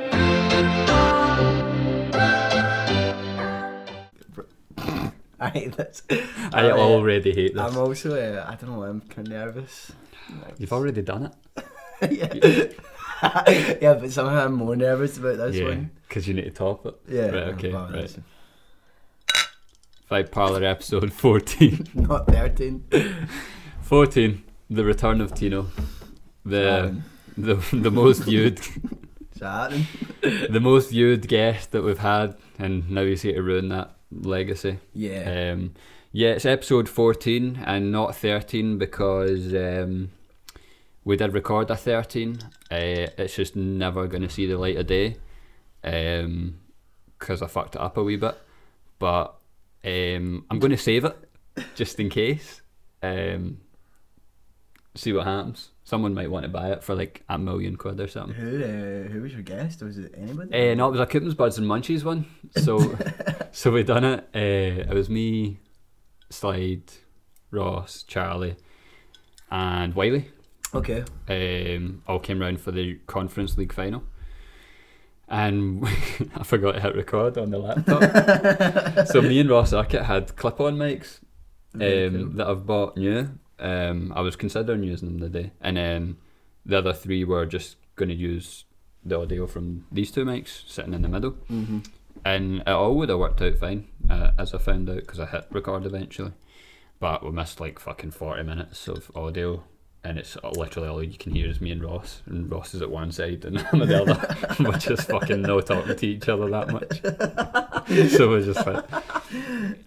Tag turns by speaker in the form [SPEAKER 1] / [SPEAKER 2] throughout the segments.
[SPEAKER 1] I, that's,
[SPEAKER 2] I
[SPEAKER 1] I'm, uh,
[SPEAKER 2] already hate this.
[SPEAKER 1] I'm also, uh, I don't know, I'm kind of nervous. Like,
[SPEAKER 2] You've already done it.
[SPEAKER 1] yeah. yeah, but somehow I'm more nervous about this one.
[SPEAKER 2] because you need to top it.
[SPEAKER 1] Yeah.
[SPEAKER 2] Right, okay,
[SPEAKER 1] well,
[SPEAKER 2] right.
[SPEAKER 1] that's
[SPEAKER 2] Fight Parlor episode 14.
[SPEAKER 1] Not 13.
[SPEAKER 2] 14. The return of Tino. The
[SPEAKER 1] Um,
[SPEAKER 2] the, the most viewed
[SPEAKER 1] is that happening?
[SPEAKER 2] the most viewed guest that we've had, and now you see to ruin that legacy.
[SPEAKER 1] Yeah.
[SPEAKER 2] Um, yeah, it's episode 14 and not 13 because um, we did record a 13. Uh, it's just never going to see the light of day because I fucked it up a wee bit. But um, I'm going to save it just in case. Um, see what happens. Someone might want to buy it for like a million quid or something.
[SPEAKER 1] who, uh, who was your guest? Was it anybody?
[SPEAKER 2] Uh, no, it was a Coopman's Birds and Munchies one. So, so we done it. Uh, it was me, Slide, Ross, Charlie, and Wiley.
[SPEAKER 1] Okay.
[SPEAKER 2] Um, all came round for the Conference League final, and I forgot to hit record on the laptop. so me and Ross Arkett had clip-on mics um,
[SPEAKER 1] Very cool.
[SPEAKER 2] that I've bought new. Um, I was considering using them today, and um, the other three were just going to use the audio from these two mics sitting in the middle,
[SPEAKER 1] Mhm.
[SPEAKER 2] and it all would have worked out fine, uh, as I found out because I hit record eventually. But we missed like fucking forty minutes of audio, and it's literally all you can hear is me and Ross, and Ross is at one side and I'm at the other. we're just fucking no talking to each other that much. so we're just like,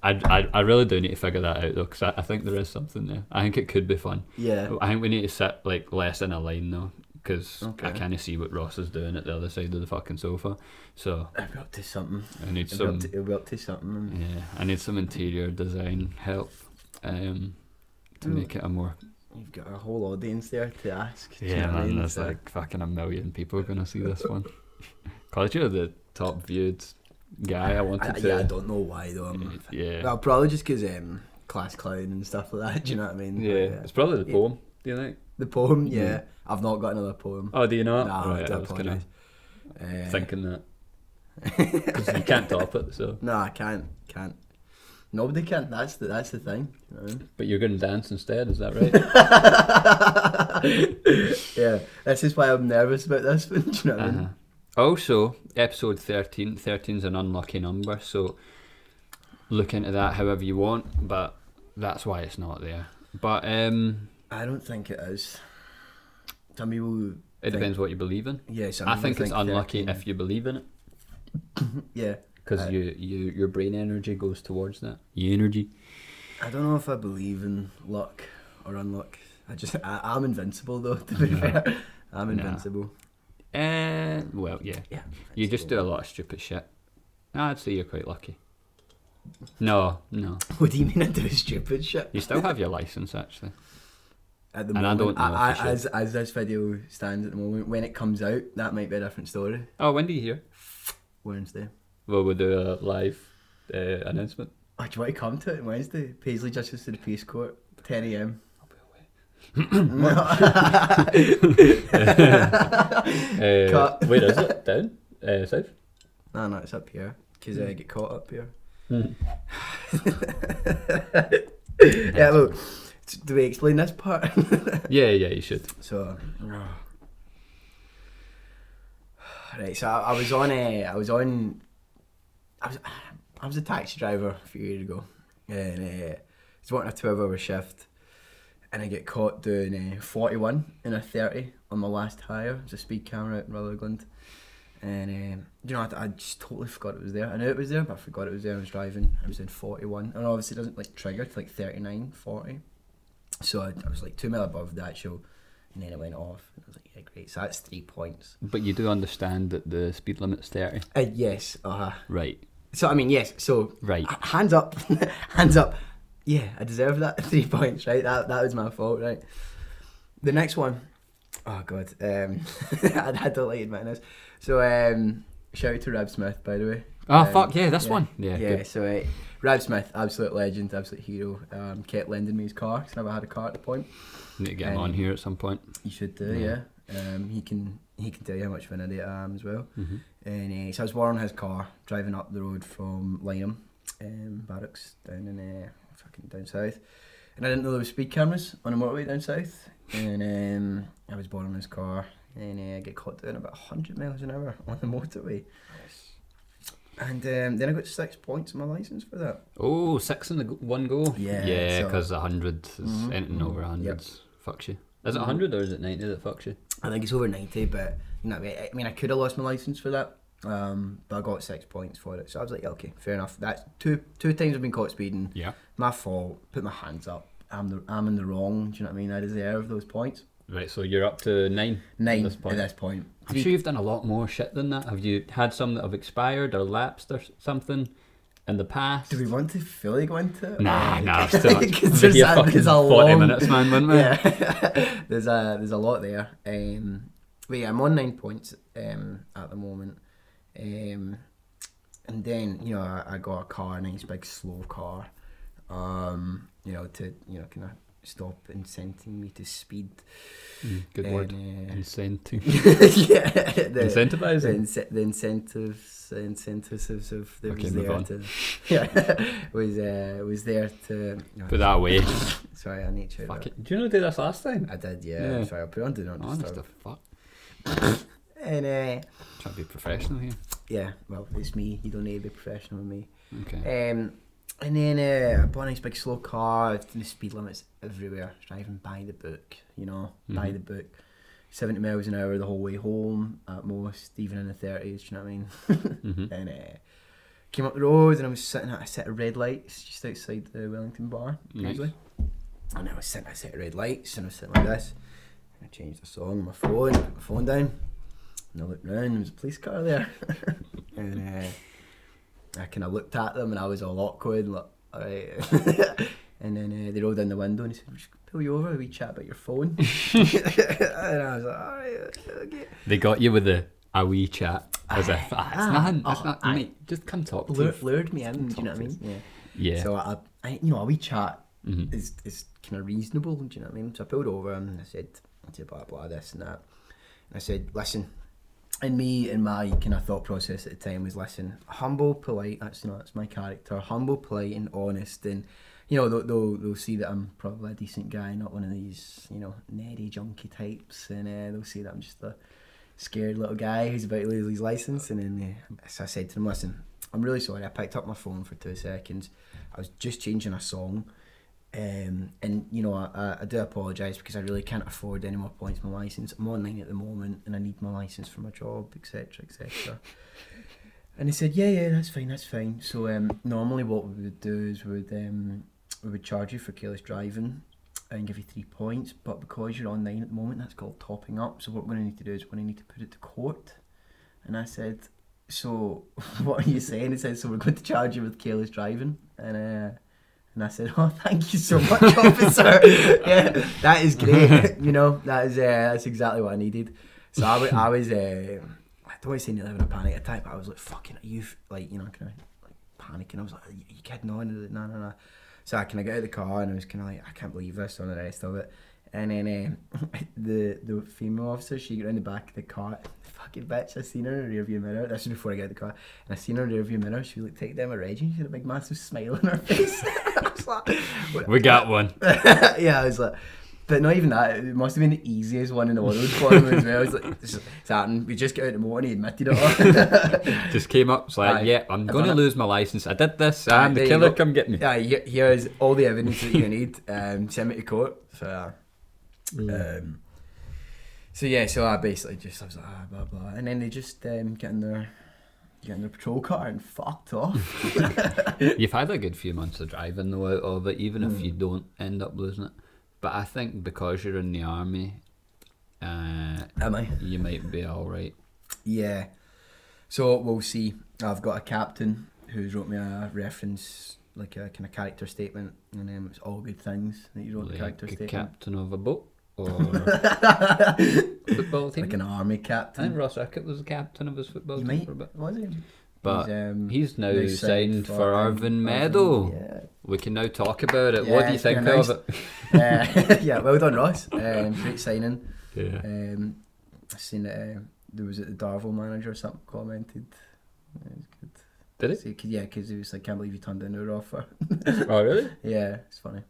[SPEAKER 2] I, I, I really do need to figure that out though, because I, I think there is something there. I think it could be fun.
[SPEAKER 1] Yeah.
[SPEAKER 2] I think we need to sit like less in a line though, because I
[SPEAKER 1] Okay.
[SPEAKER 2] kind of see what Ross is doing at the other side of the fucking sofa. So
[SPEAKER 1] I'll be up to something.
[SPEAKER 2] I need
[SPEAKER 1] I'll be
[SPEAKER 2] some, Mm.
[SPEAKER 1] up to, I'll be up to something.
[SPEAKER 2] yeah, I need some interior design help, um, to
[SPEAKER 1] Mm.
[SPEAKER 2] make it a more
[SPEAKER 1] You've got a whole audience there to ask. do you
[SPEAKER 2] Yeah,
[SPEAKER 1] know what I
[SPEAKER 2] man,
[SPEAKER 1] mean?
[SPEAKER 2] there's
[SPEAKER 1] So-
[SPEAKER 2] like fucking a million people gonna see this one. Cause you're the top viewed guy. I wanted
[SPEAKER 1] I,
[SPEAKER 2] to.
[SPEAKER 1] Uh, yeah, I don't know why though. I'm,
[SPEAKER 2] yeah.
[SPEAKER 1] Well, probably just because um, class clown and stuff like that. Do you know what I mean?
[SPEAKER 2] yeah,
[SPEAKER 1] Like, uh,
[SPEAKER 2] it's probably the
[SPEAKER 1] yeah.
[SPEAKER 2] poem. Do you think?
[SPEAKER 1] the poem.
[SPEAKER 2] Yeah.
[SPEAKER 1] Yeah. I've not got another poem.
[SPEAKER 2] Mm. Oh, do you know? it?
[SPEAKER 1] Nah, I
[SPEAKER 2] right,
[SPEAKER 1] do
[SPEAKER 2] I was gonna
[SPEAKER 1] apologise. Uh,
[SPEAKER 2] thinking that because you can't top it. So,
[SPEAKER 1] No, I can't. Can't. Nobody can. That's the that's the thing. You know what I mean?
[SPEAKER 2] but you're gonna dance instead. Is that right?
[SPEAKER 1] yeah, this is why I'm nervous about this one. Do you know what I
[SPEAKER 2] uh-huh.
[SPEAKER 1] mean?
[SPEAKER 2] Also, episode 13. 13's an unlucky number, so look into that however you want. But that's why it's not there. But um,
[SPEAKER 1] I don't think it is. Some people.
[SPEAKER 2] it
[SPEAKER 1] Think-
[SPEAKER 2] depends what you believe in.
[SPEAKER 1] Yeah, some
[SPEAKER 2] I
[SPEAKER 1] people
[SPEAKER 2] think it's unlucky
[SPEAKER 1] 13
[SPEAKER 2] if you believe in it
[SPEAKER 1] Yeah,
[SPEAKER 2] because
[SPEAKER 1] Uh,
[SPEAKER 2] you, you your brain energy goes towards that. Your energy.
[SPEAKER 1] I don't know if I believe in luck or unluck. I just I, I'm invincible though. To be fair, I'm
[SPEAKER 2] Uh-huh. Nah.
[SPEAKER 1] invincible.
[SPEAKER 2] Uh, well, yeah.
[SPEAKER 1] Yeah,
[SPEAKER 2] You just do a lot of stupid shit. I'd say you're quite lucky. No, no.
[SPEAKER 1] What do you mean I do stupid shit?
[SPEAKER 2] You still have your license actually.
[SPEAKER 1] At the
[SPEAKER 2] And I
[SPEAKER 1] moment,
[SPEAKER 2] don't know if you
[SPEAKER 1] as as this video stands at the moment, when it comes out, that might be a different story.
[SPEAKER 2] Oh, when do you hear?
[SPEAKER 1] Wednesday.
[SPEAKER 2] Well, we'll do a live uh, announcement.
[SPEAKER 1] Oh, do you want to come to it on Wednesday? Paisley Justice to the Peace Court, 10 a.m.
[SPEAKER 2] Uh,
[SPEAKER 1] Cut.
[SPEAKER 2] Where is it? Down uh, south.
[SPEAKER 1] No, no, it's up here because I get caught up here.
[SPEAKER 2] Hmm.
[SPEAKER 1] yeah, well, t- do we explain this part?
[SPEAKER 2] Yeah, yeah. You should.
[SPEAKER 1] so, right. So I, I was on a, I was on, I was, I was a taxi driver a few years ago, and uh, I was working a twelve-hour shift, and I get caught doing uh, forty-one and a thirty on my last hire. It was a speed camera out in Ruthergland. And um, you know, I, I just totally forgot it was there. I knew it was there, but I forgot it was there. I was driving. I was in 41, and obviously it doesn't like trigger to like 39, 40. So I, I was like two mile above the actual, and then it went off. And I was like, yeah, great. So that's three points.
[SPEAKER 2] But you do understand that the speed limit's thirty.
[SPEAKER 1] Uh, yes. Uh huh.
[SPEAKER 2] Right.
[SPEAKER 1] So I mean, yes. So
[SPEAKER 2] Right.
[SPEAKER 1] h- hands up, hands up. Yeah, I deserve that three points. Right. That that was my fault. Right. The next one. Oh god. Um, I, I don't like admitting this. So um, shout out to Rab Smith, by the way.
[SPEAKER 2] Oh
[SPEAKER 1] Um,
[SPEAKER 2] fuck yeah, this
[SPEAKER 1] yeah.
[SPEAKER 2] one. Yeah.
[SPEAKER 1] yeah,
[SPEAKER 2] good.
[SPEAKER 1] so uh, Rab Smith, absolute legend, absolute hero. Um, kept lending me his car 'cause I never had a car at the point.
[SPEAKER 2] Need to get him
[SPEAKER 1] Um,
[SPEAKER 2] on here at some point.
[SPEAKER 1] You should do, yeah.
[SPEAKER 2] Yeah.
[SPEAKER 1] Um, he can he can tell you how much of an idiot eh, I am as well.
[SPEAKER 2] Mhm.
[SPEAKER 1] And uh, so I was borrowing his car, driving up the road from Lynham um, barracks down in uh, fucking down south, and I didn't know there was speed cameras on the motorway down south, and um, I was born in this car, and uh, I get caught doing about hundred miles an hour on the motorway, and um, then I got six points on my license for that.
[SPEAKER 2] Oh, six in the go- one go.
[SPEAKER 1] Yeah,
[SPEAKER 2] yeah,
[SPEAKER 1] so-
[SPEAKER 2] because a hundred is
[SPEAKER 1] Mhm,
[SPEAKER 2] anything
[SPEAKER 1] mhm,
[SPEAKER 2] over a hundred
[SPEAKER 1] yep. Mm-hmm.
[SPEAKER 2] fucks you. Is it a hundred or is it ninety that fucks you?
[SPEAKER 1] I think it's over ninety, but you know, I I mean, I could have lost my license for that, um, but I got six points for it, so I was like, yeah, okay, fair enough. That's two two times I've been caught speeding.
[SPEAKER 2] Yeah.
[SPEAKER 1] my fault. Put my hands up. I'm the I'm in the wrong. Do you know what I mean? I deserve those points.
[SPEAKER 2] Right, so you're up to nine.
[SPEAKER 1] Nine
[SPEAKER 2] At this point.
[SPEAKER 1] at this point.
[SPEAKER 2] I'm sure you've done a lot more shit than that. Have you had some that have expired or lapsed or s- something in the past?
[SPEAKER 1] Do we want to fully go into it?
[SPEAKER 2] Nah,
[SPEAKER 1] Or-
[SPEAKER 2] nah, I've still
[SPEAKER 1] Because
[SPEAKER 2] there's
[SPEAKER 1] there's
[SPEAKER 2] here
[SPEAKER 1] a-
[SPEAKER 2] fucking
[SPEAKER 1] there's a
[SPEAKER 2] 40
[SPEAKER 1] long-
[SPEAKER 2] minutes, man, wouldn't we?
[SPEAKER 1] Yeah, there's a there's a lot there. Um, but yeah, I'm on nine points um, at the moment. Um, and then you know I, I got a car, a nice big slow car. Um, you know to you know kind of stop incenting me to speed.
[SPEAKER 2] Mm, Good
[SPEAKER 1] and,
[SPEAKER 2] word.
[SPEAKER 1] uh,
[SPEAKER 2] Incentive.
[SPEAKER 1] yeah, the- the,
[SPEAKER 2] Incentivizing.
[SPEAKER 1] ince- the incentives, the incentives of, of that
[SPEAKER 2] Okay,
[SPEAKER 1] was
[SPEAKER 2] move
[SPEAKER 1] there
[SPEAKER 2] on.
[SPEAKER 1] to, yeah, was uh, was there to. no,
[SPEAKER 2] Put that away.
[SPEAKER 1] Sorry, I need to.
[SPEAKER 2] Fuck it. Do you know I did this last time?
[SPEAKER 1] I did, yeah.
[SPEAKER 2] Yeah.
[SPEAKER 1] Sorry, I'll put it on do not
[SPEAKER 2] Honest to
[SPEAKER 1] disturb.
[SPEAKER 2] fuck.
[SPEAKER 1] And uh,
[SPEAKER 2] Trying to be professional here.
[SPEAKER 1] yeah, well, it's me. You don't need to be professional with me.
[SPEAKER 2] Okay.
[SPEAKER 1] Um, and then uh, I bought a nice big slow car. The speed limits everywhere. Driving by the book, you know, by
[SPEAKER 2] Mhm.
[SPEAKER 1] the book. Seventy miles an hour the whole way home at most, even in the thirties. Do you know what I mean?
[SPEAKER 2] hmm
[SPEAKER 1] and uh, came up the road and I was sitting at a set of red lights just outside the Wellington bar
[SPEAKER 2] Nice.
[SPEAKER 1] usually. And I was sitting at a set of red lights and I was sitting like this. And I changed the song on my phone, put my phone down, and I looked round and there was a police car there. and uh, I kind of looked at them and I was all awkward and like, alright. and then uh, they rolled down the window and he said, "We'll just pull you over, we chat about your phone. and I was like, alright, okay.
[SPEAKER 2] They got you with a, a wee chat. As if, ah, it's
[SPEAKER 1] Ah,
[SPEAKER 2] nothing. It's
[SPEAKER 1] oh,
[SPEAKER 2] not,
[SPEAKER 1] aye.
[SPEAKER 2] mate, just come talk to
[SPEAKER 1] Lured,
[SPEAKER 2] you.
[SPEAKER 1] lured me in, do you know what I mean? Yeah.
[SPEAKER 2] Yeah.
[SPEAKER 1] So I, I, you know, a wee chat
[SPEAKER 2] Mhm.
[SPEAKER 1] is is kind of reasonable. Do you know what I mean? So I pulled over and I said, I said blah blah this and that. And I said, listen, and me and my kind of thought process at the time was, listen, humble, polite. That's not that's my character. Humble, polite, and honest. And you know they'll they'll, they'll see that I'm probably a decent guy, not one of these you know nerdy junkie types. And uh, they'll see that I'm just a scared little guy who's about to lose his license. And then uh, so I said to them, listen, I'm really sorry. I picked up my phone for two seconds. I was just changing a song. Um, and you know, I- I, I do apologise because I really can't afford any more points on my license. I'm online at the moment, and I need my license for my job, etc., etc. and he said, "Yeah, yeah, that's fine, that's fine." So um, normally, what we would do is we would um, we would charge you for careless driving and give you three points, but because you're online at the moment, that's called topping up. So what we're going to need to do is we're going to need to put it to court. And I said, "So what are you saying?" He said, "So we're going to charge you with careless driving," and. Uh, and I said, "Oh, thank you so much, officer. yeah, that is great. you know, that is uh, that's exactly what I needed." So I, wa- I was, uh, I don't want to say nearly having a panic attack, but I was like, "Fucking, are you f- like, you know, kind of like panicking." I was like, "Are you, are you kidding on?" And I was like, No, no, no. So I kind of got out of the car and I was kind of like, "I can't believe this," and the rest of it. And then um, the the female officer, she got in the back of the car. Fucking bitch, I seen her in the rearview mirror. This was before I got out of the car. And I seen her in the rearview mirror. She was like, take down my raging. She had a big massive smile on her face. I was like, "What-
[SPEAKER 2] We got one.
[SPEAKER 1] yeah, I was like, but not even that. It must have been the easiest one in the world for him as well. It's like, it's happened. We just got out of the motor and he admitted it all.
[SPEAKER 2] Just came up, was like,
[SPEAKER 1] Aye.
[SPEAKER 2] yeah, I'm
[SPEAKER 1] I've
[SPEAKER 2] going to
[SPEAKER 1] done it.
[SPEAKER 2] lose my license. I did this. I'm the
[SPEAKER 1] there you
[SPEAKER 2] killer.
[SPEAKER 1] go.
[SPEAKER 2] Come get me.
[SPEAKER 1] yeah, here- here's all the evidence that you need. Um, send me to court. So,
[SPEAKER 2] Mm.
[SPEAKER 1] um, so yeah, so I basically just I was like ah, blah blah, and then they just um, get in their get in their patrol car and fucked off.
[SPEAKER 2] You've had a good few months of driving though out of it, even
[SPEAKER 1] Hmm.
[SPEAKER 2] if you don't end up losing it. But I think because you're in the army, uh,
[SPEAKER 1] Am I?
[SPEAKER 2] you might be all right.
[SPEAKER 1] Yeah. So we'll see. I've got a captain who's wrote me a reference, like a kind of character statement, and um, it's all good things that you wrote a
[SPEAKER 2] Like
[SPEAKER 1] character
[SPEAKER 2] a
[SPEAKER 1] statement.
[SPEAKER 2] captain of a boat or football team.
[SPEAKER 1] Like an army
[SPEAKER 2] I think
[SPEAKER 1] captain.
[SPEAKER 2] Ross Rickett was the captain of his football
[SPEAKER 1] You
[SPEAKER 2] team
[SPEAKER 1] might.
[SPEAKER 2] for a bit.
[SPEAKER 1] Was he?
[SPEAKER 2] But
[SPEAKER 1] um,
[SPEAKER 2] He's now
[SPEAKER 1] now
[SPEAKER 2] signed, for
[SPEAKER 1] um,
[SPEAKER 2] Arvin Meadow.
[SPEAKER 1] Yeah.
[SPEAKER 2] We can now talk about it.
[SPEAKER 1] Yeah,
[SPEAKER 2] what do you
[SPEAKER 1] it's been
[SPEAKER 2] think
[SPEAKER 1] a
[SPEAKER 2] of
[SPEAKER 1] nice- Uh,
[SPEAKER 2] it?
[SPEAKER 1] yeah, well done, Ross. Um, great signing.
[SPEAKER 2] Yeah.
[SPEAKER 1] Um, I seen that uh, there was a Darvel manager or something commented. It was good.
[SPEAKER 2] Did he?
[SPEAKER 1] So he could- yeah, because he was like, "Can't believe you turned down our offer."
[SPEAKER 2] Oh, really?
[SPEAKER 1] yeah, it's funny.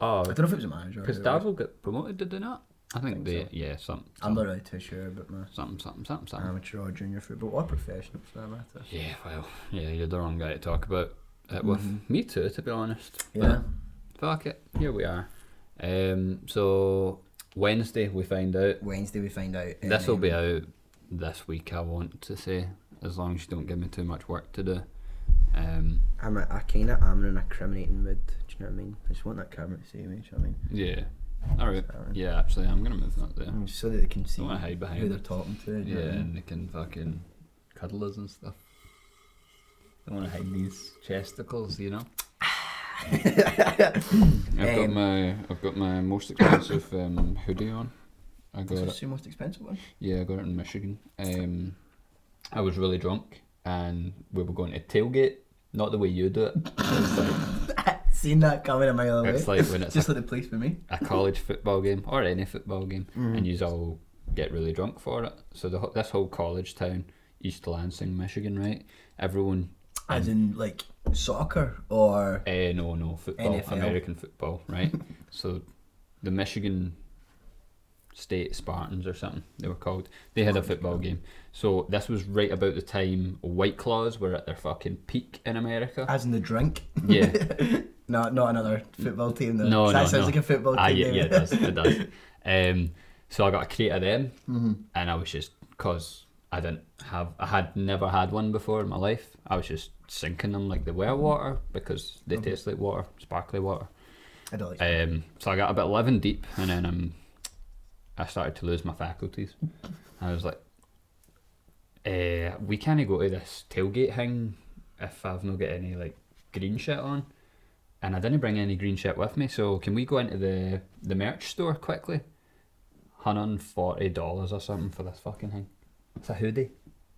[SPEAKER 2] Oh,
[SPEAKER 1] I don't know if it was a manager. or
[SPEAKER 2] because
[SPEAKER 1] who it was.
[SPEAKER 2] Davil got promoted, did they not? I think,
[SPEAKER 1] Think
[SPEAKER 2] they,
[SPEAKER 1] so.
[SPEAKER 2] yeah, something,
[SPEAKER 1] I'm not really too sure about my
[SPEAKER 2] something, something, something, something.
[SPEAKER 1] amateur or junior football or professional for that matter.
[SPEAKER 2] Yeah, well, yeah, you're the wrong guy to talk about it with.
[SPEAKER 1] Mm-hmm.
[SPEAKER 2] Me too, to be honest. But
[SPEAKER 1] Yeah.
[SPEAKER 2] fuck it, here we are. Um, so Wednesday we find out.
[SPEAKER 1] Wednesday we find out. and,
[SPEAKER 2] This will be
[SPEAKER 1] um,
[SPEAKER 2] out this week. I want to say, as long as you don't give me too much work to do. Um,
[SPEAKER 1] I'm a, I kind of am in a criminating mood. Do you know what I mean? I just want that camera to see me. Do you know what I mean?
[SPEAKER 2] yeah. All right.
[SPEAKER 1] Sorry.
[SPEAKER 2] Yeah, actually, I'm gonna move that there.
[SPEAKER 1] Mm, So that they can see
[SPEAKER 2] Don't wanna hide behind
[SPEAKER 1] who they're
[SPEAKER 2] it.
[SPEAKER 1] talking to. do you know
[SPEAKER 2] Yeah,
[SPEAKER 1] what I mean?
[SPEAKER 2] and they can fucking cuddle us and stuff. Don't want to hide these chesticles, you know. I've got
[SPEAKER 1] Um,
[SPEAKER 2] my I've got my most expensive um, hoodie on. I got
[SPEAKER 1] This
[SPEAKER 2] it
[SPEAKER 1] is the most expensive one.
[SPEAKER 2] Yeah, I got it in Michigan. Um, I was really drunk, and we were going to tailgate. Not the way you do it. It's like,
[SPEAKER 1] Seen that coming a mile away.
[SPEAKER 2] it's like when it's
[SPEAKER 1] just
[SPEAKER 2] a,
[SPEAKER 1] like the police for me.
[SPEAKER 2] a college football game or any football game, and you all get really drunk for it. So the, wh- this whole college town, East Lansing, Michigan, right? Everyone,
[SPEAKER 1] As in like soccer or
[SPEAKER 2] eh, no, no, football,
[SPEAKER 1] NFL.
[SPEAKER 2] American football, right? so the Michigan State Spartans or something they were called. They had a football game. So this was right about the time White Claws were at their fucking peak in America.
[SPEAKER 1] as in the drink.
[SPEAKER 2] Yeah.
[SPEAKER 1] No, not another football team though.
[SPEAKER 2] No,
[SPEAKER 1] 'Cause
[SPEAKER 2] no,
[SPEAKER 1] that sounds
[SPEAKER 2] no.
[SPEAKER 1] like a football team.
[SPEAKER 2] Ah, yeah, yeah,
[SPEAKER 1] name.
[SPEAKER 2] it does. It does. Um, so I got a crate of them, and I was just because I didn't have, I had never had one before in my life. I was just sinking them like they were water because they taste like water, sparkly water.
[SPEAKER 1] I don't like.
[SPEAKER 2] Um, so I got about eleven deep, and then um, I started to lose my faculties. I was like, eh, we can't go to this tailgate thing if I've not got any like green shit on, and I didn't bring any green shit with me. So can we go into the the merch store quickly? Hundred and forty dollars or something for this fucking thing. It's a hoodie.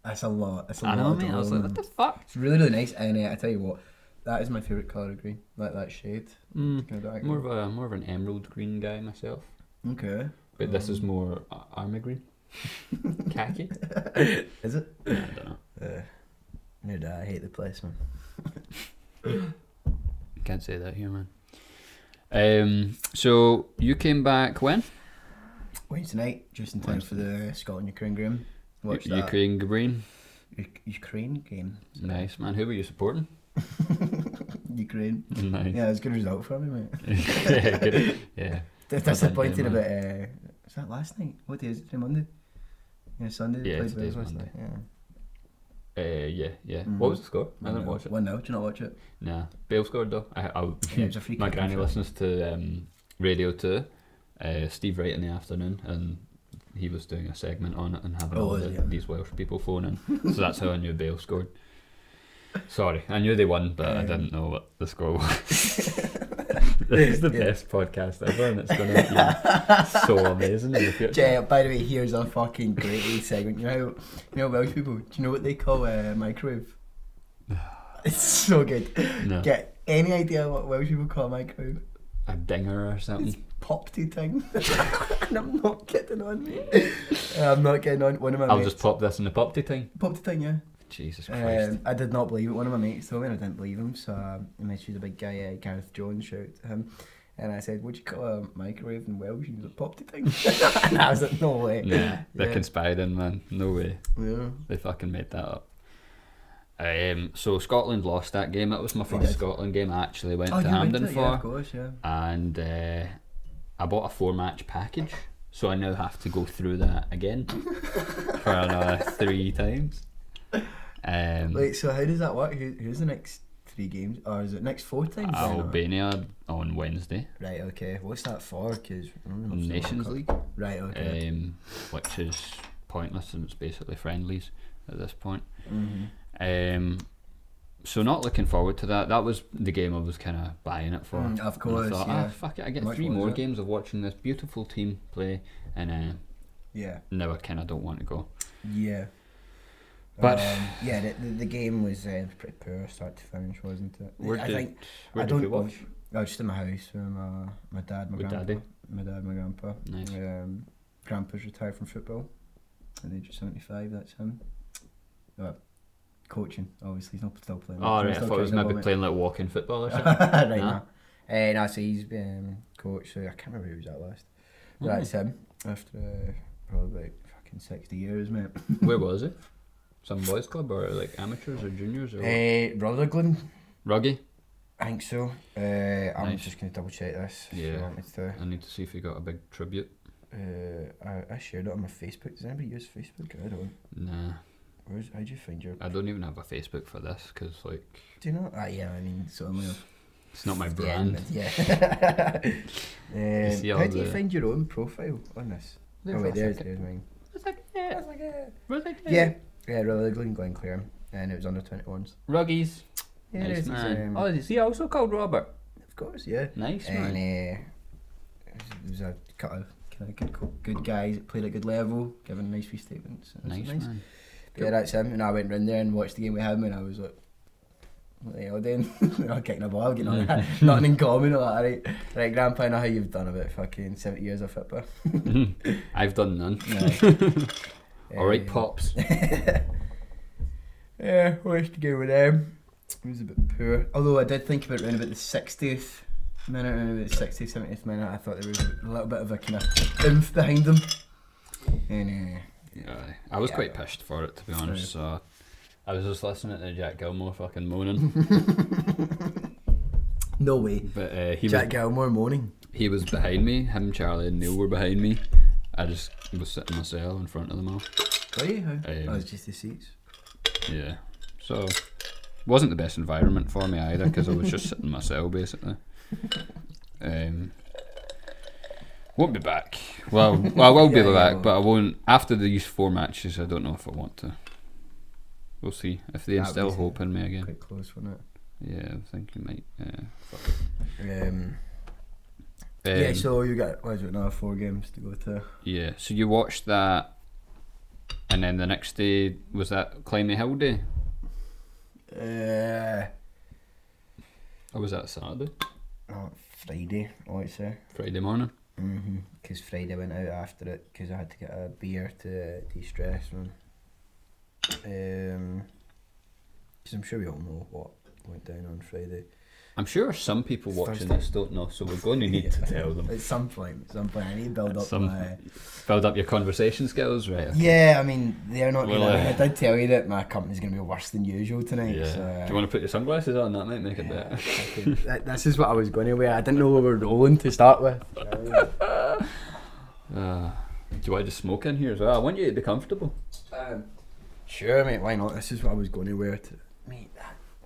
[SPEAKER 1] That's a lot. That's a
[SPEAKER 2] I
[SPEAKER 1] lot.
[SPEAKER 2] know,
[SPEAKER 1] of
[SPEAKER 2] mate. I was like,
[SPEAKER 1] dollar.
[SPEAKER 2] what the fuck?
[SPEAKER 1] it's really really nice. And uh, I tell you what, that is my favorite color of green. Like that shade.
[SPEAKER 2] Mm,
[SPEAKER 1] Kind of dark.
[SPEAKER 2] more of a more of an emerald green guy myself,
[SPEAKER 1] Okay.
[SPEAKER 2] but this is more uh, army green, khaki.
[SPEAKER 1] Is it?
[SPEAKER 2] Yeah, I don't know.
[SPEAKER 1] Uh, no, doubt, I hate the place, man.
[SPEAKER 2] Can't say that here, man. Um, so you came back when?
[SPEAKER 1] Wednesday night, just in time for the Scotland Ukraine game. Watch
[SPEAKER 2] U-
[SPEAKER 1] that.
[SPEAKER 2] Ukraine Green.
[SPEAKER 1] Uk- Ukraine game.
[SPEAKER 2] Nice man. Who were you supporting?
[SPEAKER 1] Ukraine.
[SPEAKER 2] nice.
[SPEAKER 1] Yeah, it was a good result for me, mate.
[SPEAKER 2] yeah, good. yeah.
[SPEAKER 1] Dis-
[SPEAKER 2] That's
[SPEAKER 1] Disappointed
[SPEAKER 2] that game,
[SPEAKER 1] about. Uh, was that last night? What day is it? Today, Monday? Yeah, Sunday. they
[SPEAKER 2] Yeah,
[SPEAKER 1] played
[SPEAKER 2] today's
[SPEAKER 1] Wales,
[SPEAKER 2] Monday.
[SPEAKER 1] wasn't it?
[SPEAKER 2] Uh, yeah, yeah.
[SPEAKER 1] Mm.
[SPEAKER 2] What was the score? I
[SPEAKER 1] Yeah.
[SPEAKER 2] didn't watch it.
[SPEAKER 1] One now. Do you not watch it?
[SPEAKER 2] Nah, Bale scored though. I, I,
[SPEAKER 1] Yeah, it was a free
[SPEAKER 2] my
[SPEAKER 1] kick,
[SPEAKER 2] granny
[SPEAKER 1] wasn't it?
[SPEAKER 2] listens to um, radio too. Uh, Steve Wright in the afternoon, and he was doing a segment on it and having
[SPEAKER 1] Oh,
[SPEAKER 2] all
[SPEAKER 1] was
[SPEAKER 2] the,
[SPEAKER 1] he? Yeah.
[SPEAKER 2] these Welsh people phoning. so that's how I knew Bale scored. Sorry, I knew they won, but I
[SPEAKER 1] Um,
[SPEAKER 2] didn't know what the score was. this is the
[SPEAKER 1] Yeah.
[SPEAKER 2] best podcast ever, and it's going to be so amazing in the future.
[SPEAKER 1] Jay, by the way, here's a fucking great little segment. You know, how, you know Welsh people. Do you know what they call a microwave? It's so good.
[SPEAKER 2] No,
[SPEAKER 1] Get any idea what Welsh people call a microwave?
[SPEAKER 2] a dinger or
[SPEAKER 1] It's
[SPEAKER 2] something.
[SPEAKER 1] popty thing. and I'm not kidding on me. I'm not getting on. One of my
[SPEAKER 2] I'll
[SPEAKER 1] mates.
[SPEAKER 2] just pop this in the popty thing.
[SPEAKER 1] Popty thing, yeah.
[SPEAKER 2] Jesus Christ.
[SPEAKER 1] Um, I did not believe it. One of my mates told me, and I didn't believe him. So um, I mentioned the big guy, uh, Gareth Jones, shout to him. And I said, Would you call a microwave in Welsh? And he was like, Popty thing. and I was like, No way.
[SPEAKER 2] nah, they're
[SPEAKER 1] yeah.
[SPEAKER 2] conspiring, man. No way.
[SPEAKER 1] Yeah.
[SPEAKER 2] They fucking made that up. Um, so Scotland lost that game. That was my
[SPEAKER 1] They
[SPEAKER 2] first
[SPEAKER 1] did.
[SPEAKER 2] Scotland game I actually went
[SPEAKER 1] Oh, you
[SPEAKER 2] to
[SPEAKER 1] went
[SPEAKER 2] Hampden
[SPEAKER 1] it,
[SPEAKER 2] for,
[SPEAKER 1] Yeah, of course, yeah.
[SPEAKER 2] and uh, I bought a four-match package. So I now have to go through that again for another three times. Um,
[SPEAKER 1] Wait, so how does that work? Who, who's the next three games? Or is it next four times? then, or-
[SPEAKER 2] Albania on Wednesday,
[SPEAKER 1] Right, okay. What's that for? Because
[SPEAKER 2] Nations League,
[SPEAKER 1] Right, okay.
[SPEAKER 2] um, which is pointless and it's basically friendlies at this point.
[SPEAKER 1] hmm
[SPEAKER 2] Um, so not looking forward to that. That was the game I was kind of buying it for.
[SPEAKER 1] Mm,
[SPEAKER 2] And
[SPEAKER 1] of
[SPEAKER 2] I
[SPEAKER 1] course,
[SPEAKER 2] thought,
[SPEAKER 1] yeah.
[SPEAKER 2] "Ah, fuck it. I get
[SPEAKER 1] Much
[SPEAKER 2] three
[SPEAKER 1] was
[SPEAKER 2] more
[SPEAKER 1] it.
[SPEAKER 2] games of watching this beautiful team play, and uh,
[SPEAKER 1] Yeah,
[SPEAKER 2] now I kind of don't want to go.
[SPEAKER 1] yeah.
[SPEAKER 2] But-
[SPEAKER 1] um, yeah, the, the, the game was uh, pretty poor start to finish, wasn't it?
[SPEAKER 2] Where
[SPEAKER 1] I
[SPEAKER 2] did-
[SPEAKER 1] think
[SPEAKER 2] Where
[SPEAKER 1] I
[SPEAKER 2] did
[SPEAKER 1] don't
[SPEAKER 2] we watch?
[SPEAKER 1] I was just in my house with my my dad, my
[SPEAKER 2] With
[SPEAKER 1] grandpa,
[SPEAKER 2] daddy?
[SPEAKER 1] my dad, my grandpa.
[SPEAKER 2] Nice.
[SPEAKER 1] Um, grandpa's retired from football, at the age of seventy-five. That's him. Uh, coaching, obviously. He's not still playing.
[SPEAKER 2] Oh,
[SPEAKER 1] He's
[SPEAKER 2] right, I
[SPEAKER 1] still
[SPEAKER 2] thought it was
[SPEAKER 1] coaching at
[SPEAKER 2] maybe
[SPEAKER 1] the
[SPEAKER 2] playing like walking football or
[SPEAKER 1] moment.
[SPEAKER 2] something.
[SPEAKER 1] right
[SPEAKER 2] Nah.
[SPEAKER 1] now. Uh, no, so he's um, coach, so I can't remember who was that last.
[SPEAKER 2] Hmm.
[SPEAKER 1] But That's him. After uh, probably about fucking 60 years, mate.
[SPEAKER 2] Where was it? Some boys' club or like amateurs or juniors or what?
[SPEAKER 1] Uh, Rutherglen,
[SPEAKER 2] Rugby?
[SPEAKER 1] I think so. Uh, I'm
[SPEAKER 2] Nice.
[SPEAKER 1] just going to double check this. if you
[SPEAKER 2] Yeah.
[SPEAKER 1] want me to.
[SPEAKER 2] I need to see if he got a big tribute.
[SPEAKER 1] Uh, I, I shared it on my Facebook. Does anybody use Facebook? I don't.
[SPEAKER 2] Nah,
[SPEAKER 1] Where's, how'd you find your.
[SPEAKER 2] I don't even have a Facebook for this because like
[SPEAKER 1] Do you know? Ah, yeah, I mean, certainly.
[SPEAKER 2] it's not my brand.
[SPEAKER 1] Yeah. but yeah.
[SPEAKER 2] see
[SPEAKER 1] um,
[SPEAKER 2] all
[SPEAKER 1] how do you
[SPEAKER 2] the-
[SPEAKER 1] find your own profile on this? Oh, wait, there's, there's mine.
[SPEAKER 2] yeah,
[SPEAKER 1] Yeah, yeah, really Glen Glenclair, and it was under 21s.
[SPEAKER 2] Ruggies.
[SPEAKER 1] Yeah,
[SPEAKER 2] nice
[SPEAKER 1] it's,
[SPEAKER 2] man.
[SPEAKER 1] um,
[SPEAKER 2] oh, is he also called Robert?
[SPEAKER 1] of course, yeah.
[SPEAKER 2] Nice
[SPEAKER 1] and
[SPEAKER 2] man.
[SPEAKER 1] uh, it was a cut of kind of good, co- good guys that played at good level, giving nice wee statements. and it was
[SPEAKER 2] Nice, man.
[SPEAKER 1] But yeah, that's him. And I went round there and watched the game with him, and I was like, what the hell doing? not kicking a ball, getting on that. Nothing in common. All that, right, right, Grandpa, I know how you've done about fucking 70 years of football.
[SPEAKER 2] I've done none. All right,
[SPEAKER 1] Um,
[SPEAKER 2] pops.
[SPEAKER 1] Yeah, watched the game with them. It was a bit poor. Although I did think about round about the 60th minute, round about the 60th, 70th minute, I thought there was a little bit of a kind of oomph behind them. And, uh,
[SPEAKER 2] Aye. I was
[SPEAKER 1] Yeah.
[SPEAKER 2] quite pissed for it to be honest.
[SPEAKER 1] Right.
[SPEAKER 2] So I was just listening to Jack Gilmore fucking moaning,
[SPEAKER 1] no way.
[SPEAKER 2] but uh, he
[SPEAKER 1] Jack
[SPEAKER 2] was
[SPEAKER 1] Gilmore moaning.
[SPEAKER 2] he was behind me. Him, Charlie, and Neil were behind me. I just was sitting in my cell in front of them all.
[SPEAKER 1] Were you? How?
[SPEAKER 2] Um,
[SPEAKER 1] oh, it's just the seats.
[SPEAKER 2] Yeah. So wasn't the best environment for me either because I was just sitting in my cell basically. Um, won't be back. Well, well I will
[SPEAKER 1] Yeah,
[SPEAKER 2] be
[SPEAKER 1] yeah,
[SPEAKER 2] back,
[SPEAKER 1] well.
[SPEAKER 2] but I won't after these four matches. I don't know if I want to. We'll see if they
[SPEAKER 1] That
[SPEAKER 2] instill
[SPEAKER 1] was
[SPEAKER 2] hope in me again.
[SPEAKER 1] Quite close, wasn't it?
[SPEAKER 2] Yeah, I think you might. Yeah.
[SPEAKER 1] Um,
[SPEAKER 2] Um,
[SPEAKER 1] yeah, so you got, what is it, another four games to go to?
[SPEAKER 2] yeah, so you watched that, and then the next day was that Climby Hill Day,
[SPEAKER 1] Uh,
[SPEAKER 2] or was that Saturday,
[SPEAKER 1] oh, Friday, Oh, uh, I would say.
[SPEAKER 2] Friday morning?
[SPEAKER 1] Because Mm-hmm. Friday went out after it because I had to get a beer to de stress. Because Um, I'm sure we all know what went down on Friday.
[SPEAKER 2] I'm sure some people watching
[SPEAKER 1] Thursday.
[SPEAKER 2] this don't know, so we're going to need to tell them.
[SPEAKER 1] At some point, at some point, I need to build
[SPEAKER 2] At
[SPEAKER 1] up
[SPEAKER 2] some
[SPEAKER 1] my.
[SPEAKER 2] Build up your conversation skills, right?
[SPEAKER 1] Yeah, I mean, they're not
[SPEAKER 2] Well,
[SPEAKER 1] gonna.
[SPEAKER 2] uh,
[SPEAKER 1] I did tell you that my company's gonna be worse than usual tonight.
[SPEAKER 2] Yeah.
[SPEAKER 1] So, uh,
[SPEAKER 2] Do you want to put your sunglasses on? That might make it better.
[SPEAKER 1] fucking- that- this is what I was going to wear. I didn't know we were rolling to start with.
[SPEAKER 2] Uh, do I just smoke in here as well? I want you to be comfortable.
[SPEAKER 1] Um, sure, mate. Why not? This is what I was going to wear. To, mate,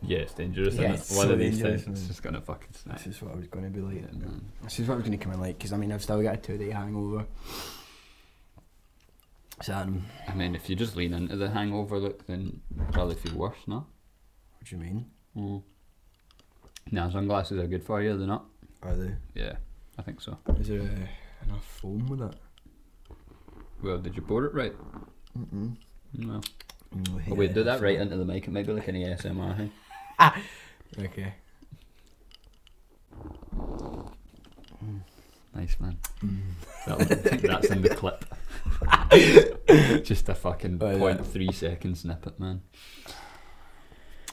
[SPEAKER 2] Yeah, it's dangerous.
[SPEAKER 1] Yeah,
[SPEAKER 2] isn't it?
[SPEAKER 1] it's
[SPEAKER 2] One
[SPEAKER 1] so
[SPEAKER 2] of these
[SPEAKER 1] dangerous, man.
[SPEAKER 2] things, it's just gonna fucking snap.
[SPEAKER 1] this is what I was going to be like.
[SPEAKER 2] Yeah, man.
[SPEAKER 1] This is what I was going to come in like, because I mean, I've still got a two day hangover. So, um,
[SPEAKER 2] I mean, if you just lean into the hangover look, then you probably feel worse, no?
[SPEAKER 1] what do you mean?
[SPEAKER 2] Mm. Nah, sunglasses are good for you, they're not?
[SPEAKER 1] Are they?
[SPEAKER 2] Yeah, I think so.
[SPEAKER 1] Is there uh, enough foam with it?
[SPEAKER 2] Well, did you board it right?
[SPEAKER 1] Mm-mm.
[SPEAKER 2] No.
[SPEAKER 1] No,
[SPEAKER 2] Oh, wait, do that right into the mic. It might be like an ASMR thing.
[SPEAKER 1] Okay.
[SPEAKER 2] Nice, man.
[SPEAKER 1] Mm.
[SPEAKER 2] That'll, I think that's in the clip. Just a fucking
[SPEAKER 1] Oh, yeah.
[SPEAKER 2] point three second snippet, man.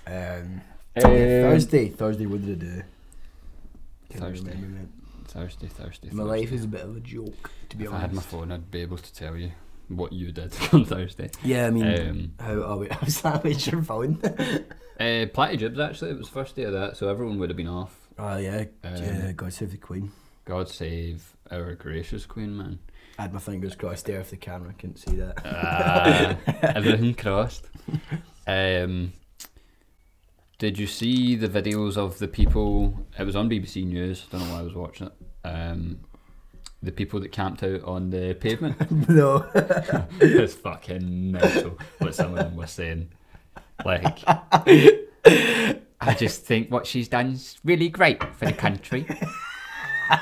[SPEAKER 1] Um,
[SPEAKER 2] Eh, Thursday,
[SPEAKER 1] Thursday, Thursday, what did I do? Can't
[SPEAKER 2] Thursday.
[SPEAKER 1] remember, mate.
[SPEAKER 2] Um, Thursday, Thursday.
[SPEAKER 1] My life is a bit of a joke, to be
[SPEAKER 2] If I
[SPEAKER 1] honest.
[SPEAKER 2] had my phone, I'd be able to tell you what you did on Thursday.
[SPEAKER 1] yeah, I mean,
[SPEAKER 2] Um,
[SPEAKER 1] how oh, are we? How's that with your phone?
[SPEAKER 2] uh, Platty Jibs, actually, it was the first day of that, so everyone would have been off.
[SPEAKER 1] oh, yeah.
[SPEAKER 2] Um,
[SPEAKER 1] yeah, God save the Queen.
[SPEAKER 2] God save our gracious Queen, man.
[SPEAKER 1] I had my fingers crossed there if the camera couldn't see that.
[SPEAKER 2] Ah, everything crossed. Um, did you see the videos of the people? It was on BBC News. I don't know why I was watching it. Um, the people that camped out on the pavement.
[SPEAKER 1] no.
[SPEAKER 2] it's fucking mental what some of them were saying. Like, I just think what she's done's really great for the country.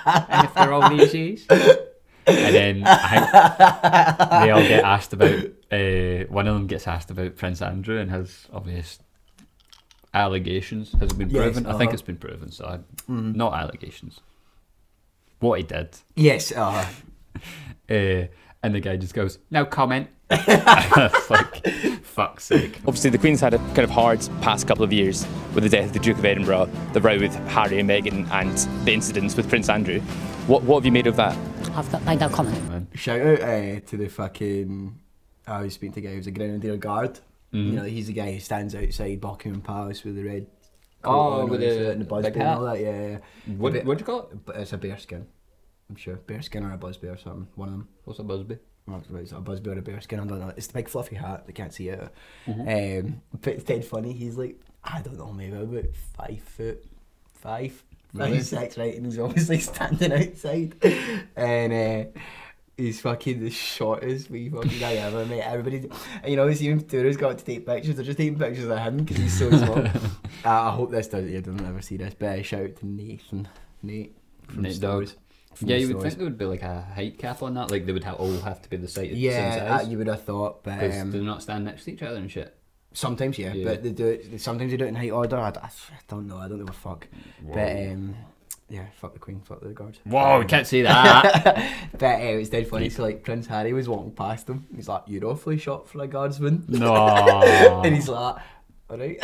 [SPEAKER 2] and after all these years. And then I think they all get asked about, uh, one of them gets asked about Prince Andrew and his obvious allegations. Has it been
[SPEAKER 1] Yes,
[SPEAKER 2] proven? I think
[SPEAKER 1] uh-huh. Mm-hmm.
[SPEAKER 2] it's been proven, so I, not allegations. What he did.
[SPEAKER 1] Yes, uh,
[SPEAKER 2] Uh, And the guy just goes, no comment. It's like, fuck's sake.
[SPEAKER 3] Obviously, the Queen's had a kind of hard past couple of years with the death of the Duke of Edinburgh, the row with Harry and Meghan, and the incidents with Prince Andrew. What, what have you made of that?
[SPEAKER 4] I've got made no comment.
[SPEAKER 1] Shout out uh, to the fucking. I was speaking to a guy who's a Grenadier Guard.
[SPEAKER 2] Mm-hmm.
[SPEAKER 1] You know, he's the guy who stands outside Buckingham Palace with the red. coat
[SPEAKER 2] Oh,
[SPEAKER 1] on
[SPEAKER 2] with
[SPEAKER 1] and his
[SPEAKER 2] the-
[SPEAKER 1] shirt and the
[SPEAKER 2] the
[SPEAKER 1] buzz
[SPEAKER 2] big
[SPEAKER 1] beard and all
[SPEAKER 2] hat?
[SPEAKER 1] that. Yeah, yeah.
[SPEAKER 2] What,
[SPEAKER 1] But-
[SPEAKER 2] what'd you call it?
[SPEAKER 1] But it's a bear skin. I'm sure bear skin or a buzz bear or something. One of them.
[SPEAKER 2] What's a busby?
[SPEAKER 1] Well, it's not a buzz bear or a bear skin. I don't know. It's the big fluffy hat. They can't see it.
[SPEAKER 2] Mm-hmm. Eh,
[SPEAKER 1] Um, but it's dead funny. He's like, I don't know, maybe about five foot five, five,
[SPEAKER 2] Really?
[SPEAKER 1] six, right? And he's obviously standing outside. And uh, he's fucking the shortest wee fucking guy ever, mate. Everybody, and you know, see him tourists got to take pictures. They're just taking pictures of him because he's so small. uh, I hope this doesn't, you don't ever see this, but I shout out to Nathan. Nate. From
[SPEAKER 2] Nate
[SPEAKER 1] Stories. From
[SPEAKER 2] Yeah, you would
[SPEAKER 1] Stories.
[SPEAKER 2] think there would be like a height cap on that. Like they would have, all have to be the same, same
[SPEAKER 1] Yeah,
[SPEAKER 2] size.
[SPEAKER 1] that you would have thought, but
[SPEAKER 2] 'Cause
[SPEAKER 1] um,
[SPEAKER 2] they not stand next to each other and shit.
[SPEAKER 1] Sometimes, yeah,
[SPEAKER 2] Yeah.
[SPEAKER 1] but they do it. Sometimes they do it in height order. I, d- I don't know. I don't give a fuck. But um, yeah, fuck the queen, fuck the guard.
[SPEAKER 2] Whoa, we can't see that.
[SPEAKER 1] But uh, it was dead funny. So like Prince Harry was walking past him. He's like, "You're awfully short for a guardsman,"
[SPEAKER 2] no.
[SPEAKER 1] and he's like, "All right,"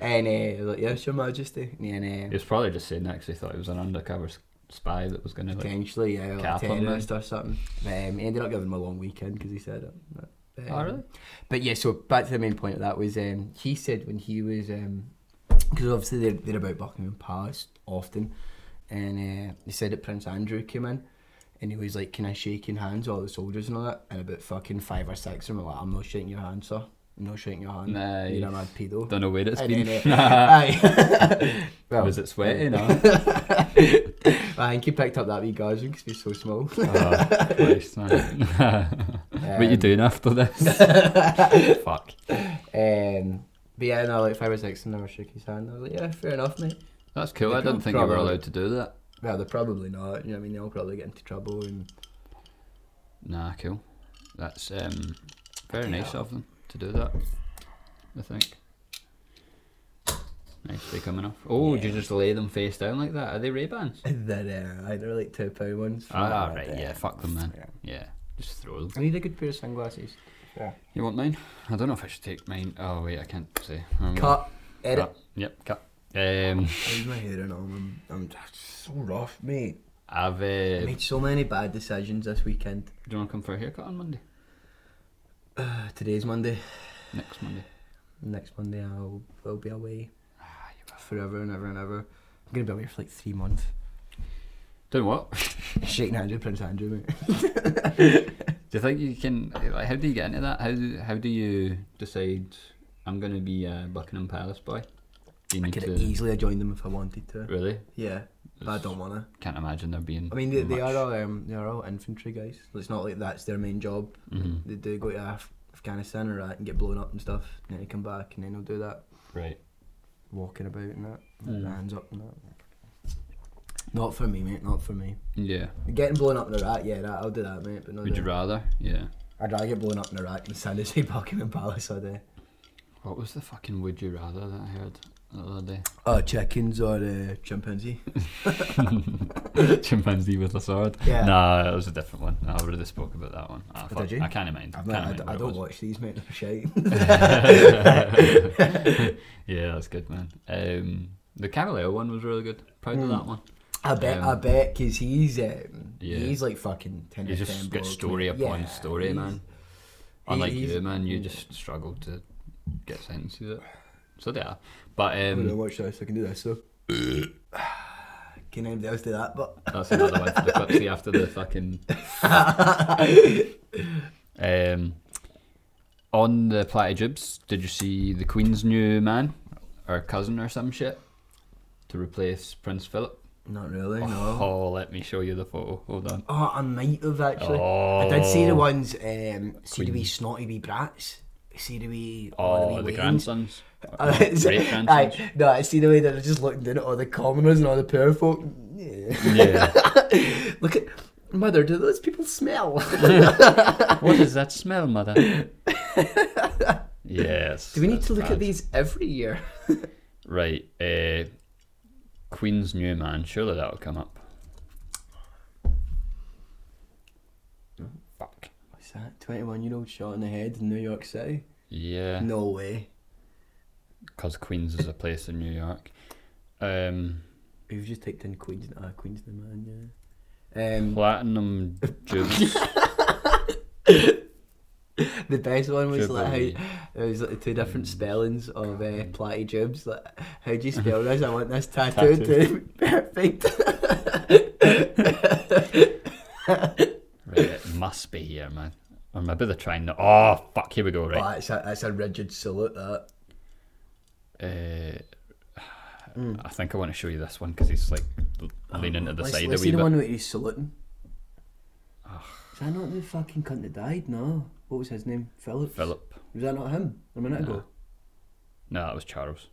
[SPEAKER 1] and uh, he was like, "Yes, Your Majesty," and
[SPEAKER 2] He
[SPEAKER 1] uh,
[SPEAKER 2] was probably just saying that 'cause he thought it was an undercover s- spy that was going to like.
[SPEAKER 1] potentially yeah, like a
[SPEAKER 2] Cap on
[SPEAKER 1] terrorist or something. But um, he ended up giving him a long weekend because he said it. But, um,
[SPEAKER 2] Oh, really?
[SPEAKER 1] But yeah, so back to the main point of that was um, he said when he was because obviously they're, they're about Buckingham Palace often, and uh, he said that Prince Andrew came in, and he was like, "Can I shake your hands, all the soldiers and all that?" And about fucking five or six of them were like, "I'm not shaking your hand, sir. I'm not shaking your hand. You're a mad
[SPEAKER 2] Nice.
[SPEAKER 1] pedo."
[SPEAKER 2] Don't know where it's
[SPEAKER 1] And
[SPEAKER 2] been.
[SPEAKER 1] then, uh, aye. well,
[SPEAKER 2] was it sweaty? No.
[SPEAKER 1] I think he picked up that wee guardsman because he's so small.
[SPEAKER 2] oh, Christ, man. what you
[SPEAKER 1] Um,
[SPEAKER 2] doing after this? Fuck.
[SPEAKER 1] Um, but yeah, no, like five or six, and never shook his hand. I was like, yeah, fair enough, mate.
[SPEAKER 2] That's cool.
[SPEAKER 1] They
[SPEAKER 2] I didn't
[SPEAKER 1] could
[SPEAKER 2] think you were
[SPEAKER 1] probably-
[SPEAKER 2] allowed to do that.
[SPEAKER 1] Well, they're probably not. You know, what I mean, they'll probably get into trouble. And
[SPEAKER 2] Nah, cool. That's um, very nice of them to do that. I think. Nicely coming off. Oh, do you just lay them face down like that? Are they Ray Bans?
[SPEAKER 1] then, uh, I they're like two pound ones.
[SPEAKER 2] Ah, right. Yeah, fuck them then.
[SPEAKER 1] Yeah.
[SPEAKER 2] Yeah, just throw them.
[SPEAKER 1] I need a good pair of sunglasses. Yeah.
[SPEAKER 2] You want mine? I don't know if I should take mine. Oh wait, I can't say. Um,
[SPEAKER 1] Cut. Edit.
[SPEAKER 2] cut. Yep, cut.
[SPEAKER 1] I
[SPEAKER 2] Um,
[SPEAKER 1] use my hair and all. I'm, I'm just so rough, mate.
[SPEAKER 2] I've.
[SPEAKER 1] I
[SPEAKER 2] Uh,
[SPEAKER 1] made so many bad decisions this weekend.
[SPEAKER 2] Do you want to come for a haircut on Monday?
[SPEAKER 1] Uh, today's Monday.
[SPEAKER 2] Next Monday.
[SPEAKER 1] Next Monday, I'll, I'll be away
[SPEAKER 2] Ah, you bastard.
[SPEAKER 1] forever and ever and ever. I'm gonna be away for like three months.
[SPEAKER 2] Doing what?
[SPEAKER 1] Shaking Andrew, Prince Andrew, mate.
[SPEAKER 2] Do you think you can? Like, how do you get into that? How do how do you decide I'm going to be a Buckingham Palace boy? Do you
[SPEAKER 1] I
[SPEAKER 2] need
[SPEAKER 1] could
[SPEAKER 2] to-
[SPEAKER 1] have easily have joined them if I wanted to.
[SPEAKER 2] really?
[SPEAKER 1] Yeah, but I don't wanna.
[SPEAKER 2] Can't imagine there being.
[SPEAKER 1] I mean, they, they
[SPEAKER 2] much-
[SPEAKER 1] are all um, they are all infantry guys. It's not like that's their main job.
[SPEAKER 2] Mhm.
[SPEAKER 1] They do go to Af- Afghanistan or that and get blown up and stuff, and then they come back and then they'll do that
[SPEAKER 2] right.
[SPEAKER 1] walking about and that,
[SPEAKER 2] Mm.
[SPEAKER 1] their hands up and that. Not for me, mate. Not for me.
[SPEAKER 2] Yeah.
[SPEAKER 1] Getting blown up in Iraq, yeah, that, I'll do that, mate. But no,
[SPEAKER 2] Would you
[SPEAKER 1] do-
[SPEAKER 2] rather? Yeah.
[SPEAKER 1] I'd rather get blown up in Iraq than stand outside Buckingham Palace all day.
[SPEAKER 2] What was the fucking would you rather that I heard the other day?
[SPEAKER 1] Oh, chickens or uh, chimpanzee?
[SPEAKER 2] Chimpanzee with a sword.
[SPEAKER 1] Yeah.
[SPEAKER 2] Nah, it was a different one. I already spoke about that one. Ah, fuck,
[SPEAKER 1] you?
[SPEAKER 2] I can't mind.
[SPEAKER 1] I've not, I,
[SPEAKER 2] can't mind
[SPEAKER 1] d-
[SPEAKER 2] what
[SPEAKER 1] I
[SPEAKER 2] it
[SPEAKER 1] don't
[SPEAKER 2] was.
[SPEAKER 1] watch these, mate. They're shite.
[SPEAKER 2] yeah, that's good, man. Um, the Cavaleo one was really good. Proud
[SPEAKER 1] Hmm.
[SPEAKER 2] of that one.
[SPEAKER 1] I bet, I
[SPEAKER 2] Um,
[SPEAKER 1] bet, cause he's um,
[SPEAKER 2] Yeah.
[SPEAKER 1] he's like fucking ten.
[SPEAKER 2] You
[SPEAKER 1] out of
[SPEAKER 2] just
[SPEAKER 1] 10
[SPEAKER 2] get
[SPEAKER 1] bloke,
[SPEAKER 2] story
[SPEAKER 1] mate.
[SPEAKER 2] upon
[SPEAKER 1] Yeah,
[SPEAKER 2] story,
[SPEAKER 1] he's-
[SPEAKER 2] man. Unlike
[SPEAKER 1] he's-
[SPEAKER 2] you, man, you just struggle to get sentences out. So they are. But um,
[SPEAKER 1] watch this. I can do this. So, can anybody else do that? But
[SPEAKER 2] that's another one for the clipsy after the fucking. um, on the Platy Jibs, did you see the Queen's new man or cousin or some shit to replace Prince Philip?
[SPEAKER 1] not really. No.
[SPEAKER 2] Oh, let me show you the photo. Hold on.
[SPEAKER 1] Oh, I might have actually. I did see the ones. Um, see the wee
[SPEAKER 2] Oh. Queen.
[SPEAKER 1] snotty wee brats. See the wee. all
[SPEAKER 2] Oh,
[SPEAKER 1] wee
[SPEAKER 2] the
[SPEAKER 1] Wayans.
[SPEAKER 2] grandsons.
[SPEAKER 1] Uh, it's-
[SPEAKER 2] Great grandsons.
[SPEAKER 1] aye, no, I see the way that they're just looking down at all the commoners and all the poor folk. Yeah.
[SPEAKER 2] Yeah.
[SPEAKER 1] Look at mother. Do those people smell?
[SPEAKER 2] what is that smell, mother? yes.
[SPEAKER 1] do we need
[SPEAKER 2] that's
[SPEAKER 1] to look
[SPEAKER 2] bad.
[SPEAKER 1] at these every year?
[SPEAKER 2] Right. Uh, Queen's new man. Surely that'll come up. Fuck.
[SPEAKER 1] What's that? 21 year old shot in the head in New York City?
[SPEAKER 2] Yeah.
[SPEAKER 1] No way.
[SPEAKER 2] Because Queens is a place in New York. Um,
[SPEAKER 1] We've just typed in Queens. Ah, Queens the man, yeah. Um,
[SPEAKER 2] platinum juice.
[SPEAKER 1] The best one was like
[SPEAKER 2] Jubilee.
[SPEAKER 1] how it was like two different spellings of uh, platy jibs. Like, how do you spell this? I want this tattooed. Perfect.
[SPEAKER 2] right, it must be here, man. Or maybe they're trying to. Oh, fuck, here we go,
[SPEAKER 1] Well,
[SPEAKER 2] right.
[SPEAKER 1] that's a, that's a rigid salute. That
[SPEAKER 2] Uh,
[SPEAKER 1] Mm.
[SPEAKER 2] I think I want to show you this one because he's like leaning to the
[SPEAKER 1] let's,
[SPEAKER 2] side
[SPEAKER 1] let's
[SPEAKER 2] a
[SPEAKER 1] see
[SPEAKER 2] wee
[SPEAKER 1] the
[SPEAKER 2] bit.
[SPEAKER 1] one where he's saluting. Is that not the fucking cunt that died? No. What was his name? Phillips.
[SPEAKER 2] Philip.
[SPEAKER 1] Was that not him a minute ago?
[SPEAKER 2] No, that was Charles.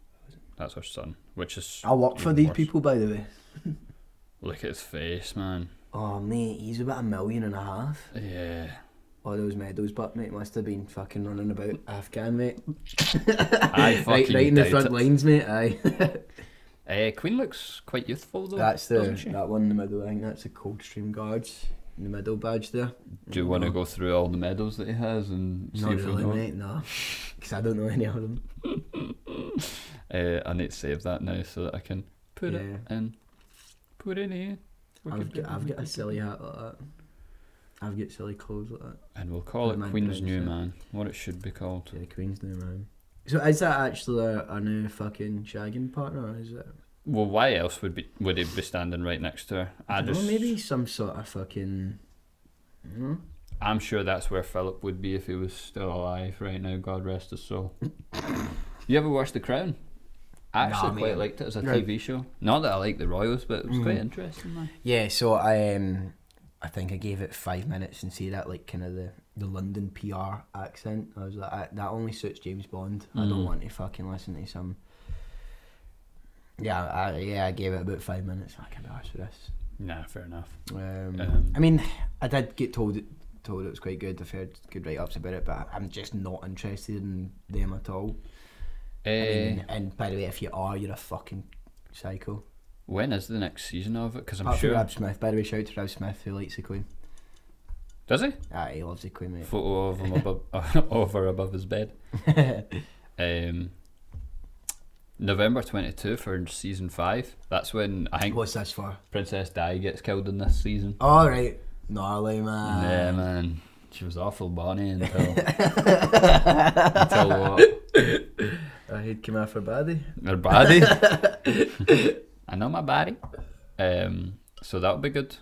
[SPEAKER 2] That's her son, which is.
[SPEAKER 1] I work for
[SPEAKER 2] even
[SPEAKER 1] these
[SPEAKER 2] worse.
[SPEAKER 1] people, by the way.
[SPEAKER 2] Look at his face, man.
[SPEAKER 1] Oh mate, he's about a million and a half.
[SPEAKER 2] Yeah.
[SPEAKER 1] All those medals, but mate must have been fucking running about Afghan, mate.
[SPEAKER 2] I fucking
[SPEAKER 1] right, right in the
[SPEAKER 2] doubt
[SPEAKER 1] front
[SPEAKER 2] it.
[SPEAKER 1] lines, mate. Aye.
[SPEAKER 2] Uh, Queen looks quite youthful though.
[SPEAKER 1] that's the
[SPEAKER 2] doesn't she?
[SPEAKER 1] that one in the middle. I think that's the Coldstream Guards in the middle badge there.
[SPEAKER 2] Do you want to go through all the medals that he has and see
[SPEAKER 1] Not
[SPEAKER 2] if we
[SPEAKER 1] really,
[SPEAKER 2] know?
[SPEAKER 1] mate. No, because I don't know any of them.
[SPEAKER 2] Uh, I need to save that now so that I can put it
[SPEAKER 1] Yeah.
[SPEAKER 2] in. Put it in. We
[SPEAKER 1] I've
[SPEAKER 2] could do
[SPEAKER 1] got, I've
[SPEAKER 2] it.
[SPEAKER 1] got a silly hat like that. I've got silly clothes like that.
[SPEAKER 2] And we'll call it
[SPEAKER 1] Mine
[SPEAKER 2] Queen's
[SPEAKER 1] brings
[SPEAKER 2] New
[SPEAKER 1] it.
[SPEAKER 2] Man. What it should be called.
[SPEAKER 1] To the Queen's new man. So is that actually a, a new fucking shagging partner? Or is it?
[SPEAKER 2] Well, why else would be would he be standing right next to her? I
[SPEAKER 1] dunno,
[SPEAKER 2] just
[SPEAKER 1] maybe some sort of fucking. You know?
[SPEAKER 2] I'm sure that's where Philip would be if he was still alive right now. God rest his soul. you ever watched The Crown? I
[SPEAKER 1] Nah,
[SPEAKER 2] actually
[SPEAKER 1] mate.
[SPEAKER 2] quite liked it as a
[SPEAKER 1] Right. Mm-hmm.
[SPEAKER 2] TV show. Not that I like the Royals, but it was quite interesting. Man.
[SPEAKER 1] Yeah, so I um, I think I gave it five minutes and see that like kind of the, the London PR accent. I was like, I, that only suits James Bond. I
[SPEAKER 2] Mm.
[SPEAKER 1] don't want to fucking listen to some. Yeah, I, yeah, I gave it about five minutes. I can't be arsed with this.
[SPEAKER 2] Nah, fair enough.
[SPEAKER 1] Um,
[SPEAKER 2] Um,
[SPEAKER 1] I mean, I did get told it, told it was quite good. I've heard good write ups about it, but I'm just not interested in them at all. I mean,
[SPEAKER 2] Eh,
[SPEAKER 1] and by the way, if you are, you're a fucking psycho.
[SPEAKER 2] when is the next season of it? Because I'm
[SPEAKER 1] Apart
[SPEAKER 2] sure.
[SPEAKER 1] from Rab Smith, by the way, shout out to Rab Smith who likes the Queen.
[SPEAKER 2] Does he?
[SPEAKER 1] Ah, he loves the Queen, mate.
[SPEAKER 2] Photo of him above, over above his bed. um, November 22 for season 5. That's when I think
[SPEAKER 1] What's this for?
[SPEAKER 2] Princess Di gets killed in this season.
[SPEAKER 1] All right, gnarly man.
[SPEAKER 2] yeah, man. She was awful Bonnie until. until what?
[SPEAKER 1] I hate came off her body.
[SPEAKER 2] Her body. I know my body. Um, so that'll be good.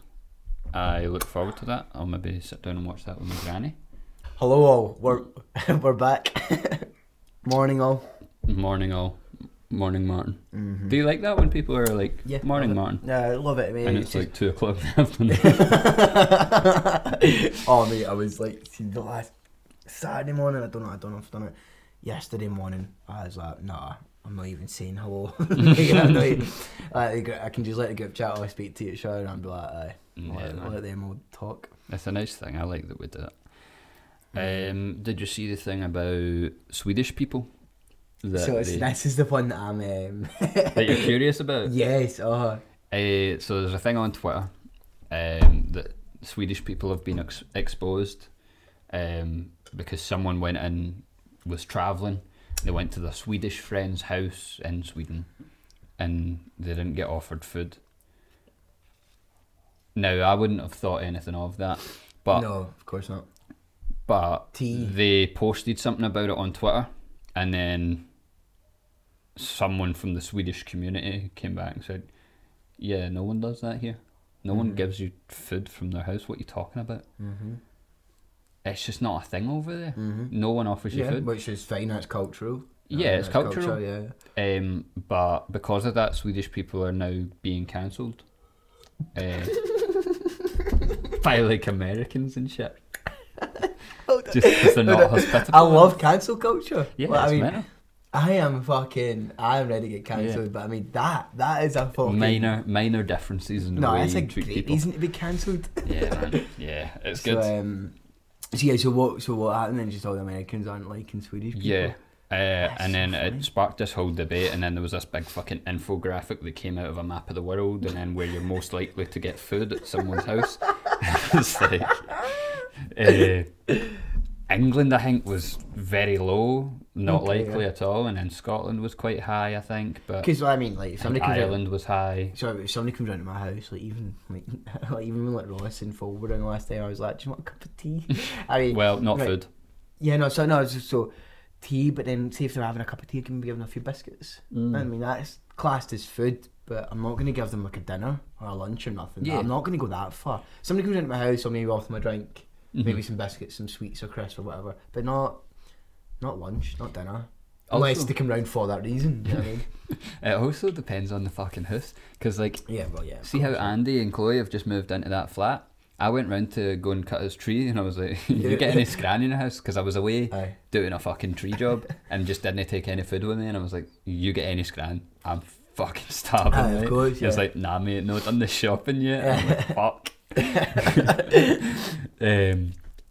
[SPEAKER 2] I look forward to that. I'll maybe sit down and watch that with my granny.
[SPEAKER 1] Hello all, we're we're back. Morning all.
[SPEAKER 2] Morning, all. Morning, Martin. Do you like that when people are like,
[SPEAKER 1] Mm-hmm. Yeah,
[SPEAKER 2] morning,
[SPEAKER 1] love it.
[SPEAKER 2] Martin?
[SPEAKER 1] Yeah, I love it, mate.
[SPEAKER 2] And it's like two o'clock in the afternoon.
[SPEAKER 1] just- oh mate, I was like see, the last Saturday morning. I don't know. I don't know if I've done it. Yesterday morning, I was like, nah. I'm not even saying hello. Like, I'm not even- like, I can just let the group chat all speak to each other and be like, aye,
[SPEAKER 2] Yeah,
[SPEAKER 1] let,
[SPEAKER 2] man.
[SPEAKER 1] let them all talk.
[SPEAKER 2] That's a nice thing. I like that we did it. Um, did you see the thing about Swedish people? That,
[SPEAKER 1] so it's,
[SPEAKER 2] they-
[SPEAKER 1] this is the one that I'm. Um,
[SPEAKER 2] that you're curious about?
[SPEAKER 1] yes. Oh.
[SPEAKER 2] Uh, so there's a thing on Twitter um, that Swedish people have been ex- exposed um, because someone went and was travelling. They went to their Swedish friend's house in Sweden, and they didn't get offered food. Now I wouldn't have thought anything of that, but
[SPEAKER 1] no, of course not.
[SPEAKER 2] but
[SPEAKER 1] Tea.
[SPEAKER 2] they posted something about it on Twitter, and then someone from the Swedish community came back and said, "Yeah, no one does that here. No one gives you food from their house. What are you talking about?
[SPEAKER 1] Mm-hmm.
[SPEAKER 2] It's just not a thing over there.
[SPEAKER 1] Mhm.
[SPEAKER 2] No one offers you
[SPEAKER 1] Yeah,
[SPEAKER 2] food."
[SPEAKER 1] which is fine. That's cultural.
[SPEAKER 2] Yeah, it's
[SPEAKER 1] that's
[SPEAKER 2] cultural.
[SPEAKER 1] yeah.
[SPEAKER 2] Um, but because of that, Swedish people are now being cancelled. Uh, by like Americans and shit. Just because they're not hospitable.
[SPEAKER 1] I love cancel culture.
[SPEAKER 2] Yeah,
[SPEAKER 1] Like, I
[SPEAKER 2] it's
[SPEAKER 1] mean,
[SPEAKER 2] mental.
[SPEAKER 1] I am fucking. I am ready to get cancelled,
[SPEAKER 2] Yeah.
[SPEAKER 1] but I mean that that is a fucking
[SPEAKER 2] minor minor differences in the
[SPEAKER 1] No,
[SPEAKER 2] way
[SPEAKER 1] that's
[SPEAKER 2] you
[SPEAKER 1] a
[SPEAKER 2] treat
[SPEAKER 1] great
[SPEAKER 2] people.
[SPEAKER 1] reason to be cancelled.
[SPEAKER 2] Yeah, man. yeah, it's
[SPEAKER 1] So,
[SPEAKER 2] good.
[SPEAKER 1] um, so yeah, so what? So what happened? Then just all the Americans aren't liking Swedish people.
[SPEAKER 2] yeah. Uh,
[SPEAKER 1] That's
[SPEAKER 2] and
[SPEAKER 1] so
[SPEAKER 2] then
[SPEAKER 1] funny.
[SPEAKER 2] it sparked this whole debate, and then there was this big fucking infographic that came out of a map of the world, and then where you're most likely to get food at someone's house. it's like, uh, England, I think, was very low, not
[SPEAKER 1] Okay,
[SPEAKER 2] likely
[SPEAKER 1] yeah.
[SPEAKER 2] at all, and then Scotland was quite high, I think. But
[SPEAKER 1] Because I mean, like, if somebody comes
[SPEAKER 2] Ireland was high.
[SPEAKER 1] So if somebody comes round to my house, like even like, like even when like Ross and Phil were in last time, I was like, "Do you want a cup of tea?" I mean,
[SPEAKER 2] Well, not
[SPEAKER 1] right,
[SPEAKER 2] food.
[SPEAKER 1] Yeah, no, so no, it's just so tea. But then, say if they're having a cup of tea, I can be giving a few biscuits.
[SPEAKER 2] Mm.
[SPEAKER 1] I mean, that's classed as food, but I'm not gonna give them like a dinner or a lunch or nothing.
[SPEAKER 2] Yeah.
[SPEAKER 1] I'm not gonna go that far. Somebody comes round to my house, I'll maybe offer them a drink,
[SPEAKER 2] Mm-hmm.
[SPEAKER 1] maybe some biscuits, some sweets or crisps or whatever, but not not lunch, not dinner. Unless
[SPEAKER 2] Also-
[SPEAKER 1] they come round for that reason. You know what I mean?
[SPEAKER 2] It also depends on the fucking house, because like,
[SPEAKER 1] Yeah, well, yeah. of
[SPEAKER 2] see how
[SPEAKER 1] course.
[SPEAKER 2] Andy and Chloe have just moved into that flat. I went round to go and cut his tree, and I was like, "You get any scran in the house?" Because I was away
[SPEAKER 1] Aye.
[SPEAKER 2] doing a fucking tree job, and just didn't take any food with me. And I was like, "You get any scran? I'm fucking starving."
[SPEAKER 1] Aye, of
[SPEAKER 2] mate."
[SPEAKER 1] course,
[SPEAKER 2] He was
[SPEAKER 1] yeah.
[SPEAKER 2] like, "Nah, mate, no done the shopping yet." I'm like, "Fuck." um,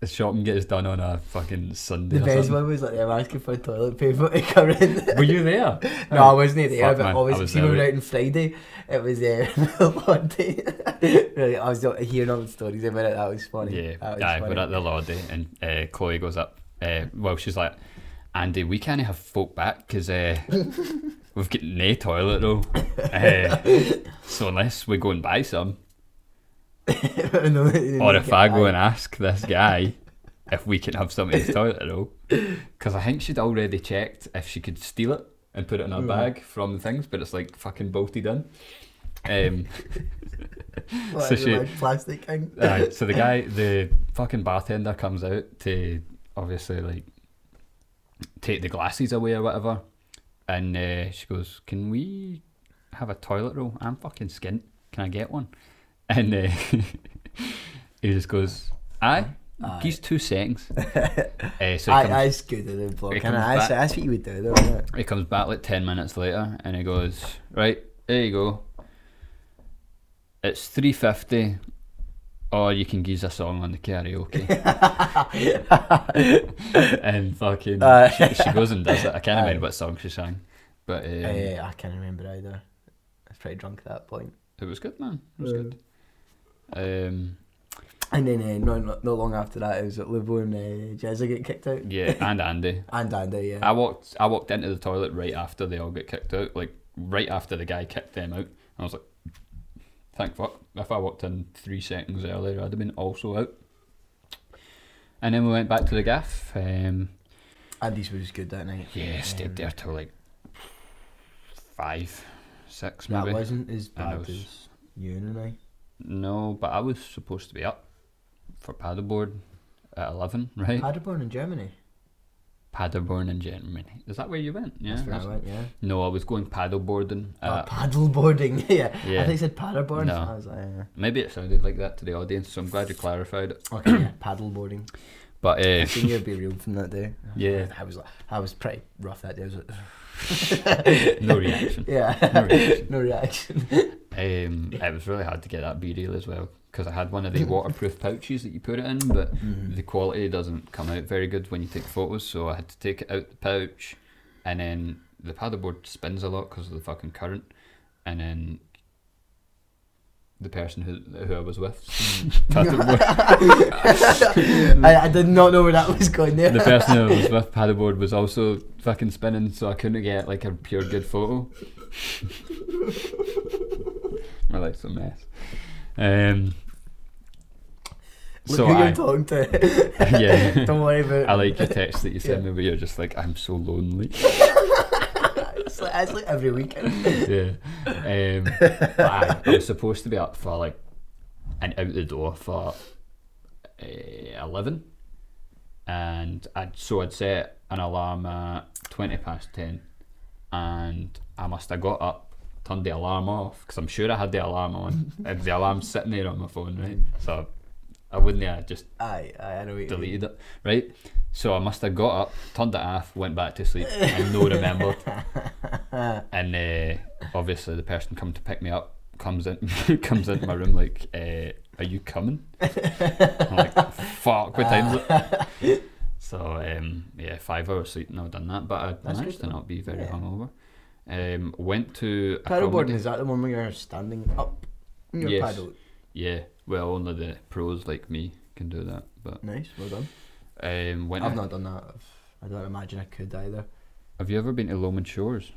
[SPEAKER 2] the shopping gets done on a fucking Sunday.
[SPEAKER 1] The
[SPEAKER 2] or
[SPEAKER 1] best
[SPEAKER 2] something.
[SPEAKER 1] one was like them asking for toilet paper to come in.
[SPEAKER 2] Were you there?
[SPEAKER 1] No, I wasn't there,
[SPEAKER 2] Fuck,
[SPEAKER 1] but
[SPEAKER 2] man, I
[SPEAKER 1] obviously
[SPEAKER 2] was
[SPEAKER 1] see, we were
[SPEAKER 2] there.
[SPEAKER 1] out on Friday. It was uh, Monday. really, I was not hearing all the stories about it. That was funny.
[SPEAKER 2] Yeah,
[SPEAKER 1] that was
[SPEAKER 2] aye,
[SPEAKER 1] funny.
[SPEAKER 2] we're at the lordy, and uh, Chloe goes up. Uh, well, she's like, Andy, we can't have folk back because uh, we've got no toilet roll. Uh, so unless we go and buy some,
[SPEAKER 1] No, they
[SPEAKER 2] or
[SPEAKER 1] didn't
[SPEAKER 2] if
[SPEAKER 1] get
[SPEAKER 2] I go
[SPEAKER 1] that.
[SPEAKER 2] and ask this guy if we can have some of his toilet roll, because I think she'd already checked if she could steal it and put it in her bag from the things, but it's like fucking bolted in. Um,
[SPEAKER 1] Like,
[SPEAKER 2] so
[SPEAKER 1] the
[SPEAKER 2] she-
[SPEAKER 1] large plastic thing.
[SPEAKER 2] Aye, so the guy, the fucking bartender comes out to obviously like take the glasses away or whatever, and uh, she goes, "Can we have a toilet roll? I'm fucking skint. Can I get one?" And uh, he just goes, "Aye." He's two seconds. uh, so he
[SPEAKER 1] Aye,
[SPEAKER 2] comes,
[SPEAKER 1] that's good at the block.
[SPEAKER 2] it
[SPEAKER 1] And
[SPEAKER 2] comes
[SPEAKER 1] that's,
[SPEAKER 2] back.
[SPEAKER 1] that's what you would do, though. Isn't it?
[SPEAKER 2] he comes back like 10 minutes later and he goes, Right, there you go. It's 350 or you can use a song on the karaoke. and fucking,
[SPEAKER 1] Aye.
[SPEAKER 2] she, she goes and does it. I can't remember what song she sang, but um,
[SPEAKER 1] Uh, I can't remember either. I was pretty drunk at that point.
[SPEAKER 2] it was good, man. It was
[SPEAKER 1] uh,
[SPEAKER 2] good. Um,
[SPEAKER 1] And then uh, not, not, not long after that, it was at Liverpool and uh, Jezza get kicked out.
[SPEAKER 2] yeah, and Andy.
[SPEAKER 1] And Andy, yeah.
[SPEAKER 2] I walked I walked into the toilet right after they all got kicked out, like right after the guy kicked them out. I was like, thank fuck. If I walked in three seconds earlier, I'd have been also out. And then we went back to the gaff. Um,
[SPEAKER 1] Andy's was good that night.
[SPEAKER 2] yeah,
[SPEAKER 1] Um,
[SPEAKER 2] stayed there till like five, six
[SPEAKER 1] That
[SPEAKER 2] maybe.
[SPEAKER 1] wasn't as
[SPEAKER 2] And I
[SPEAKER 1] bad
[SPEAKER 2] was-
[SPEAKER 1] as you and I.
[SPEAKER 2] No, but I was supposed to be up for paddleboard at eleven, right?
[SPEAKER 1] Paderborn in Germany.
[SPEAKER 2] Paderborn in Germany. Is that where you went? Yeah.
[SPEAKER 1] That's where I
[SPEAKER 2] that's-
[SPEAKER 1] went, yeah.
[SPEAKER 2] No, I was going paddleboarding.
[SPEAKER 1] Oh,
[SPEAKER 2] at-
[SPEAKER 1] paddleboarding, yeah.
[SPEAKER 2] Uh, yeah.
[SPEAKER 1] I think it said paddleboard.
[SPEAKER 2] No.
[SPEAKER 1] I was like, yeah.
[SPEAKER 2] Maybe it sounded like that to the audience, so I'm glad you clarified it.
[SPEAKER 1] okay, yeah, paddleboarding.
[SPEAKER 2] But uh,
[SPEAKER 1] Senior be real from that day.
[SPEAKER 2] Yeah.
[SPEAKER 1] I was like, I was pretty rough that day. I was like,
[SPEAKER 2] no reaction. No
[SPEAKER 1] yeah,
[SPEAKER 2] reaction.
[SPEAKER 1] no reaction.
[SPEAKER 2] Um, it was really hard to get that B reel as well because I had one of the waterproof pouches that you put it in, but the quality doesn't come out very good when you take photos, so I had to take it out the pouch, and then the paddleboard spins a lot because of the fucking current, and then the person who who I was with, paddleboard,
[SPEAKER 1] I, I did not know where that was going there.
[SPEAKER 2] the person who I was with paddleboard was also fucking spinning, so I couldn't get like a pure good photo. My life's a mess. Um,
[SPEAKER 1] Look
[SPEAKER 2] so
[SPEAKER 1] who
[SPEAKER 2] I,
[SPEAKER 1] you're talking to.
[SPEAKER 2] yeah,
[SPEAKER 1] Don't worry about it.
[SPEAKER 2] I like your text that you sent
[SPEAKER 1] Yeah.
[SPEAKER 2] me where you're just like, I'm so lonely.
[SPEAKER 1] It's like, it's like every weekend.
[SPEAKER 2] yeah. Um, but I, I was supposed to be up for like and out the door for uh, eleven, and I'd so I'd set an alarm at twenty past ten, and I must have got up, turned the alarm off because I'm sure I had the alarm on. and the alarm's sitting there on my phone, right? So I wouldn't have just
[SPEAKER 1] Aye, aye, I know what you mean.
[SPEAKER 2] deleted it, right? So I must have got up, turned it off, went back to sleep, and no remembered. and uh, obviously, the person come to pick me up comes in, comes into my room like, uh, "Are you coming?" I'm like, "Fuck, what time's it?" So um, yeah, five hours sleep. No, done that, but I managed
[SPEAKER 1] good
[SPEAKER 2] to
[SPEAKER 1] though.
[SPEAKER 2] not be very
[SPEAKER 1] Yeah.
[SPEAKER 2] hungover. Um, went to a
[SPEAKER 1] Paddleboarding,
[SPEAKER 2] comedy-
[SPEAKER 1] is that the one where you're standing up? in your
[SPEAKER 2] Yes.
[SPEAKER 1] paddle.
[SPEAKER 2] Yeah, well, only the pros like me. can do that. But
[SPEAKER 1] Nice, well done.
[SPEAKER 2] um, winter.
[SPEAKER 1] I've not done that. I've- I don't imagine I could either.
[SPEAKER 2] Have you ever been to Lomond Shores?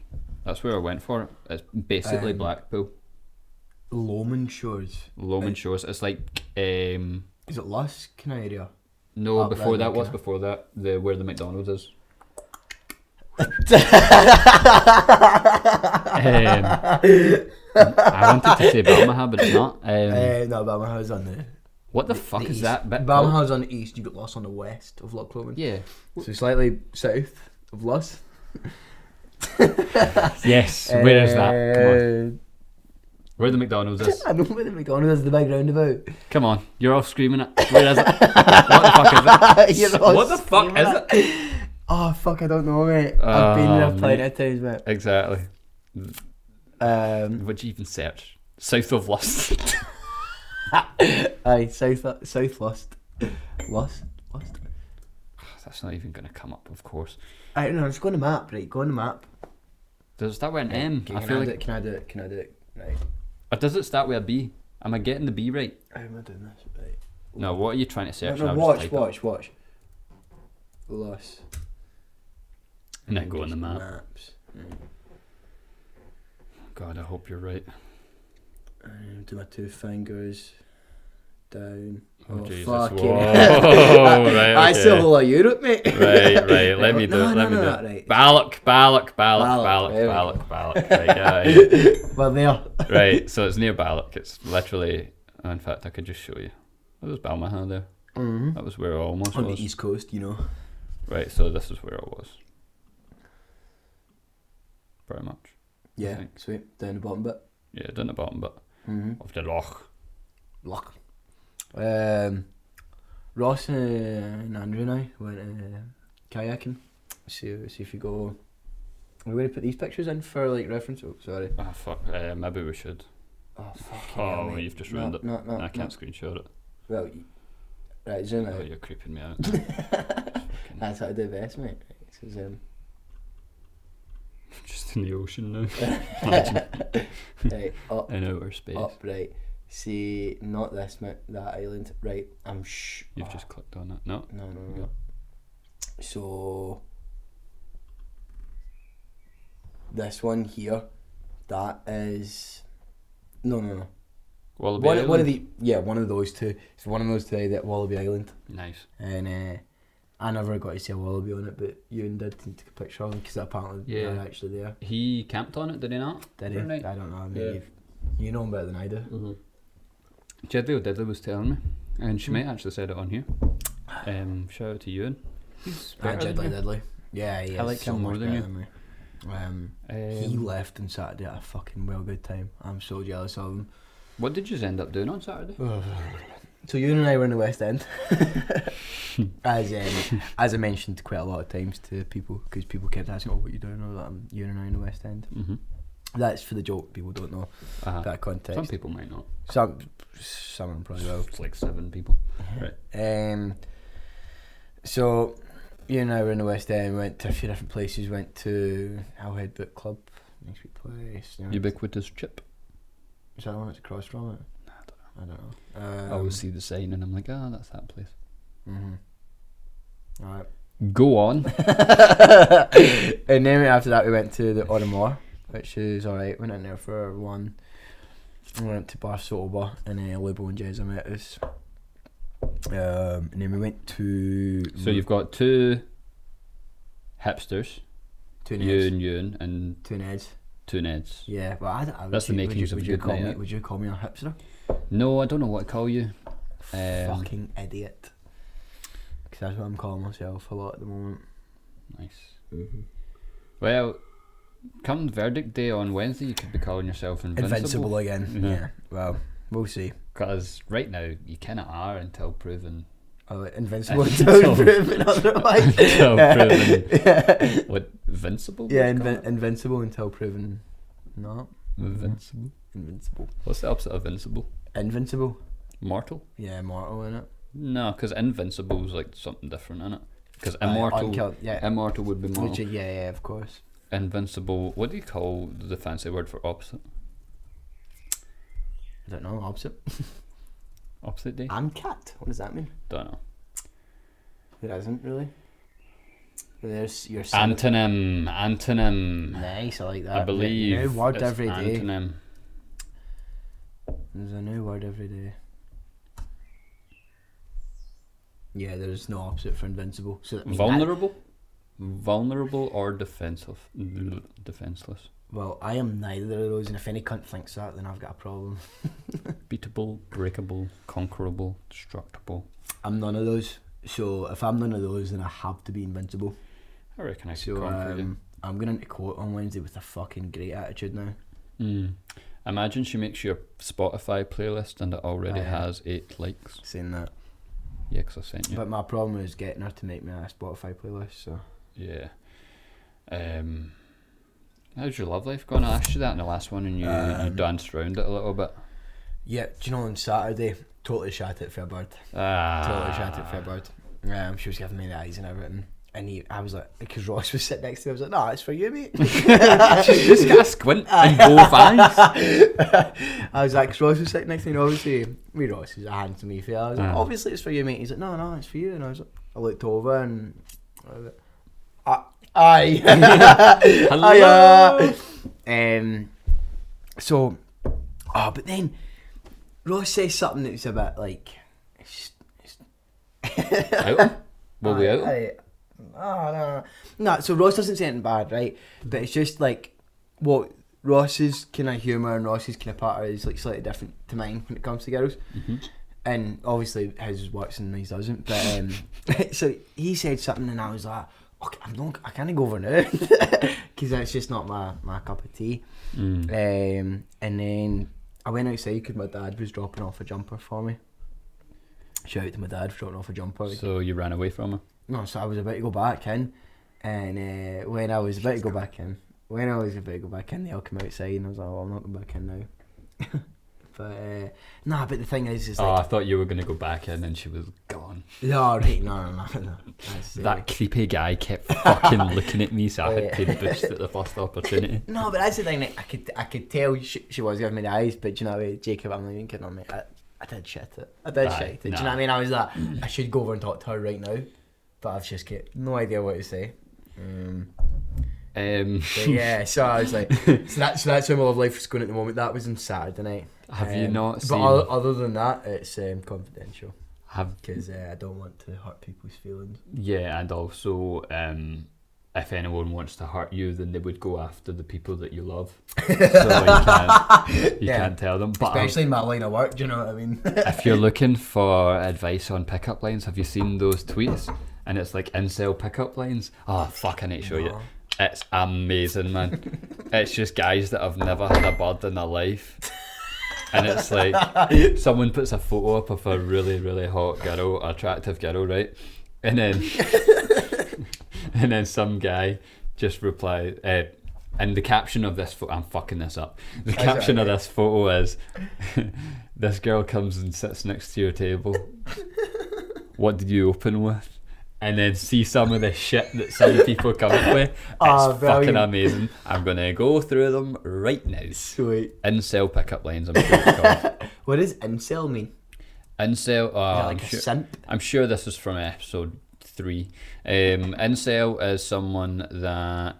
[SPEAKER 2] That's where I went for it. It's basically
[SPEAKER 1] Um,
[SPEAKER 2] Blackpool.
[SPEAKER 1] Lomond Shores.
[SPEAKER 2] Lomond
[SPEAKER 1] I-
[SPEAKER 2] Shores. It's like um,
[SPEAKER 1] Is it Lusk kind of area?
[SPEAKER 2] no
[SPEAKER 1] Up
[SPEAKER 2] before
[SPEAKER 1] there,
[SPEAKER 2] that. What's
[SPEAKER 1] okay.
[SPEAKER 2] before that? The where the McDonald's is. um, I wanted to say Balmaha, but it's not. Um,
[SPEAKER 1] Eh, no, Balmahow's on the.
[SPEAKER 2] what the, fuck
[SPEAKER 1] the
[SPEAKER 2] is
[SPEAKER 1] east.
[SPEAKER 2] that bit? called?
[SPEAKER 1] Balmahow's on the east. You got Lusk on the west of Loch Lomond.
[SPEAKER 2] Yeah.
[SPEAKER 1] So slightly south of Lusk.
[SPEAKER 2] Yes. where is that? Come
[SPEAKER 1] Eh,
[SPEAKER 2] on. Uh, Where the McDonald's is?
[SPEAKER 1] I don't know where the McDonald's is the big roundabout.
[SPEAKER 2] Come on. You're all screaming it. Where is it? what the fuck is
[SPEAKER 1] You're
[SPEAKER 2] it?
[SPEAKER 1] all
[SPEAKER 2] what the fuck
[SPEAKER 1] screaming
[SPEAKER 2] is
[SPEAKER 1] it. Oh fuck, I don't know, mate. I've been
[SPEAKER 2] Oh,
[SPEAKER 1] there plenty of times, mate.
[SPEAKER 2] it? Exactly.
[SPEAKER 1] Um,
[SPEAKER 2] Would you even search? South of Lust.
[SPEAKER 1] aye, south, south Lust, Lust, Lust.
[SPEAKER 2] That's not even going to come up, of course.
[SPEAKER 1] I don't know. Just go on the map, right? Go on the map.
[SPEAKER 2] Does it start with an M?
[SPEAKER 1] Can,
[SPEAKER 2] I
[SPEAKER 1] can
[SPEAKER 2] feel
[SPEAKER 1] I
[SPEAKER 2] like.
[SPEAKER 1] do it? Can I do it? Can I do it? Right.
[SPEAKER 2] Or does it start with a B? Am I getting the B right?
[SPEAKER 1] How am I doing this? Right.
[SPEAKER 2] No, what are you trying to search?
[SPEAKER 1] no, no,
[SPEAKER 2] I'll just
[SPEAKER 1] watch,
[SPEAKER 2] type it.
[SPEAKER 1] watch, watch. Lust.
[SPEAKER 2] And then go on the map.
[SPEAKER 1] Maps.
[SPEAKER 2] God, I hope you're right.
[SPEAKER 1] Um, do my two fingers down.
[SPEAKER 2] Oh, Jesus.
[SPEAKER 1] fucking
[SPEAKER 2] Whoa.
[SPEAKER 1] hell.
[SPEAKER 2] right,
[SPEAKER 1] I still
[SPEAKER 2] okay.
[SPEAKER 1] whole of Europe, mate.
[SPEAKER 2] Right, right. Let me do
[SPEAKER 1] No,
[SPEAKER 2] it.
[SPEAKER 1] no,
[SPEAKER 2] Let me
[SPEAKER 1] no,
[SPEAKER 2] do
[SPEAKER 1] no,
[SPEAKER 2] it.
[SPEAKER 1] right.
[SPEAKER 2] Balak, Balak, Balak,
[SPEAKER 1] Balloch,
[SPEAKER 2] Balak,
[SPEAKER 1] there we
[SPEAKER 2] Balak, Balak. Right, yeah,
[SPEAKER 1] Well, there.
[SPEAKER 2] yeah. right. So it's near Balak. It's literally. oh, in fact, I could just show you. That was Balmaha there.
[SPEAKER 1] Mhm.
[SPEAKER 2] That was where I almost
[SPEAKER 1] On
[SPEAKER 2] was.
[SPEAKER 1] the east coast, you know.
[SPEAKER 2] Right. So this is where I was. Pretty much.
[SPEAKER 1] Yeah,
[SPEAKER 2] think.
[SPEAKER 1] sweet. Down the bottom bit.
[SPEAKER 2] Yeah, down the bottom bit
[SPEAKER 1] Mm-hmm.
[SPEAKER 2] of the loch.
[SPEAKER 1] Lock. Um, Ross uh, and Andrew and I went uh, kayaking. See, see if you go. Are we going to put these pictures in for like reference? Oh, sorry.
[SPEAKER 2] Ah, fuck. Uh, maybe we should.
[SPEAKER 1] Oh, fucking hell,
[SPEAKER 2] Oh,
[SPEAKER 1] mate.
[SPEAKER 2] you've just
[SPEAKER 1] No,
[SPEAKER 2] ruined it.
[SPEAKER 1] No, no,
[SPEAKER 2] I can't
[SPEAKER 1] No.
[SPEAKER 2] screenshot it.
[SPEAKER 1] Well, y- right, zoom
[SPEAKER 2] Oh,
[SPEAKER 1] out.
[SPEAKER 2] you're creeping me out. Fucking-
[SPEAKER 1] That's how I do best, mate. So zoom.
[SPEAKER 2] Just in the ocean now. Imagine
[SPEAKER 1] Right, up,
[SPEAKER 2] in outer space.
[SPEAKER 1] up, right. See, not this, mate. That island. Right, I'm sh.
[SPEAKER 2] You've
[SPEAKER 1] oh,
[SPEAKER 2] just clicked on it. No.
[SPEAKER 1] No, no,
[SPEAKER 2] Okay.
[SPEAKER 1] no. So this one here, that is no, no, no.
[SPEAKER 2] Wallaby
[SPEAKER 1] One, one of
[SPEAKER 2] Island.
[SPEAKER 1] the yeah, one of those two. It's one of those two that Wallaby Island,
[SPEAKER 2] Nice.
[SPEAKER 1] and uh, I never got to see a wallaby on it, but you and did and took a picture of them because apparently
[SPEAKER 2] Yeah.
[SPEAKER 1] they're actually there.
[SPEAKER 2] He camped on it, did he Mm-hmm. not?
[SPEAKER 1] Did he?
[SPEAKER 2] Very nice.
[SPEAKER 1] I don't know. I mean,
[SPEAKER 2] Yeah.
[SPEAKER 1] you've, you know 'em better than I do.
[SPEAKER 2] Jedley O'Didley was telling me, and
[SPEAKER 1] Hmm.
[SPEAKER 2] she might actually said it on here. Um, shout out to Ewan. He's
[SPEAKER 1] I
[SPEAKER 2] better
[SPEAKER 1] did
[SPEAKER 2] than
[SPEAKER 1] like
[SPEAKER 2] me.
[SPEAKER 1] Diddley. Yeah, yeah.
[SPEAKER 2] I like him more than you.
[SPEAKER 1] Um, he
[SPEAKER 2] Um,
[SPEAKER 1] left on Saturday at a fucking well good time. I'm so jealous of him.
[SPEAKER 2] what did you end up doing on Saturday?
[SPEAKER 1] So you and I were in the West End, as um, as I mentioned quite a lot of times to people, because people kept asking, "Oh, what you doing?" Or that I'm you and I in the West End.
[SPEAKER 2] Mm-hmm.
[SPEAKER 1] That's for the joke. People don't know
[SPEAKER 2] Uh,
[SPEAKER 1] that context.
[SPEAKER 2] some people might not.
[SPEAKER 1] Some, some of them probably will.
[SPEAKER 2] It's like seven people. Right.
[SPEAKER 1] Um, so you and I were in the West End. Went to a few different places. Went to Howhead Book Club. Next week place. You know,
[SPEAKER 2] Ubiquitous chip.
[SPEAKER 1] is that the one that's across from it? I don't know. I don't
[SPEAKER 2] I
[SPEAKER 1] know. Um,
[SPEAKER 2] always see the sign and I'm like, ah, that's that place.
[SPEAKER 1] Mm-hmm. All right.
[SPEAKER 2] Go on.
[SPEAKER 1] and then after that, we went to the Oramore, which is alright. Went in there for one. We went to Bar Sober, and then Lubo and Jezza met us. Um, and then we went to.
[SPEAKER 2] so you've got two hipsters,
[SPEAKER 1] two Neds.
[SPEAKER 2] Ewan, Ewan, and
[SPEAKER 1] Two Neds.
[SPEAKER 2] two Neds.
[SPEAKER 1] Yeah, well, I, I would
[SPEAKER 2] That's the
[SPEAKER 1] say-
[SPEAKER 2] makings
[SPEAKER 1] would you, would you
[SPEAKER 2] of a good
[SPEAKER 1] call
[SPEAKER 2] night
[SPEAKER 1] me?
[SPEAKER 2] out.
[SPEAKER 1] Would you call me a hipster?
[SPEAKER 2] No, I don't know what to call you. Um,
[SPEAKER 1] Fucking idiot. Because that's what I'm calling myself a lot at the moment.
[SPEAKER 2] Nice.
[SPEAKER 1] Mm-hmm.
[SPEAKER 2] Well, come verdict day on Wednesday, you could be calling yourself invincible. Mm-hmm.
[SPEAKER 1] Invincible again.
[SPEAKER 2] Yeah.
[SPEAKER 1] Yeah. Well, we'll see.
[SPEAKER 2] Because right now you kind of are until proven
[SPEAKER 1] Oh, invincible
[SPEAKER 2] Until-
[SPEAKER 1] until proven otherwise.
[SPEAKER 2] until proven
[SPEAKER 1] yeah.
[SPEAKER 2] what invincible.
[SPEAKER 1] Yeah,
[SPEAKER 2] was
[SPEAKER 1] invi-
[SPEAKER 2] called?
[SPEAKER 1] invincible until proven not
[SPEAKER 2] invincible.
[SPEAKER 1] invincible.
[SPEAKER 2] What's the opposite of invincible?
[SPEAKER 1] Invincible.
[SPEAKER 2] Mortal?
[SPEAKER 1] Yeah, mortal in it.
[SPEAKER 2] No, because invincible is like something different in it. Because immortal,
[SPEAKER 1] Uh, yeah.
[SPEAKER 2] immortal would be
[SPEAKER 1] Which,
[SPEAKER 2] mortal.
[SPEAKER 1] yeah, yeah, of course.
[SPEAKER 2] Invincible. What do you call the fancy word for opposite?
[SPEAKER 1] I don't know. Opposite.
[SPEAKER 2] Opposite day?
[SPEAKER 1] I'm cat. What does that mean?
[SPEAKER 2] Don't know.
[SPEAKER 1] It doesn't really. There's your son.
[SPEAKER 2] Antonym. Antonym.
[SPEAKER 1] nice, I like that.
[SPEAKER 2] I believe.
[SPEAKER 1] New word
[SPEAKER 2] it's
[SPEAKER 1] every day.
[SPEAKER 2] Antonym.
[SPEAKER 1] There's a new word every day. Yeah, there's no opposite for invincible. So that means
[SPEAKER 2] Vulnerable. Vulnerable or defensive? Defenseless.
[SPEAKER 1] I- well, I am neither of those, and if any cunt thinks that, then I've got a problem.
[SPEAKER 2] Beatable, breakable, conquerable, destructible.
[SPEAKER 1] I'm none of those. So if I'm none of those, then I have to be invincible.
[SPEAKER 2] I reckon I could
[SPEAKER 1] So
[SPEAKER 2] conquer you.
[SPEAKER 1] um, I'm going into court on Wednesday with a fucking great attitude now.
[SPEAKER 2] Mm. Imagine she makes your Spotify playlist and it already
[SPEAKER 1] Aye.
[SPEAKER 2] has eight likes.
[SPEAKER 1] Saying that.
[SPEAKER 2] Yeah, 'cause I sent you.
[SPEAKER 1] But my problem is getting her to make me a Spotify playlist. So
[SPEAKER 2] yeah. Um, how's your love life going? I asked you that in the last one, and you, you
[SPEAKER 1] Um,
[SPEAKER 2] danced around it a little bit.
[SPEAKER 1] yeah, do you know on Saturday, totally shat it for a bird.
[SPEAKER 2] Ah,
[SPEAKER 1] Totally shat it for a bird. Um, she was giving me the eyes and everything. And he, I was like, because Ross was sitting next to me, I was like, no, it's for you, mate.
[SPEAKER 2] Just got a squint in both eyes.
[SPEAKER 1] I was like, 'cause Ross was sitting next to me, and obviously, me Ross is a handsome wee fella. I was like,
[SPEAKER 2] Ah.
[SPEAKER 1] obviously it's for you, mate. He's like, no, no, it's for you. And I was like, I looked over and I was like, "Ah, aye. Hello. um, so, oh, but then Ross says something that's a bit like, it's, it's,
[SPEAKER 2] out. Will we out?
[SPEAKER 1] I, no, no, no. No, Ah, so Ross doesn't say anything bad, right? But it's just like what Ross's kind of humour and Ross's kind of patter is like slightly different to mine when it comes to girls. And obviously his works and mine doesn't. But um, so he said something and I was like, okay, I'm not, I can't go over now because that's just not my, my cup of tea.
[SPEAKER 2] Mm.
[SPEAKER 1] Um, and then I went outside because my dad was dropping off a jumper for me. Shout out to my dad for dropping off a jumper.
[SPEAKER 2] So you ran away from her.
[SPEAKER 1] No, so I was about to go back in, and uh, when I was about to go back in, when I was about to go back in, they all came outside, and I was like, "Oh, I'm not going back in now." but uh, nah, but the thing is, is
[SPEAKER 2] Oh, I
[SPEAKER 1] like,
[SPEAKER 2] thought you were gonna go back in, and she was gone.
[SPEAKER 1] no, right, no, no, no, no. That's, uh,
[SPEAKER 2] That creepy guy kept fucking looking at me, so I had
[SPEAKER 1] Yeah.
[SPEAKER 2] to boost at the first opportunity.
[SPEAKER 1] No, but that's the thing. Like, I could, I could tell she, she was giving me the eyes, but do you know, what, Jacob, I'm not even kidding on me. I, I did shit it. I did
[SPEAKER 2] Aye,
[SPEAKER 1] shit it. Do you
[SPEAKER 2] nah.
[SPEAKER 1] know what I mean? I was like, I should go over and talk to her right now, but I've just got no idea what to say. Um,
[SPEAKER 2] Um,
[SPEAKER 1] But yeah, so I was like, so that's so that's where my love life was going at the moment. That was on Saturday night. Um,
[SPEAKER 2] Have you not
[SPEAKER 1] But
[SPEAKER 2] seen-
[SPEAKER 1] o- other than that, it's um, confidential
[SPEAKER 2] have
[SPEAKER 1] because uh, I don't want to hurt people's feelings.
[SPEAKER 2] Yeah, and also, um, if anyone wants to hurt you, then they would go after the people that you love. so you can't, you
[SPEAKER 1] Yeah.
[SPEAKER 2] can't tell them. But um,
[SPEAKER 1] Especially in my line of work, do you know what I mean?
[SPEAKER 2] if you're looking for advice on pickup lines, have you seen those tweets? And it's like incel pickup lines. Oh, fuck, I need to show you. It's amazing, man. it's just guys that have never had a bird in their life. And it's like someone puts a photo up of a really, really hot girl, attractive girl, right? And then and then some guy just replied, uh, and the caption of this photo, I'm fucking this up. The caption of this photo is, "This girl comes and sits next to your table. what did you open with?" And then see some of the shit that some people come up with. It's
[SPEAKER 1] Ah,
[SPEAKER 2] fucking
[SPEAKER 1] brilliant.
[SPEAKER 2] amazing. I'm gonna go through them right now.
[SPEAKER 1] Sweet.
[SPEAKER 2] Incel pickup lines. I'm sure it's called.
[SPEAKER 1] What does incel mean?
[SPEAKER 2] Incel. Oh,
[SPEAKER 1] Is that
[SPEAKER 2] I'm
[SPEAKER 1] like a
[SPEAKER 2] sure-
[SPEAKER 1] simp?
[SPEAKER 2] I'm sure this is from episode three. Um, incel is someone that.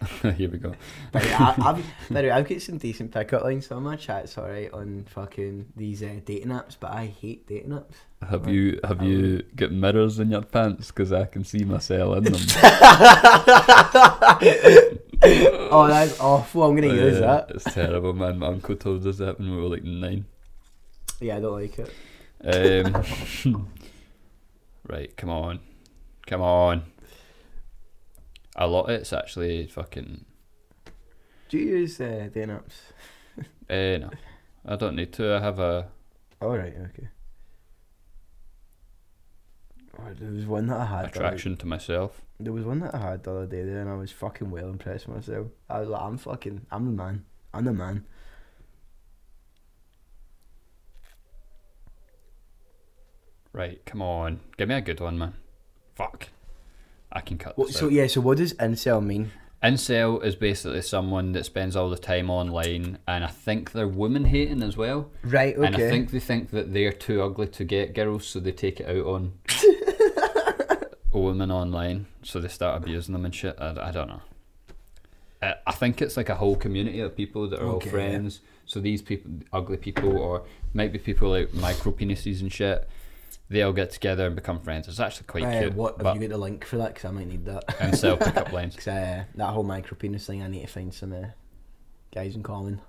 [SPEAKER 2] Here we go.
[SPEAKER 1] By the way, I, I've, by the way, I've got some decent pickup lines. Some of my chat's alright on fucking these uh, dating apps, but I hate dating apps.
[SPEAKER 2] Have you have you got mirrors in your pants? Because I can see myself in them.
[SPEAKER 1] Oh, that's awful. I'm gonna use
[SPEAKER 2] Uh,
[SPEAKER 1] that.
[SPEAKER 2] It's terrible, man. My uncle told us that when we were like nine.
[SPEAKER 1] Yeah, I don't like it.
[SPEAKER 2] Um, right, come on, come on. A lot of it's actually fucking.
[SPEAKER 1] Do you use uh, dating apps?
[SPEAKER 2] Uh, no, I don't need to. I have a.
[SPEAKER 1] All right, okay. Oh, there was one that I had. the other-
[SPEAKER 2] attraction to myself.
[SPEAKER 1] there was one that I had the other day there, and I was fucking well impressed with myself. I was like, I'm fucking, I'm the man. I'm the man.
[SPEAKER 2] Right, come on, give me a good one, man. Fuck, I can cut
[SPEAKER 1] What,
[SPEAKER 2] this
[SPEAKER 1] so
[SPEAKER 2] out.
[SPEAKER 1] yeah, so what does incel mean?
[SPEAKER 2] Incel is basically someone that spends all the time online, and I think they're woman hating as well.
[SPEAKER 1] Right,
[SPEAKER 2] And I
[SPEAKER 1] okay.
[SPEAKER 2] think they think that they're too ugly to get girls, so they take it out on women online. So they start abusing them and shit. I, I don't know. I, I think it's like a whole community of people that are
[SPEAKER 5] Okay,
[SPEAKER 2] all
[SPEAKER 5] yeah.
[SPEAKER 2] friends. So these people, ugly people, or might be people like micro penises and shit, they all get together and become friends. It's actually quite
[SPEAKER 5] Uh,
[SPEAKER 2] cute.
[SPEAKER 5] what
[SPEAKER 2] but
[SPEAKER 5] have you got the link for that? Because I might need that.
[SPEAKER 2] Incel pickup lines.
[SPEAKER 5] Cause, uh,
[SPEAKER 1] That whole micro penis thing, I need to find some uh, guys in common.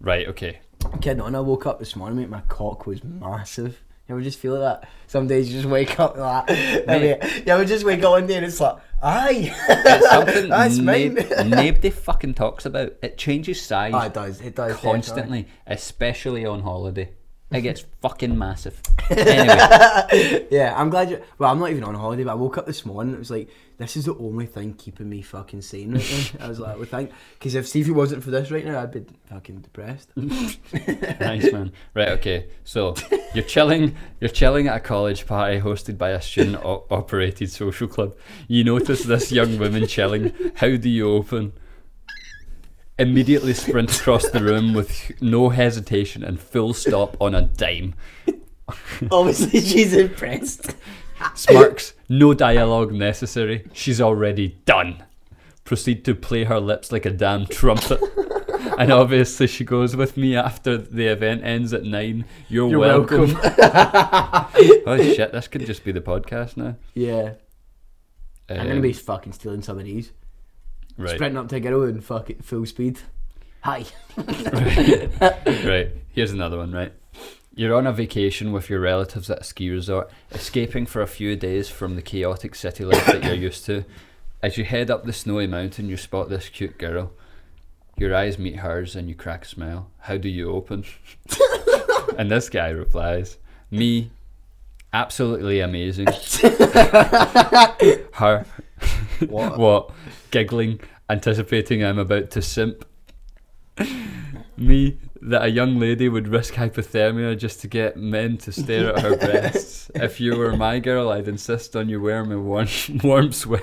[SPEAKER 2] Right. Okay.
[SPEAKER 1] Kid on, I woke up this morning, mate, my cock was massive. You ever just feel that? Some days you just wake up like that. I mean, you ever just wake up one day and it's like, aye.
[SPEAKER 2] It's something
[SPEAKER 1] That's
[SPEAKER 2] nab-
[SPEAKER 1] mine.
[SPEAKER 2] nobody fucking talks about. It changes size
[SPEAKER 5] oh, it does. It does. definitely.
[SPEAKER 2] constantly, especially on holiday. It gets fucking massive. Anyway,
[SPEAKER 1] yeah, I'm glad you. Well, I'm not even on holiday, but I woke up this morning. It was like this is the only thing keeping me fucking sane right now. I was like, I would think because if Stevie wasn't for this right now, I'd be fucking depressed.
[SPEAKER 2] nice man. Right, okay. So you're chilling. You're chilling at a college party hosted by a student-operated social club. You notice this young woman chilling. How do you open? Immediately sprint across the room with no hesitation and full stop on a dime.
[SPEAKER 1] Obviously, she's impressed.
[SPEAKER 2] Smirks, no dialogue necessary. She's already done. Proceed to play her lips like a damn trumpet. and obviously, she goes with me after the event ends at nine. You're,
[SPEAKER 1] You're
[SPEAKER 2] welcome. oh shit, this could just be the podcast now.
[SPEAKER 1] Yeah, I'm gonna
[SPEAKER 2] Um,
[SPEAKER 1] be fucking stealing some of these.
[SPEAKER 2] right.
[SPEAKER 1] Sprinting up to a girl and fuck it full speed. Hi.
[SPEAKER 2] right. Here's another one, right? You're on a vacation with your relatives at a ski resort, escaping for a few days from the chaotic city life that you're used to. As you head up the snowy mountain, you spot this cute girl. Your eyes meet hers and you crack a smile. How do you open? and this guy replies, Me, absolutely amazing. Her,
[SPEAKER 5] What?
[SPEAKER 2] what? Giggling, anticipating I'm about to simp. Me, that a young lady would risk hypothermia just to get men to stare at her breasts. If you were my girl, I'd insist on you wearing a warm, warm sweat.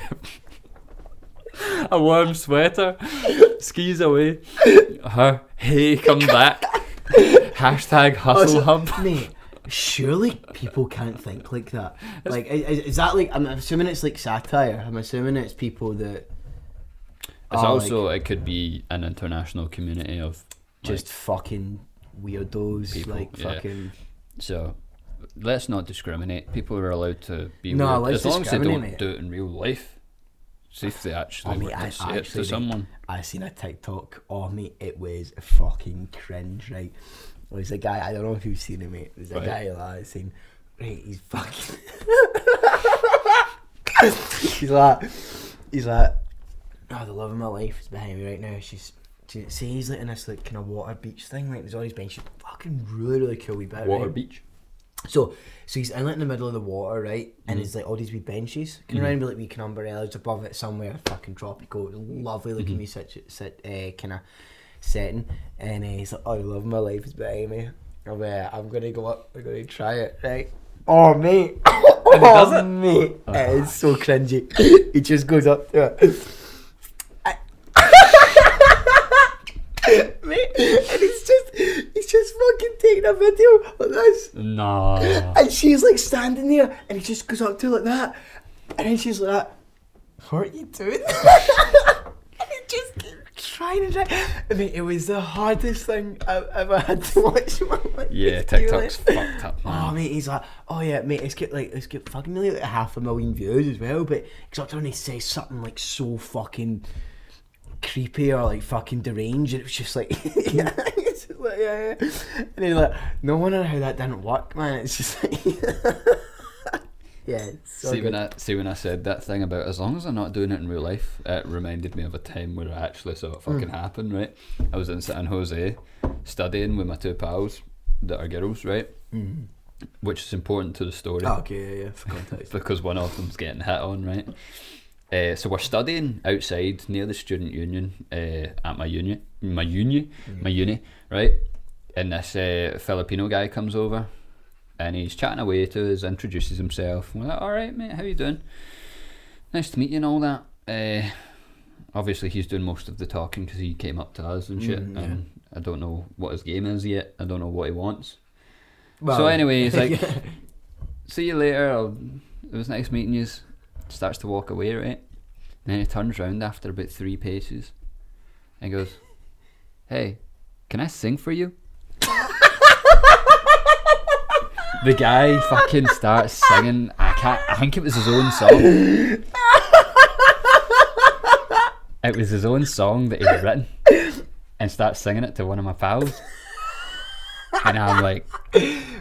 [SPEAKER 2] A warm sweater, skis away. Her, hey, come back. Hashtag hustle
[SPEAKER 1] Also,
[SPEAKER 2] hub.
[SPEAKER 1] mate. Surely people can't think like that. Like, i- is, is that like? I'm assuming it's like satire. I'm assuming it's people that
[SPEAKER 2] It's
[SPEAKER 1] Oh,
[SPEAKER 2] also it could be an international community of
[SPEAKER 1] just fucking weirdos.
[SPEAKER 2] People,
[SPEAKER 1] like
[SPEAKER 2] yeah.
[SPEAKER 1] fucking.
[SPEAKER 2] So let's not discriminate. People are allowed to be
[SPEAKER 1] No,
[SPEAKER 2] weird
[SPEAKER 1] let's
[SPEAKER 2] as long as they don't
[SPEAKER 1] discriminate.
[SPEAKER 2] do it in real life. See if they actually
[SPEAKER 1] Oh, mate,
[SPEAKER 2] were to
[SPEAKER 1] I-
[SPEAKER 2] say it
[SPEAKER 1] actually,
[SPEAKER 2] to
[SPEAKER 1] mate.
[SPEAKER 2] someone.
[SPEAKER 1] I seen a TikTok. Oh mate, it was fucking cringe. Right, it was a guy. I don't know if you've seen him, mate. There's a
[SPEAKER 2] Right.
[SPEAKER 1] guy like saying, right, he's fucking. he's like, he's like, oh, the love of my life is behind me right now. She's. She, see, he's like in this like kind of water beach thing. Like there's all these benches. Fucking really, really cool wee bit.
[SPEAKER 2] Water
[SPEAKER 1] right?
[SPEAKER 2] beach.
[SPEAKER 1] So, so he's inlet in the middle of the water, right? And it's like all these wee benches. Can around with like wee kind of umbrellas above it somewhere, fucking tropical, lovely looking wee such sit uh, kind of setting. And uh, he's like, "Oh, I love my life is behind me. I'm, uh, I'm gonna go up. I'm gonna try it, right?" Oh mate, oh mate, it is so cringy. he just goes up to it. Mate, and he's just, he's just fucking taking a video of this.
[SPEAKER 2] No.
[SPEAKER 1] And she's like standing there, and he just goes up to her like that, and then she's like, "What are you doing?" and he just keeps trying and trying. I mean, it was the hardest thing I've ever had to watch. in my life.
[SPEAKER 2] Yeah,
[SPEAKER 1] It's really-
[SPEAKER 2] TikTok's fucked up, man.
[SPEAKER 1] Oh mate, he's like, oh yeah, mate, it's got like it's got fucking nearly like half a million views as well, but he's up there and he says something like so fucking creepy or like fucking deranged, and it was just like,
[SPEAKER 2] Mm-hmm.
[SPEAKER 1] yeah, it's just like yeah, yeah, and then like, no wonder how that didn't work, man. It's just like, yeah, it's so
[SPEAKER 2] see
[SPEAKER 1] good.
[SPEAKER 2] when I see when I said that thing about as long as I'm not doing it in real life, it reminded me of a time where I actually saw
[SPEAKER 1] Hmm.
[SPEAKER 2] it fucking happen. Right, I was in San Jose studying with my two pals that are girls, right, which is important to the story.
[SPEAKER 1] Hmm. Oh, okay, yeah, yeah, for context.
[SPEAKER 2] because one of them's getting hit on, right? Uh, so we're studying outside near the student union uh, at my uni, my uni,
[SPEAKER 5] Mm.
[SPEAKER 2] my uni, right? And this uh, Filipino guy comes over, and he's chatting away to us, introduces himself. We're like, "All right, mate, how you doing? Nice to meet you and all that." Uh, obviously he's doing most of the talking because he came up to us and shit.
[SPEAKER 5] Mm, yeah.
[SPEAKER 2] And I don't know what his game is yet. I don't know what he wants.
[SPEAKER 5] Well,
[SPEAKER 2] so anyway, he's like, "See you later." I'll, it was nice meeting you. Starts to walk away, right? then he turns round after about three paces, and goes, "Hey, can I sing for you?" the guy fucking starts singing. I can't. I think it was his own song. it was his own song that he had written, and starts singing it to one of my pals. And I'm like,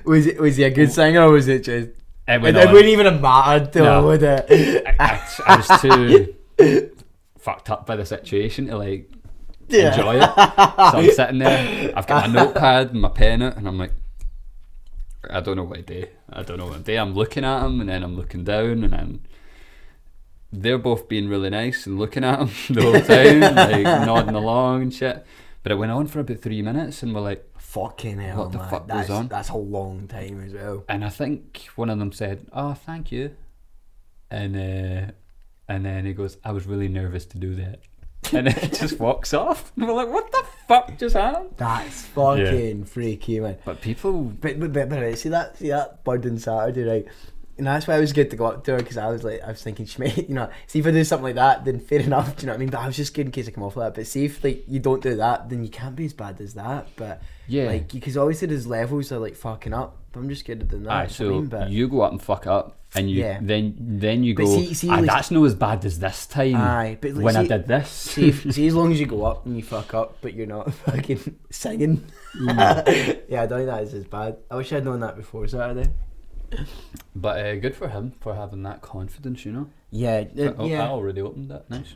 [SPEAKER 1] Was it was he a good singer or was it just
[SPEAKER 2] it
[SPEAKER 1] it
[SPEAKER 2] went on.
[SPEAKER 1] wouldn't even have mattered to
[SPEAKER 2] No.
[SPEAKER 1] him, would it?
[SPEAKER 2] I, I was too fucked up by the situation to like enjoy it. So I'm sitting there, I've got my notepad and my pen out, and I'm like, I don't know what to do. I don't know what to do. I'm looking at him, and then I'm looking down, and then they're both being really nice and looking at him the whole time, like nodding along and shit. But it went on for about three minutes, and we're like,
[SPEAKER 5] fucking hell,
[SPEAKER 2] What the
[SPEAKER 5] man.
[SPEAKER 2] fuck was
[SPEAKER 5] that's,
[SPEAKER 2] on?
[SPEAKER 5] That's a long time as well.
[SPEAKER 2] and I think one of them said, "Oh, thank you," and uh, and then he goes, "I was really nervous to do that," and then he just walks off. And we're like, "What the fuck just happened?"
[SPEAKER 5] That's fucking freaky, man.
[SPEAKER 2] But people,
[SPEAKER 1] But, but, but, but right, see that see that bird on Saturday, right? And that's why I was good to go up to her because I was like, I was thinking, she may, you know, see if I do something like that, then fair enough, do you know what I mean? But I was just good in case I come off like that. But see if like you don't do that, then you can't be as bad as that. But
[SPEAKER 2] Yeah.
[SPEAKER 1] like because obviously there's levels are like fucking up. But I'm just good at doing that.
[SPEAKER 2] aye,
[SPEAKER 1] do you know what I
[SPEAKER 2] so
[SPEAKER 1] mean? but,
[SPEAKER 2] you go up and fuck up, and you
[SPEAKER 1] Yeah.
[SPEAKER 2] then then you
[SPEAKER 1] But
[SPEAKER 2] go,
[SPEAKER 1] see- see,
[SPEAKER 2] "Ah,
[SPEAKER 1] like-
[SPEAKER 2] "That's not as bad as this time."
[SPEAKER 1] Aye, but like,
[SPEAKER 2] when I
[SPEAKER 1] see-
[SPEAKER 2] did this,
[SPEAKER 1] see, if, see as long as you go up and you fuck up, but you're not fucking singing.
[SPEAKER 2] Mm.
[SPEAKER 1] yeah, I don't think that is as bad. I wish I'd known that before Saturday.
[SPEAKER 2] but uh, good for him for having that confidence, you know.
[SPEAKER 1] Yeah, uh,
[SPEAKER 2] Oh,
[SPEAKER 1] yeah.
[SPEAKER 2] I already opened that. Nice.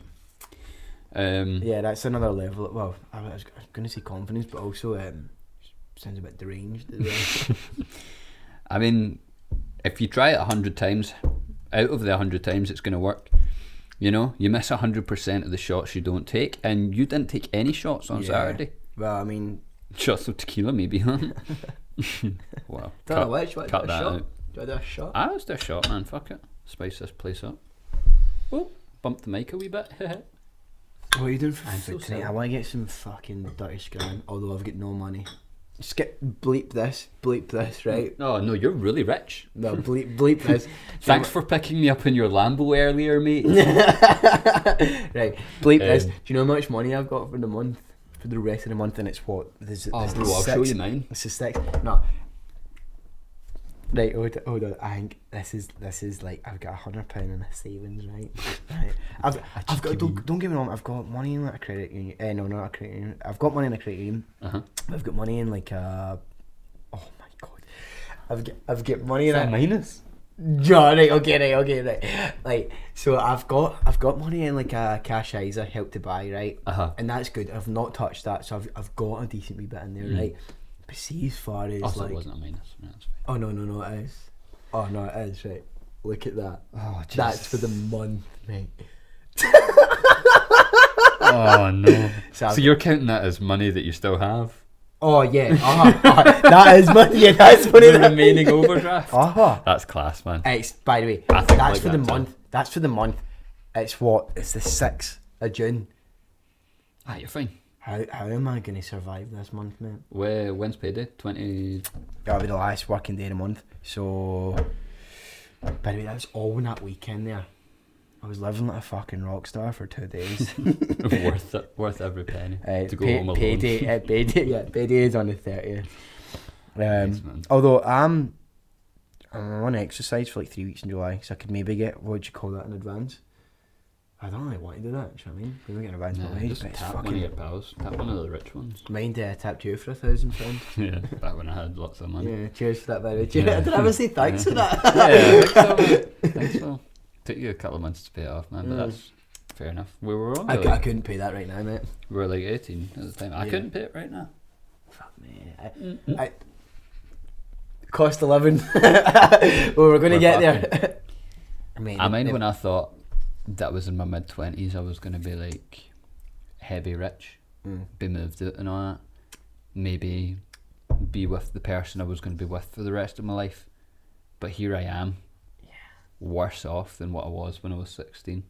[SPEAKER 2] Um,
[SPEAKER 1] Yeah, that's another level. Well, I was going to say confidence, but also um, sounds a bit deranged. As well.
[SPEAKER 2] I mean, if you try it a hundred times, out of the hundred times, it's going to work. You know, you miss hundred percent of the shots you don't take, and you didn't take any shots on
[SPEAKER 1] Yeah.
[SPEAKER 2] Saturday.
[SPEAKER 1] well, I mean,
[SPEAKER 2] Shots of tequila, maybe, huh? wow.
[SPEAKER 1] don't know which. Do I do
[SPEAKER 2] cut
[SPEAKER 1] a
[SPEAKER 2] that
[SPEAKER 1] shot?
[SPEAKER 2] out. Ah.
[SPEAKER 1] Do I do a shot?
[SPEAKER 2] I was their shot, man. Fuck it. Spice this place up. Oh, bump the mic a wee bit.
[SPEAKER 1] What are you doing for
[SPEAKER 2] so
[SPEAKER 1] food tonight?
[SPEAKER 2] sorry.
[SPEAKER 1] I want to get some fucking dirty scran, although I've got no money. Skip, bleep this, bleep this, right?
[SPEAKER 2] oh no, you're really rich.
[SPEAKER 1] No, bleep, bleep this.
[SPEAKER 2] Thanks for picking me up in your Lambo earlier, mate.
[SPEAKER 1] right, bleep this. Do
[SPEAKER 2] Um,
[SPEAKER 1] you know how much money I've got for the month? For the rest of the month, and it's what? This,
[SPEAKER 2] oh,
[SPEAKER 1] this
[SPEAKER 2] bro, I'll show
[SPEAKER 1] six-
[SPEAKER 2] you mine.
[SPEAKER 1] This is six. No. Right, hold, hold on. I think this is this is like I've got a hundred pound in my savings, right? right. I've, I've got don't, don't get me wrong. I've got money in like a credit union. Eh, no, not a credit union. I've got money in a credit union.
[SPEAKER 2] Uh-huh.
[SPEAKER 1] I've got money in like a. Oh my god. I've got, I've got money in a
[SPEAKER 2] minus.
[SPEAKER 1] yeah, right, okay, right, okay, right. Like, so I've got I've got money in like a cash ISA help to buy, right?
[SPEAKER 2] Uh-huh.
[SPEAKER 1] And that's good. I've not touched that, so I've, I've got a decent wee bit in there, right? But see, as far as
[SPEAKER 2] Oh, so it
[SPEAKER 1] like,
[SPEAKER 2] Hmm. wasn't a minus. No, that's fine.
[SPEAKER 1] oh no, no, no, it is. Oh no, it is right. Look at that.
[SPEAKER 2] Oh,
[SPEAKER 1] That's for the month, mate.
[SPEAKER 2] Oh no! so
[SPEAKER 1] I've-
[SPEAKER 2] you're counting that as money that you still have?
[SPEAKER 1] Oh yeah, uh-huh, uh-huh. that is money. Yeah, that's money.
[SPEAKER 2] The
[SPEAKER 1] that-
[SPEAKER 2] remaining overdraft.
[SPEAKER 1] Uh-huh.
[SPEAKER 2] That's class, man.
[SPEAKER 1] It's by the way,
[SPEAKER 2] I think
[SPEAKER 1] that's
[SPEAKER 2] like
[SPEAKER 1] for the
[SPEAKER 2] that too.
[SPEAKER 1] month. That's for the month. It's what? It's the sixth of June.
[SPEAKER 2] Ah, you're fine.
[SPEAKER 1] How how am I gonna survive this month, mate?
[SPEAKER 2] Where when's payday? Twenty.
[SPEAKER 1] That'll be the last working day of the month. So, by the way, that was all in that weekend there. I was living like a fucking rock star for two days.
[SPEAKER 2] worth it. Worth every penny
[SPEAKER 1] Uh,
[SPEAKER 2] to go
[SPEAKER 1] pay-
[SPEAKER 2] home alone.
[SPEAKER 1] Payday, uh, payday, yeah, payday is on the thirtieth. Um,
[SPEAKER 2] Nice, man.
[SPEAKER 1] although I'm, I'm on exercise for like three weeks in July, so I could maybe get what do you call that in advance. I don't really want to do that. Do you know what I mean? Maybe get an advance
[SPEAKER 2] Nah,
[SPEAKER 1] my wage,
[SPEAKER 2] just
[SPEAKER 1] but it's
[SPEAKER 2] tap one of your
[SPEAKER 1] Oh, fucking.
[SPEAKER 2] pals. Tap one of the rich ones.
[SPEAKER 1] Mind uh, tapped you for a thousand pounds.
[SPEAKER 2] yeah, back when I had lots of money.
[SPEAKER 1] Yeah, cheers for that, by the way. Did I ever say thanks for that?
[SPEAKER 2] Yeah, I think so. man. I think so. Took you a couple of months to pay it off, man, but
[SPEAKER 1] Mm.
[SPEAKER 2] that's fair enough. We were only
[SPEAKER 1] I, cou- I
[SPEAKER 2] like,
[SPEAKER 1] couldn't pay that right now, mate.
[SPEAKER 2] we were like eighteen at the time. I
[SPEAKER 1] Yeah.
[SPEAKER 2] couldn't pay it right now.
[SPEAKER 1] Fuck me. I, I, cost of living. well, we're going to
[SPEAKER 2] We're
[SPEAKER 1] get there. I mean,
[SPEAKER 2] I mind when I thought that was in my mid twenties, I was gonna be like heavy rich,
[SPEAKER 1] Mm.
[SPEAKER 2] be moved out and all that. Maybe be with the person I was gonna be with for the rest of my life. But here I am, worse off than what I was when I was sixteen.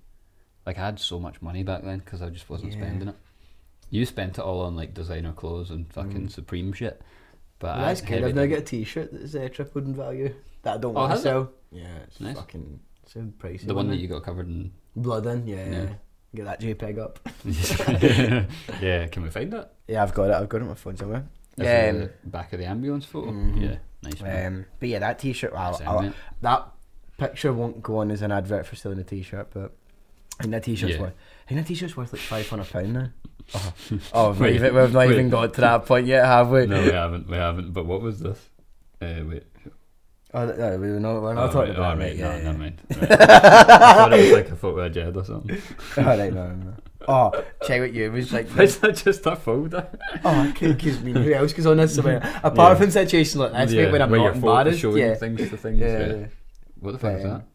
[SPEAKER 2] Like I had so much money back then because I just wasn't
[SPEAKER 1] Yeah.
[SPEAKER 2] spending it. You spent it all on like designer clothes and fucking Supreme shit.
[SPEAKER 1] Mm.
[SPEAKER 2] But
[SPEAKER 1] Well,
[SPEAKER 2] I
[SPEAKER 1] that's
[SPEAKER 2] had
[SPEAKER 1] good.
[SPEAKER 2] heavy
[SPEAKER 1] I've now
[SPEAKER 2] done-
[SPEAKER 1] got a T-shirt that's uh, tripled in value that I don't
[SPEAKER 2] Oh,
[SPEAKER 1] want to
[SPEAKER 2] has it?
[SPEAKER 1] sell.
[SPEAKER 5] Yeah, it's
[SPEAKER 2] Nice.
[SPEAKER 5] fucking
[SPEAKER 1] So pricey.
[SPEAKER 2] the one
[SPEAKER 1] isn't
[SPEAKER 2] that
[SPEAKER 1] it?
[SPEAKER 2] you got covered in.
[SPEAKER 1] blood in, yeah.
[SPEAKER 2] Yeah.
[SPEAKER 1] Get that JPEG up.
[SPEAKER 2] yeah, can we find that?
[SPEAKER 1] Yeah, I've got it. I've got it on my phone somewhere.
[SPEAKER 2] Is
[SPEAKER 1] Yeah,
[SPEAKER 2] it the back of the ambulance photo.
[SPEAKER 1] Mhm.
[SPEAKER 2] Yeah, nice. man.
[SPEAKER 1] Um, but yeah, that T-shirt. Wow,
[SPEAKER 2] That's it,
[SPEAKER 1] I'll-
[SPEAKER 2] mate.
[SPEAKER 1] that picture won't go on as an advert for selling a T-shirt, but. I think that T-shirt's
[SPEAKER 2] Yeah.
[SPEAKER 1] worth. I think that T-shirt's worth like five hundred pound now. Oh, oh we've,
[SPEAKER 2] Wait,
[SPEAKER 1] we've not
[SPEAKER 2] wait.
[SPEAKER 1] even got to that point yet, have we?
[SPEAKER 2] no, we haven't. We haven't. But what was this? Uh, wait.
[SPEAKER 1] Oh, no, we were not, we're not
[SPEAKER 2] oh,
[SPEAKER 1] talking
[SPEAKER 2] right,
[SPEAKER 1] about
[SPEAKER 2] oh,
[SPEAKER 1] it.
[SPEAKER 2] right,
[SPEAKER 1] yeah,
[SPEAKER 2] no,
[SPEAKER 1] yeah.
[SPEAKER 2] never mind. Right. I thought it was like a photo of Jed or something.
[SPEAKER 1] All right, no, no, no. Oh, check what you was like.
[SPEAKER 2] Why is that just a folder?
[SPEAKER 1] Oh, because me, who else goes on this? somewhere? Apart
[SPEAKER 2] Yeah.
[SPEAKER 1] from situation like this, mate, when I'm
[SPEAKER 2] where
[SPEAKER 1] not
[SPEAKER 2] your photo
[SPEAKER 1] embarrassed,
[SPEAKER 2] showing
[SPEAKER 1] yeah.
[SPEAKER 2] things to things.
[SPEAKER 1] Yeah,
[SPEAKER 2] Yeah.
[SPEAKER 1] yeah.
[SPEAKER 2] What the fuck is
[SPEAKER 1] Um,
[SPEAKER 2] that?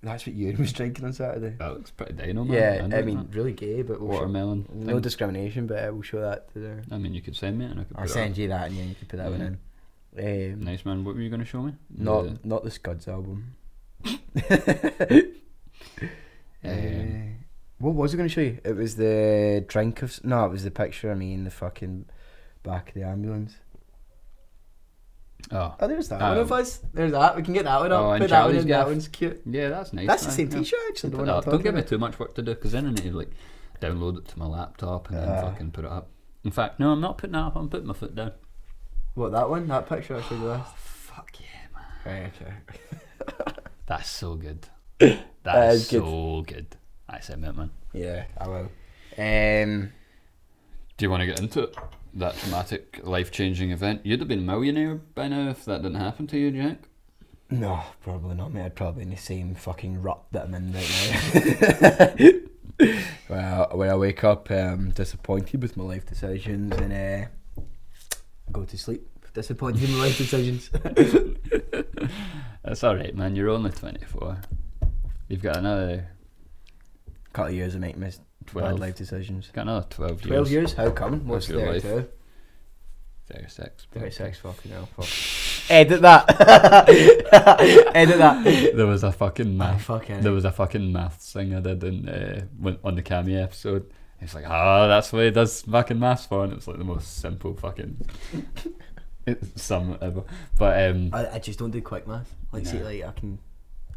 [SPEAKER 1] that's what you was drinking on Saturday.
[SPEAKER 2] That looks pretty dino, Oh, man.
[SPEAKER 1] yeah,
[SPEAKER 2] don't
[SPEAKER 1] I mean,
[SPEAKER 2] know.
[SPEAKER 1] really gay, but we'll show-
[SPEAKER 2] watermelon.
[SPEAKER 1] no
[SPEAKER 2] thing.
[SPEAKER 1] discrimination, but I will show that to the.
[SPEAKER 2] I mean, you could send me it and I could.
[SPEAKER 1] I'll
[SPEAKER 2] put it
[SPEAKER 1] send you that, and then you can put that
[SPEAKER 2] Yeah.
[SPEAKER 1] one in.
[SPEAKER 2] up.
[SPEAKER 1] Um,
[SPEAKER 2] Nice man. What were you going to show me?
[SPEAKER 1] Not
[SPEAKER 2] The-
[SPEAKER 1] not the Scuds album. Uh,
[SPEAKER 2] Um,
[SPEAKER 1] Uh, what was I going to show you? It was the drink of. s- No, it was the picture of me in the fucking back of the ambulance.
[SPEAKER 2] oh.
[SPEAKER 1] Oh, there's that
[SPEAKER 2] Oh.
[SPEAKER 1] one of us. There's that. We can get that one up.
[SPEAKER 2] Oh, and
[SPEAKER 1] Put that one
[SPEAKER 2] Charlie's
[SPEAKER 1] in. That
[SPEAKER 2] gaff.
[SPEAKER 1] one's cute.
[SPEAKER 2] Yeah, that's nice.
[SPEAKER 1] That's the
[SPEAKER 2] man,
[SPEAKER 1] same
[SPEAKER 2] yeah.
[SPEAKER 1] T-shirt actually. The
[SPEAKER 2] Put
[SPEAKER 1] one
[SPEAKER 2] that
[SPEAKER 1] I'm
[SPEAKER 2] up. Don't
[SPEAKER 1] talking
[SPEAKER 2] give me
[SPEAKER 1] about.
[SPEAKER 2] too much work to do because then I need to like download it to my laptop and then
[SPEAKER 1] Ah.
[SPEAKER 2] fucking put it up. In fact, no, I'm not putting that up. I'm putting my foot down.
[SPEAKER 1] What that one? That picture I showed you last.
[SPEAKER 2] Oh, Fuck yeah, man.
[SPEAKER 1] Right, okay.
[SPEAKER 2] That's so good.
[SPEAKER 1] That
[SPEAKER 2] That is
[SPEAKER 1] is good.
[SPEAKER 2] so good. I said, it, man.
[SPEAKER 1] Yeah, I will. Um,
[SPEAKER 2] Do you want to get into it? That traumatic, life changing event. You'd have been a millionaire by now if that didn't happen to you, Jack.
[SPEAKER 1] no, probably not, mate. I'd probably in the same fucking rut that I'm in right now. well, when I wake up, um, disappointed with my life decisions and uh, go to sleep. Disappointed in my life decisions.
[SPEAKER 2] That's alright, man. You're only 24. You've got another
[SPEAKER 1] Couple of years of making mis- bad
[SPEAKER 2] 12.
[SPEAKER 1] life decisions.
[SPEAKER 2] you've got another 12 years.
[SPEAKER 1] Twelve years? How come? What's
[SPEAKER 2] That's your life.
[SPEAKER 1] 32?
[SPEAKER 2] 36.
[SPEAKER 1] Thirty-six. Fucking hell. Fuck. Edit that. Edit that.
[SPEAKER 2] There was a fucking
[SPEAKER 1] Ah,
[SPEAKER 2] math.
[SPEAKER 1] fucking.
[SPEAKER 2] There was a fucking maths thing I did in, uh, when, on the cameo episode. It's like, ah, that's what he does fucking maths for, and it was like the most simple fucking sum ever. But um,
[SPEAKER 1] I, I just don't do quick math. Like, see,
[SPEAKER 2] No.
[SPEAKER 1] like I can,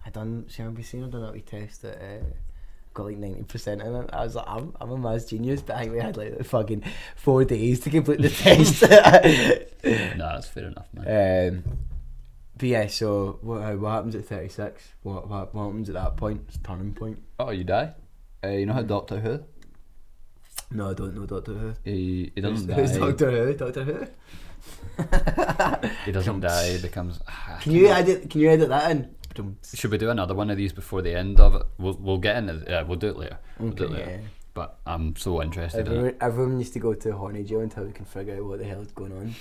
[SPEAKER 1] I done. See, I've been seeing I done that wee test that uh, got like ninety percent in it. I was like, I'm, I'm a maths genius, but I think we had like fucking four days to complete the test.
[SPEAKER 2] no, that's fair enough, man.
[SPEAKER 1] um, but yeah, so what, how- what happens at thirty six? What, what what happens at that point? It's turning point.
[SPEAKER 2] oh, you die? Uh, you know how Doctor Who?
[SPEAKER 1] No, I don't know Doctor Who.
[SPEAKER 2] He, he doesn't
[SPEAKER 1] Who's- who's
[SPEAKER 2] die.
[SPEAKER 1] Doctor Who? Doctor Who.
[SPEAKER 2] He doesn't die. He becomes. ah, I
[SPEAKER 1] Can
[SPEAKER 2] don't
[SPEAKER 1] you
[SPEAKER 2] know.
[SPEAKER 1] edit? Can you edit that in? Dum-ts.
[SPEAKER 2] Should we do another one of these before the end of it? We'll, we'll get into. Yeah, we'll do it later. We'll do it
[SPEAKER 1] Okay,
[SPEAKER 2] later.
[SPEAKER 1] yeah.
[SPEAKER 2] But I'm so interested in it.
[SPEAKER 1] Everyone, everyone needs to go to horny jail until we can figure out what the hell is going on.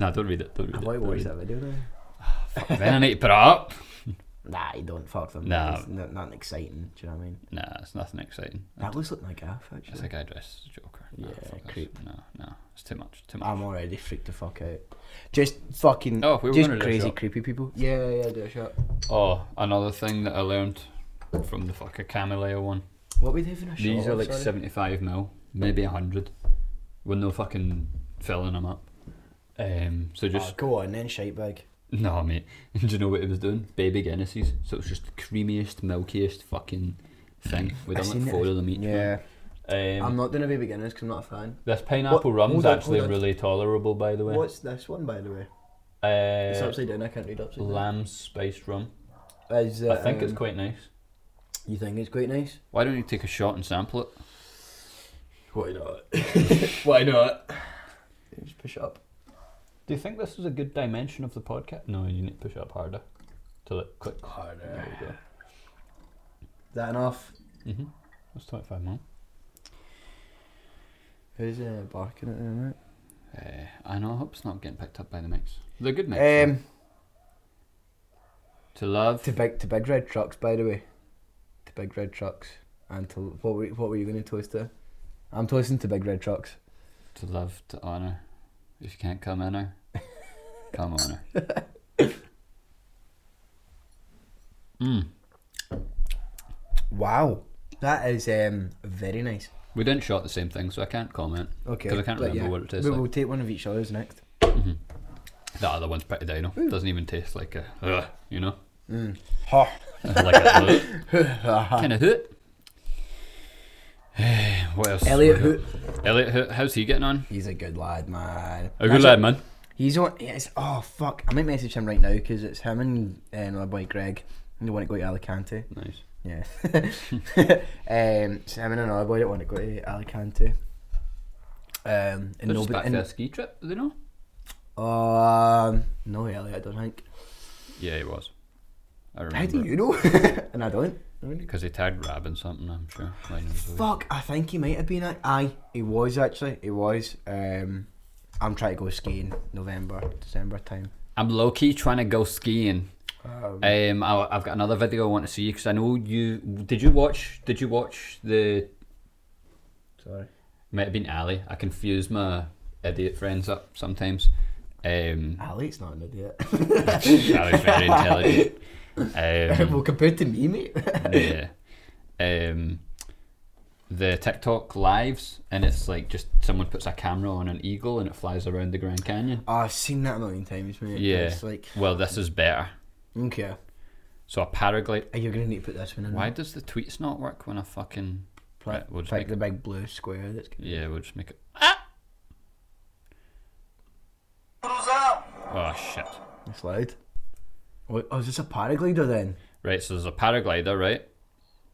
[SPEAKER 2] No, don't read it. Don't read
[SPEAKER 1] I
[SPEAKER 2] it.
[SPEAKER 1] might
[SPEAKER 2] don't
[SPEAKER 1] watch
[SPEAKER 2] read
[SPEAKER 1] that video now.
[SPEAKER 2] it. Then I need to put it up.
[SPEAKER 1] Nah, you don't fuck them.
[SPEAKER 2] Nah.
[SPEAKER 1] It's not, nothing exciting. Do you know what I mean?
[SPEAKER 2] Nah, it's nothing exciting.
[SPEAKER 1] That was like my gaff actually.
[SPEAKER 2] It's like I dress as a Joker. No,
[SPEAKER 1] Yeah,
[SPEAKER 2] fuck this.
[SPEAKER 1] creep.
[SPEAKER 2] No, no, it's too much. Too much.
[SPEAKER 1] I'm already freaked the fuck out. Just fucking.
[SPEAKER 2] Oh, we were
[SPEAKER 1] just
[SPEAKER 2] gonna do a
[SPEAKER 1] crazy,
[SPEAKER 2] shot.
[SPEAKER 1] creepy people. Yeah, yeah, do a shot.
[SPEAKER 2] oh, another thing that I learned from the fucking Cameleo one.
[SPEAKER 1] What were they having a shot?
[SPEAKER 2] These are
[SPEAKER 1] of,
[SPEAKER 2] like
[SPEAKER 1] sorry?
[SPEAKER 2] 75 mil, maybe 100, with no fucking filling them up. Um, so
[SPEAKER 1] Oh,
[SPEAKER 2] just
[SPEAKER 1] go on then, shite bag.
[SPEAKER 2] No, mate. Do you know what it was doing? Baby Guinnesses. So it was just the creamiest, milkiest fucking thing. We
[SPEAKER 1] I
[SPEAKER 2] done
[SPEAKER 1] seen
[SPEAKER 2] like
[SPEAKER 1] it.
[SPEAKER 2] four of them each.
[SPEAKER 1] Yeah,
[SPEAKER 2] man. Um,
[SPEAKER 1] I'm not doing a baby Guinness because I'm not a fan.
[SPEAKER 2] This pineapple
[SPEAKER 1] What-
[SPEAKER 2] rum's
[SPEAKER 1] hold on,
[SPEAKER 2] actually
[SPEAKER 1] hold on.
[SPEAKER 2] really tolerable, by the way.
[SPEAKER 1] What's this one, by the way? It's
[SPEAKER 2] Uh,
[SPEAKER 1] upside down. I can't read upside down.
[SPEAKER 2] lamb spiced rum.
[SPEAKER 1] Is it,
[SPEAKER 2] I think it's
[SPEAKER 1] um,
[SPEAKER 2] quite nice.
[SPEAKER 1] You think it's quite nice?
[SPEAKER 2] Why don't you take a shot and sample it?
[SPEAKER 1] Why not?
[SPEAKER 2] Why not?
[SPEAKER 1] Just push it up.
[SPEAKER 2] Do you think this is a good dimension of the podcast? No, you need to push it up harder. Till it clicks. Harder. Oh, There we go.
[SPEAKER 1] Is that enough?
[SPEAKER 2] Mm-hmm. That's 25 mil.
[SPEAKER 1] Who's uh, barking at the minute?
[SPEAKER 2] Uh, I know, I hope it's not getting picked up by the mix. They're good mix. though.
[SPEAKER 1] Um,
[SPEAKER 2] to love.
[SPEAKER 1] to big to big red trucks, by the way. To big red trucks. And to what were what were you going to toast to? I'm toasting to big red trucks.
[SPEAKER 2] to love, to honour. If you can't come in her, come on her. Mm.
[SPEAKER 1] Wow. That is um, very nice.
[SPEAKER 2] We didn't shot the same thing, so I can't comment.
[SPEAKER 1] Okay.
[SPEAKER 2] Because I can't
[SPEAKER 1] but
[SPEAKER 2] remember
[SPEAKER 1] yeah,
[SPEAKER 2] what it tastes
[SPEAKER 1] we
[SPEAKER 2] like.
[SPEAKER 1] will take one of each other's next.
[SPEAKER 2] The Mm-hmm. other one's pretty dino. Doesn't even taste like a, ugh, you know,
[SPEAKER 1] Ha.
[SPEAKER 2] like a kind of hoot. what else?
[SPEAKER 1] Elliot
[SPEAKER 2] We got- Elliot Hoot. How's he getting on?
[SPEAKER 1] He's a good lad, man.
[SPEAKER 2] A good lad, man.
[SPEAKER 1] He's on. Yes. Oh fuck! I might message him right now because it's him and uh, another boy Greg. They want to go to Alicante.
[SPEAKER 2] Nice.
[SPEAKER 1] Yeah. um, it's him and another boy that want to go to Alicante. Um, and
[SPEAKER 2] They're just back
[SPEAKER 1] nobody.
[SPEAKER 2] for a
[SPEAKER 1] And,
[SPEAKER 2] ski trip, you know?
[SPEAKER 1] um, no, Elliot, I don't think.
[SPEAKER 2] Yeah, he was. I remember.
[SPEAKER 1] How do you know? and I don't.
[SPEAKER 2] Because they tagged Rab in something, I'm sure. Mine was always-
[SPEAKER 1] Fuck! I think he might have been. At, aye, he was actually. He was. Um, I'm trying to go skiing November, December time.
[SPEAKER 2] I'm low key trying to go skiing. Um, I, I've got another video I want to see because I know you. Did you watch? Did you watch the?
[SPEAKER 1] Sorry.
[SPEAKER 2] Might have been Ali. I confuse my idiot friends up sometimes. Um,
[SPEAKER 1] Alex not an idiot.
[SPEAKER 2] Ali's very intelligent. Um,
[SPEAKER 1] well, compared to me, mate.
[SPEAKER 2] yeah. Um, the TikTok lives, and it's like just someone puts a camera on an eagle and it flies around the Grand Canyon.
[SPEAKER 1] Oh, I've seen that a million times, mate.
[SPEAKER 2] Yeah.
[SPEAKER 1] It's like,
[SPEAKER 2] Well, this is better.
[SPEAKER 1] okay.
[SPEAKER 2] So a paraglide.
[SPEAKER 1] Are you going to need to put this one in?
[SPEAKER 2] Why does the tweets not work when I fucking?
[SPEAKER 1] Mm. Pla-
[SPEAKER 2] Right, we'll just
[SPEAKER 1] like
[SPEAKER 2] make
[SPEAKER 1] the
[SPEAKER 2] it-
[SPEAKER 1] big blue square that's
[SPEAKER 2] Yeah, we'll just make it. Oh shit!
[SPEAKER 1] it's loud. Oh, oh, is this a paraglider then?
[SPEAKER 2] Right, so there's a paraglider, right?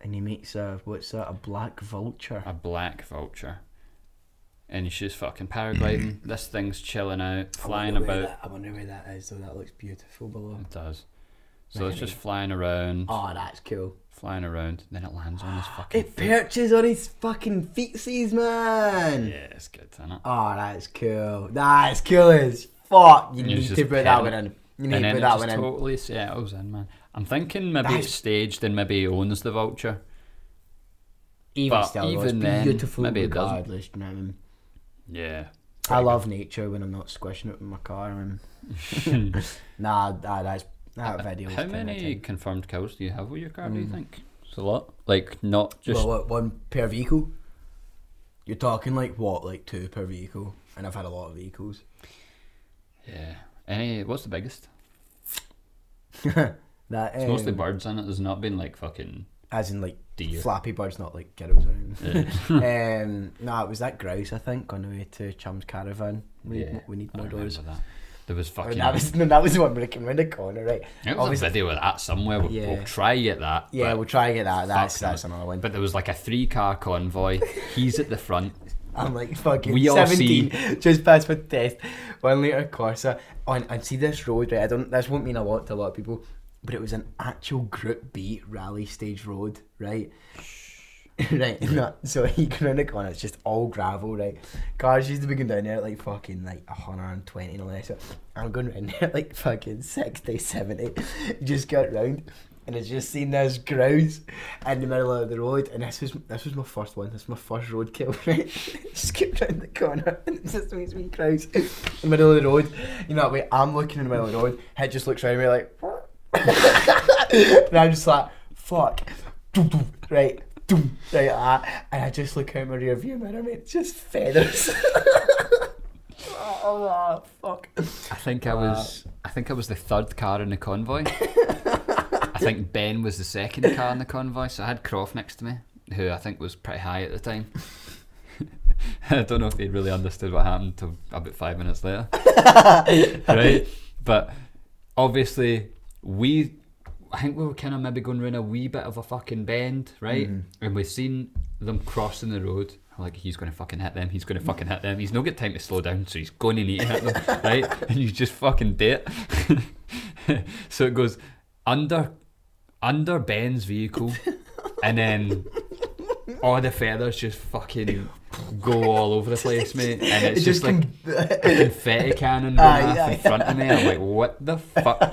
[SPEAKER 1] And he makes a, what's that, a black vulture.
[SPEAKER 2] A black vulture, and she's fucking paragliding. this thing's chilling out, flying
[SPEAKER 1] I wonder where
[SPEAKER 2] about.
[SPEAKER 1] Oh, that- I wonder where that is, though. That looks beautiful below.
[SPEAKER 2] It does. So it's just flying around,
[SPEAKER 1] Oh, that's cool.
[SPEAKER 2] flying around. Then it lands on his fucking.
[SPEAKER 1] It perches on his fucking feetsies, man.
[SPEAKER 2] yeah, it's good, isn't it?
[SPEAKER 1] Oh, that's cool. That's cool as fuck. You
[SPEAKER 2] And it's
[SPEAKER 1] need to
[SPEAKER 2] just
[SPEAKER 1] put that
[SPEAKER 2] pedal.
[SPEAKER 1] one in. You need
[SPEAKER 2] and
[SPEAKER 1] to
[SPEAKER 2] then
[SPEAKER 1] put
[SPEAKER 2] it
[SPEAKER 1] that
[SPEAKER 2] just
[SPEAKER 1] one in.
[SPEAKER 2] totally settles in, man. I'm thinking maybe
[SPEAKER 1] That
[SPEAKER 2] it's
[SPEAKER 1] is-
[SPEAKER 2] staged and maybe he owns the vulture.
[SPEAKER 1] even
[SPEAKER 2] but
[SPEAKER 1] still,
[SPEAKER 2] even
[SPEAKER 1] though, it's
[SPEAKER 2] then,
[SPEAKER 1] beautiful
[SPEAKER 2] maybe it doesn't.
[SPEAKER 1] regardless. You know what I mean?
[SPEAKER 2] Yeah.
[SPEAKER 1] I love nature when I'm not squishing it in my car. And nah, nah, that's that video.
[SPEAKER 2] How many confirmed kills do you have with your car? Do you think? It's a lot. Like not just
[SPEAKER 1] Hmm. Well, what, one per vehicle. You're talking like what, like two per vehicle, and I've had a lot of vehicles.
[SPEAKER 2] yeah. Any? What's the biggest?
[SPEAKER 1] That
[SPEAKER 2] It's
[SPEAKER 1] um,
[SPEAKER 2] mostly birds in it. There's not been like fucking.
[SPEAKER 1] as in like
[SPEAKER 2] Deer.
[SPEAKER 1] flappy birds, not like girls around. um, nah, it was that grouse I think on the way to Chum's caravan. We need,
[SPEAKER 2] yeah,
[SPEAKER 1] mo- we need
[SPEAKER 2] I
[SPEAKER 1] more
[SPEAKER 2] remember
[SPEAKER 1] doors.
[SPEAKER 2] That. There was
[SPEAKER 1] Oh,
[SPEAKER 2] fucking.
[SPEAKER 1] that was no, that was the one when it came round the corner, right?
[SPEAKER 2] It was
[SPEAKER 1] Obviously-
[SPEAKER 2] a video of that somewhere. We'll,
[SPEAKER 1] Yeah.
[SPEAKER 2] we'll try and get that.
[SPEAKER 1] yeah,
[SPEAKER 2] but
[SPEAKER 1] we'll try and get that. That's
[SPEAKER 2] fuck no.
[SPEAKER 1] that's another one.
[SPEAKER 2] But there was like a three car convoy. He's at the front.
[SPEAKER 1] I'm like fucking
[SPEAKER 2] We all
[SPEAKER 1] 17, just passed my test, one liter Corsa. On uh, and see this road, right? I don't. This won't mean a lot to a lot of people, but it was an actual Group B rally stage road, right? right. no, so you go around the corner, it's just all gravel, right? Cars used to be going down there at like fucking like 120 and all that. So I'm going round there at like fucking 60, 70. Just got round. And I just seen this grouse in the middle of the road, and this was this was my first one. This was my first road kill. Right, just kept round the corner, and it's just makes me grouse in the middle of the road. You know that way I'm looking in the middle of the road. It just looks round me like, and I'm just like, fuck, Dum, dum, right, dum, right, like that. and I just look out my rear view mirror, mate, it's just feathers. oh, fuck.
[SPEAKER 2] I think I was. I think I was the third car in the convoy. I think Ben was the second car in the convoy. So I had Croft next to me, who I think was pretty high at the time. I don't know if they really understood what happened till about five minutes later, right? But obviously, we. I think we were kind of maybe going round a wee bit of a fucking bend, right? And we seen them crossing the road. I'm Like he's gonna fucking hit them. He's gonna fucking hit them. He's not got time to slow down, so he's going to need to hit them, right? And you just fucking do it. so it goes under, under Ben's vehicle, and then all the feathers just fucking go all over the place, mate. And it's
[SPEAKER 1] It just
[SPEAKER 2] just, like a confetti cannon going
[SPEAKER 1] Aye,
[SPEAKER 2] off
[SPEAKER 1] aye.
[SPEAKER 2] in front of me. I'm like, what the fuck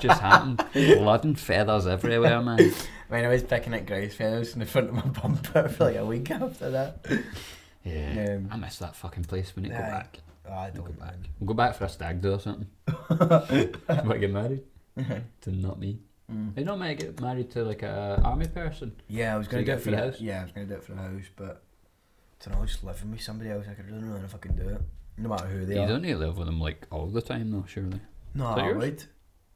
[SPEAKER 2] just happened? Blood and feathers everywhere, man.
[SPEAKER 1] When I was picking at grouse feathers in the front of my bumper for like a week after that.
[SPEAKER 2] Yeah,
[SPEAKER 1] Um,
[SPEAKER 2] I miss that fucking place. We need to go
[SPEAKER 1] aye.
[SPEAKER 2] back.
[SPEAKER 1] Oh, I don't
[SPEAKER 2] Go
[SPEAKER 1] know.
[SPEAKER 2] back. We'll go back for a stag do or something. Might get married. to not me.
[SPEAKER 1] Mm.
[SPEAKER 2] Are you not meant to get married to like a army person?
[SPEAKER 1] Yeah, I was gonna
[SPEAKER 2] you
[SPEAKER 1] do it
[SPEAKER 2] get
[SPEAKER 1] for
[SPEAKER 2] free
[SPEAKER 1] the
[SPEAKER 2] house?
[SPEAKER 1] house. Yeah, I was gonna do it for the house, but I don't know, just living with somebody else, I could really know if I can do it. No matter who they
[SPEAKER 2] You
[SPEAKER 1] are.
[SPEAKER 2] don't need to live with them like all the time though, surely.
[SPEAKER 1] No,
[SPEAKER 2] Is that
[SPEAKER 1] I
[SPEAKER 2] yours?
[SPEAKER 1] would.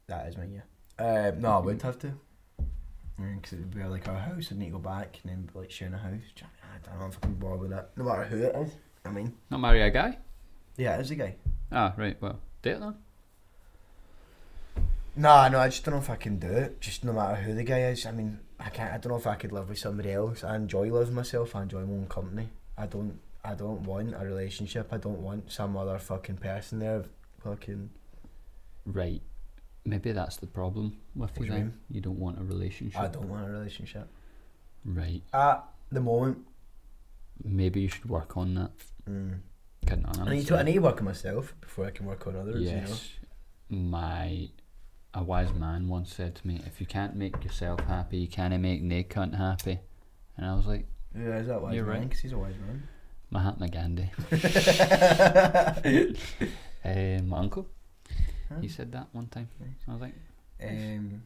[SPEAKER 1] That is mine, yeah. Uh, no, I would have to. Because it would be like our house, I'd need to go back and then be like sharing a house. Do you know what I mean? I don't know if I can bother with that. No matter who it is. I mean,
[SPEAKER 2] Not marry a guy?
[SPEAKER 1] yeah, it is a guy.
[SPEAKER 2] Ah, right. Well, date them.
[SPEAKER 1] No, no, I just don't know if I can do it. Just no matter who the guy is. I mean, I can't. I don't know if I could live with somebody else. I enjoy living myself. I enjoy my own company. I don't. I don't want a relationship. I don't want some other fucking person there. Fucking.
[SPEAKER 2] Right. Maybe that's the problem with
[SPEAKER 1] What
[SPEAKER 2] you
[SPEAKER 1] do you
[SPEAKER 2] then. You don't want a relationship.
[SPEAKER 1] I don't want a relationship.
[SPEAKER 2] Right.
[SPEAKER 1] At the moment,
[SPEAKER 2] Maybe you should work on that.
[SPEAKER 1] mm.
[SPEAKER 2] Kidding, I'm
[SPEAKER 1] I need to. I need to work on myself before I can work on others. You know?
[SPEAKER 2] Yes. My a wise man once said to me, if you can't make yourself happy, you can't make they cunt happy. And I was like,
[SPEAKER 1] Yeah, is that wise
[SPEAKER 2] You're
[SPEAKER 1] man?
[SPEAKER 2] right.
[SPEAKER 1] 'Cause he's a wise man.
[SPEAKER 2] Mahatma Gandhi. um, my uncle. He said that one time. I was like,
[SPEAKER 1] Um,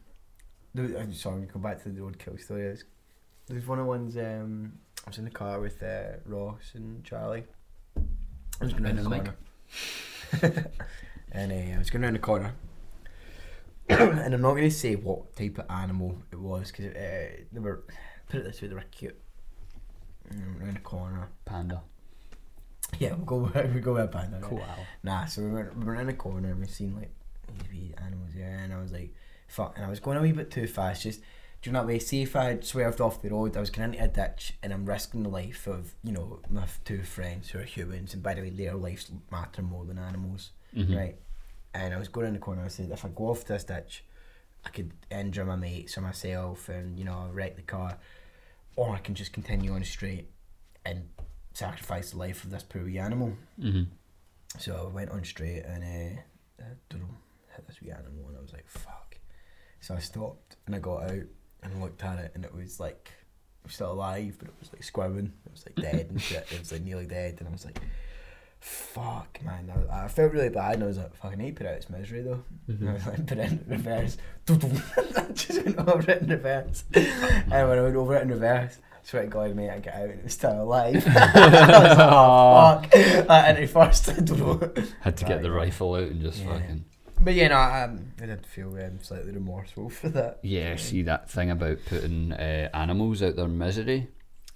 [SPEAKER 1] there, I'm sorry, I'm going back to the roadkill story. It's, there's one of the ones um, I was in the car with uh, Ross and Charlie. I was going around
[SPEAKER 2] Bend
[SPEAKER 1] the
[SPEAKER 2] the mic.
[SPEAKER 1] corner. and uh, I was going around the corner. and I'm not going to say what type of animal it was because uh, they were, put it this way, they were cute. Mm, Around the corner.
[SPEAKER 2] panda,
[SPEAKER 1] Yeah, we'll go, we'll go with a panda. right?
[SPEAKER 2] koala.
[SPEAKER 1] Nah, so we were, we were in a corner and we seen like these wee animals there, and I was like, fuck, and I was going a wee bit too fast. Just do you know that way? See if I had swerved off the road, I was going into a ditch, and I'm risking the life of you know my f- two friends who are humans, and by the way, their lives matter more than animals,
[SPEAKER 2] Mhm.
[SPEAKER 1] right? And I was going in the corner. I said, if I go off this ditch, I could injure my mates or myself, and you know wreck the car, or I can just continue on straight and sacrifice the life of this poor wee animal. Mm-hmm.
[SPEAKER 2] Mhm.
[SPEAKER 1] So I went on straight and uh, uh, dudum, hit this wee animal and I was like, fuck. So I stopped and I got out and looked at it and it was like, it was still alive, but it was like squirming. It was like dead and shit. It was like nearly dead. And I was like, fuck, man. I, was- I felt really bad and I was like, fucking need to put out its misery though. And I was like, put it in reverse. Dudum. I just went over it in reverse. And when I went over it in reverse, swear to God, mate, I got out and it was still alive. I was like, oh, fuck. I entered first. I don't know.
[SPEAKER 2] Had to get the
[SPEAKER 1] Right.
[SPEAKER 2] rifle out and just
[SPEAKER 1] Yeah.
[SPEAKER 2] fucking.
[SPEAKER 1] But yeah, no, I, um, I did feel um, slightly remorseful for that.
[SPEAKER 2] Yeah, see that thing about putting uh, animals out their misery.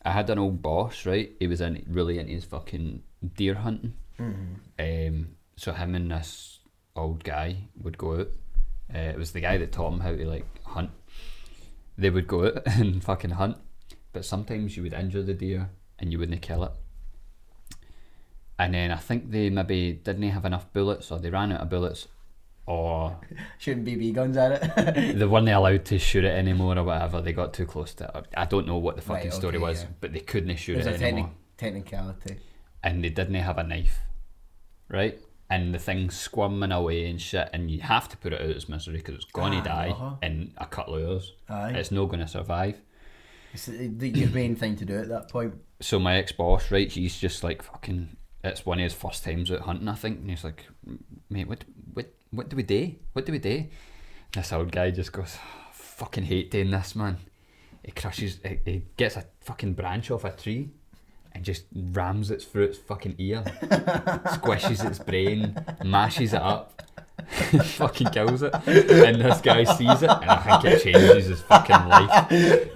[SPEAKER 2] I had an old boss, right? He was in really into his fucking deer hunting. Um, so him and this old guy would go out. Uh, it was the guy that taught him how to like hunt. They would go out and fucking hunt, but sometimes you would injure the deer and you wouldn't kill it. And then I think they maybe didn't have enough bullets, or they ran out of bullets, or
[SPEAKER 1] Shooting BB guns at it.
[SPEAKER 2] they weren't allowed to shoot it anymore or whatever. They got too close to it. I don't know what the fucking
[SPEAKER 1] Right,
[SPEAKER 2] story
[SPEAKER 1] okay,
[SPEAKER 2] was,
[SPEAKER 1] yeah.
[SPEAKER 2] but they couldn't shoot
[SPEAKER 1] There's
[SPEAKER 2] it
[SPEAKER 1] a
[SPEAKER 2] anymore.
[SPEAKER 1] techni- technicality.
[SPEAKER 2] and they didn't have a knife, right? And the thing's squirming away and shit, and you have to put it out of its misery because it's going
[SPEAKER 1] Aye,
[SPEAKER 2] to die
[SPEAKER 1] uh-huh.
[SPEAKER 2] in a couple of hours.
[SPEAKER 1] Aye.
[SPEAKER 2] It's not going to survive.
[SPEAKER 1] It's the, the humane thing to do at that point.
[SPEAKER 2] so my ex boss, right, he's just like fucking. It's one of his first times out hunting, I think, and he's like, "Mate, what, what, what do we do? What do we do?" And this old guy just goes, "I "Fucking hate doing this, man." He crushes. He, he gets a fucking branch off a tree, and just rams it through its fucking ear, squishes its brain, mashes it up, fucking kills it. And this guy sees it, and I think it changes his fucking life.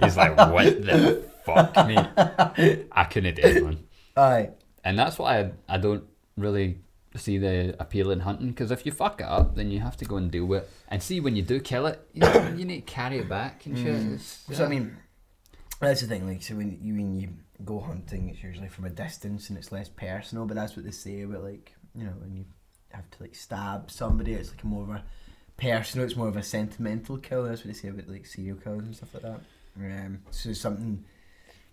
[SPEAKER 2] He's like, "What the fuck, mate?" I couldn't do it, man.
[SPEAKER 1] Aye.
[SPEAKER 2] And that's why I, I don't really see the appeal in hunting because if you fuck it up, then you have to go and deal with it. And see, when you do kill it, you, know, you need to carry it back and shit. It's- uh,
[SPEAKER 1] So Mm. I mean, that's the thing. Like, so when you when you go hunting, it's usually from a distance and it's less personal. But that's what they say about like you know when you have to like stab somebody, it's like more of a personal. It's more of a sentimental kill. That's what they say about like serial killers and stuff like that. Um, so it's something.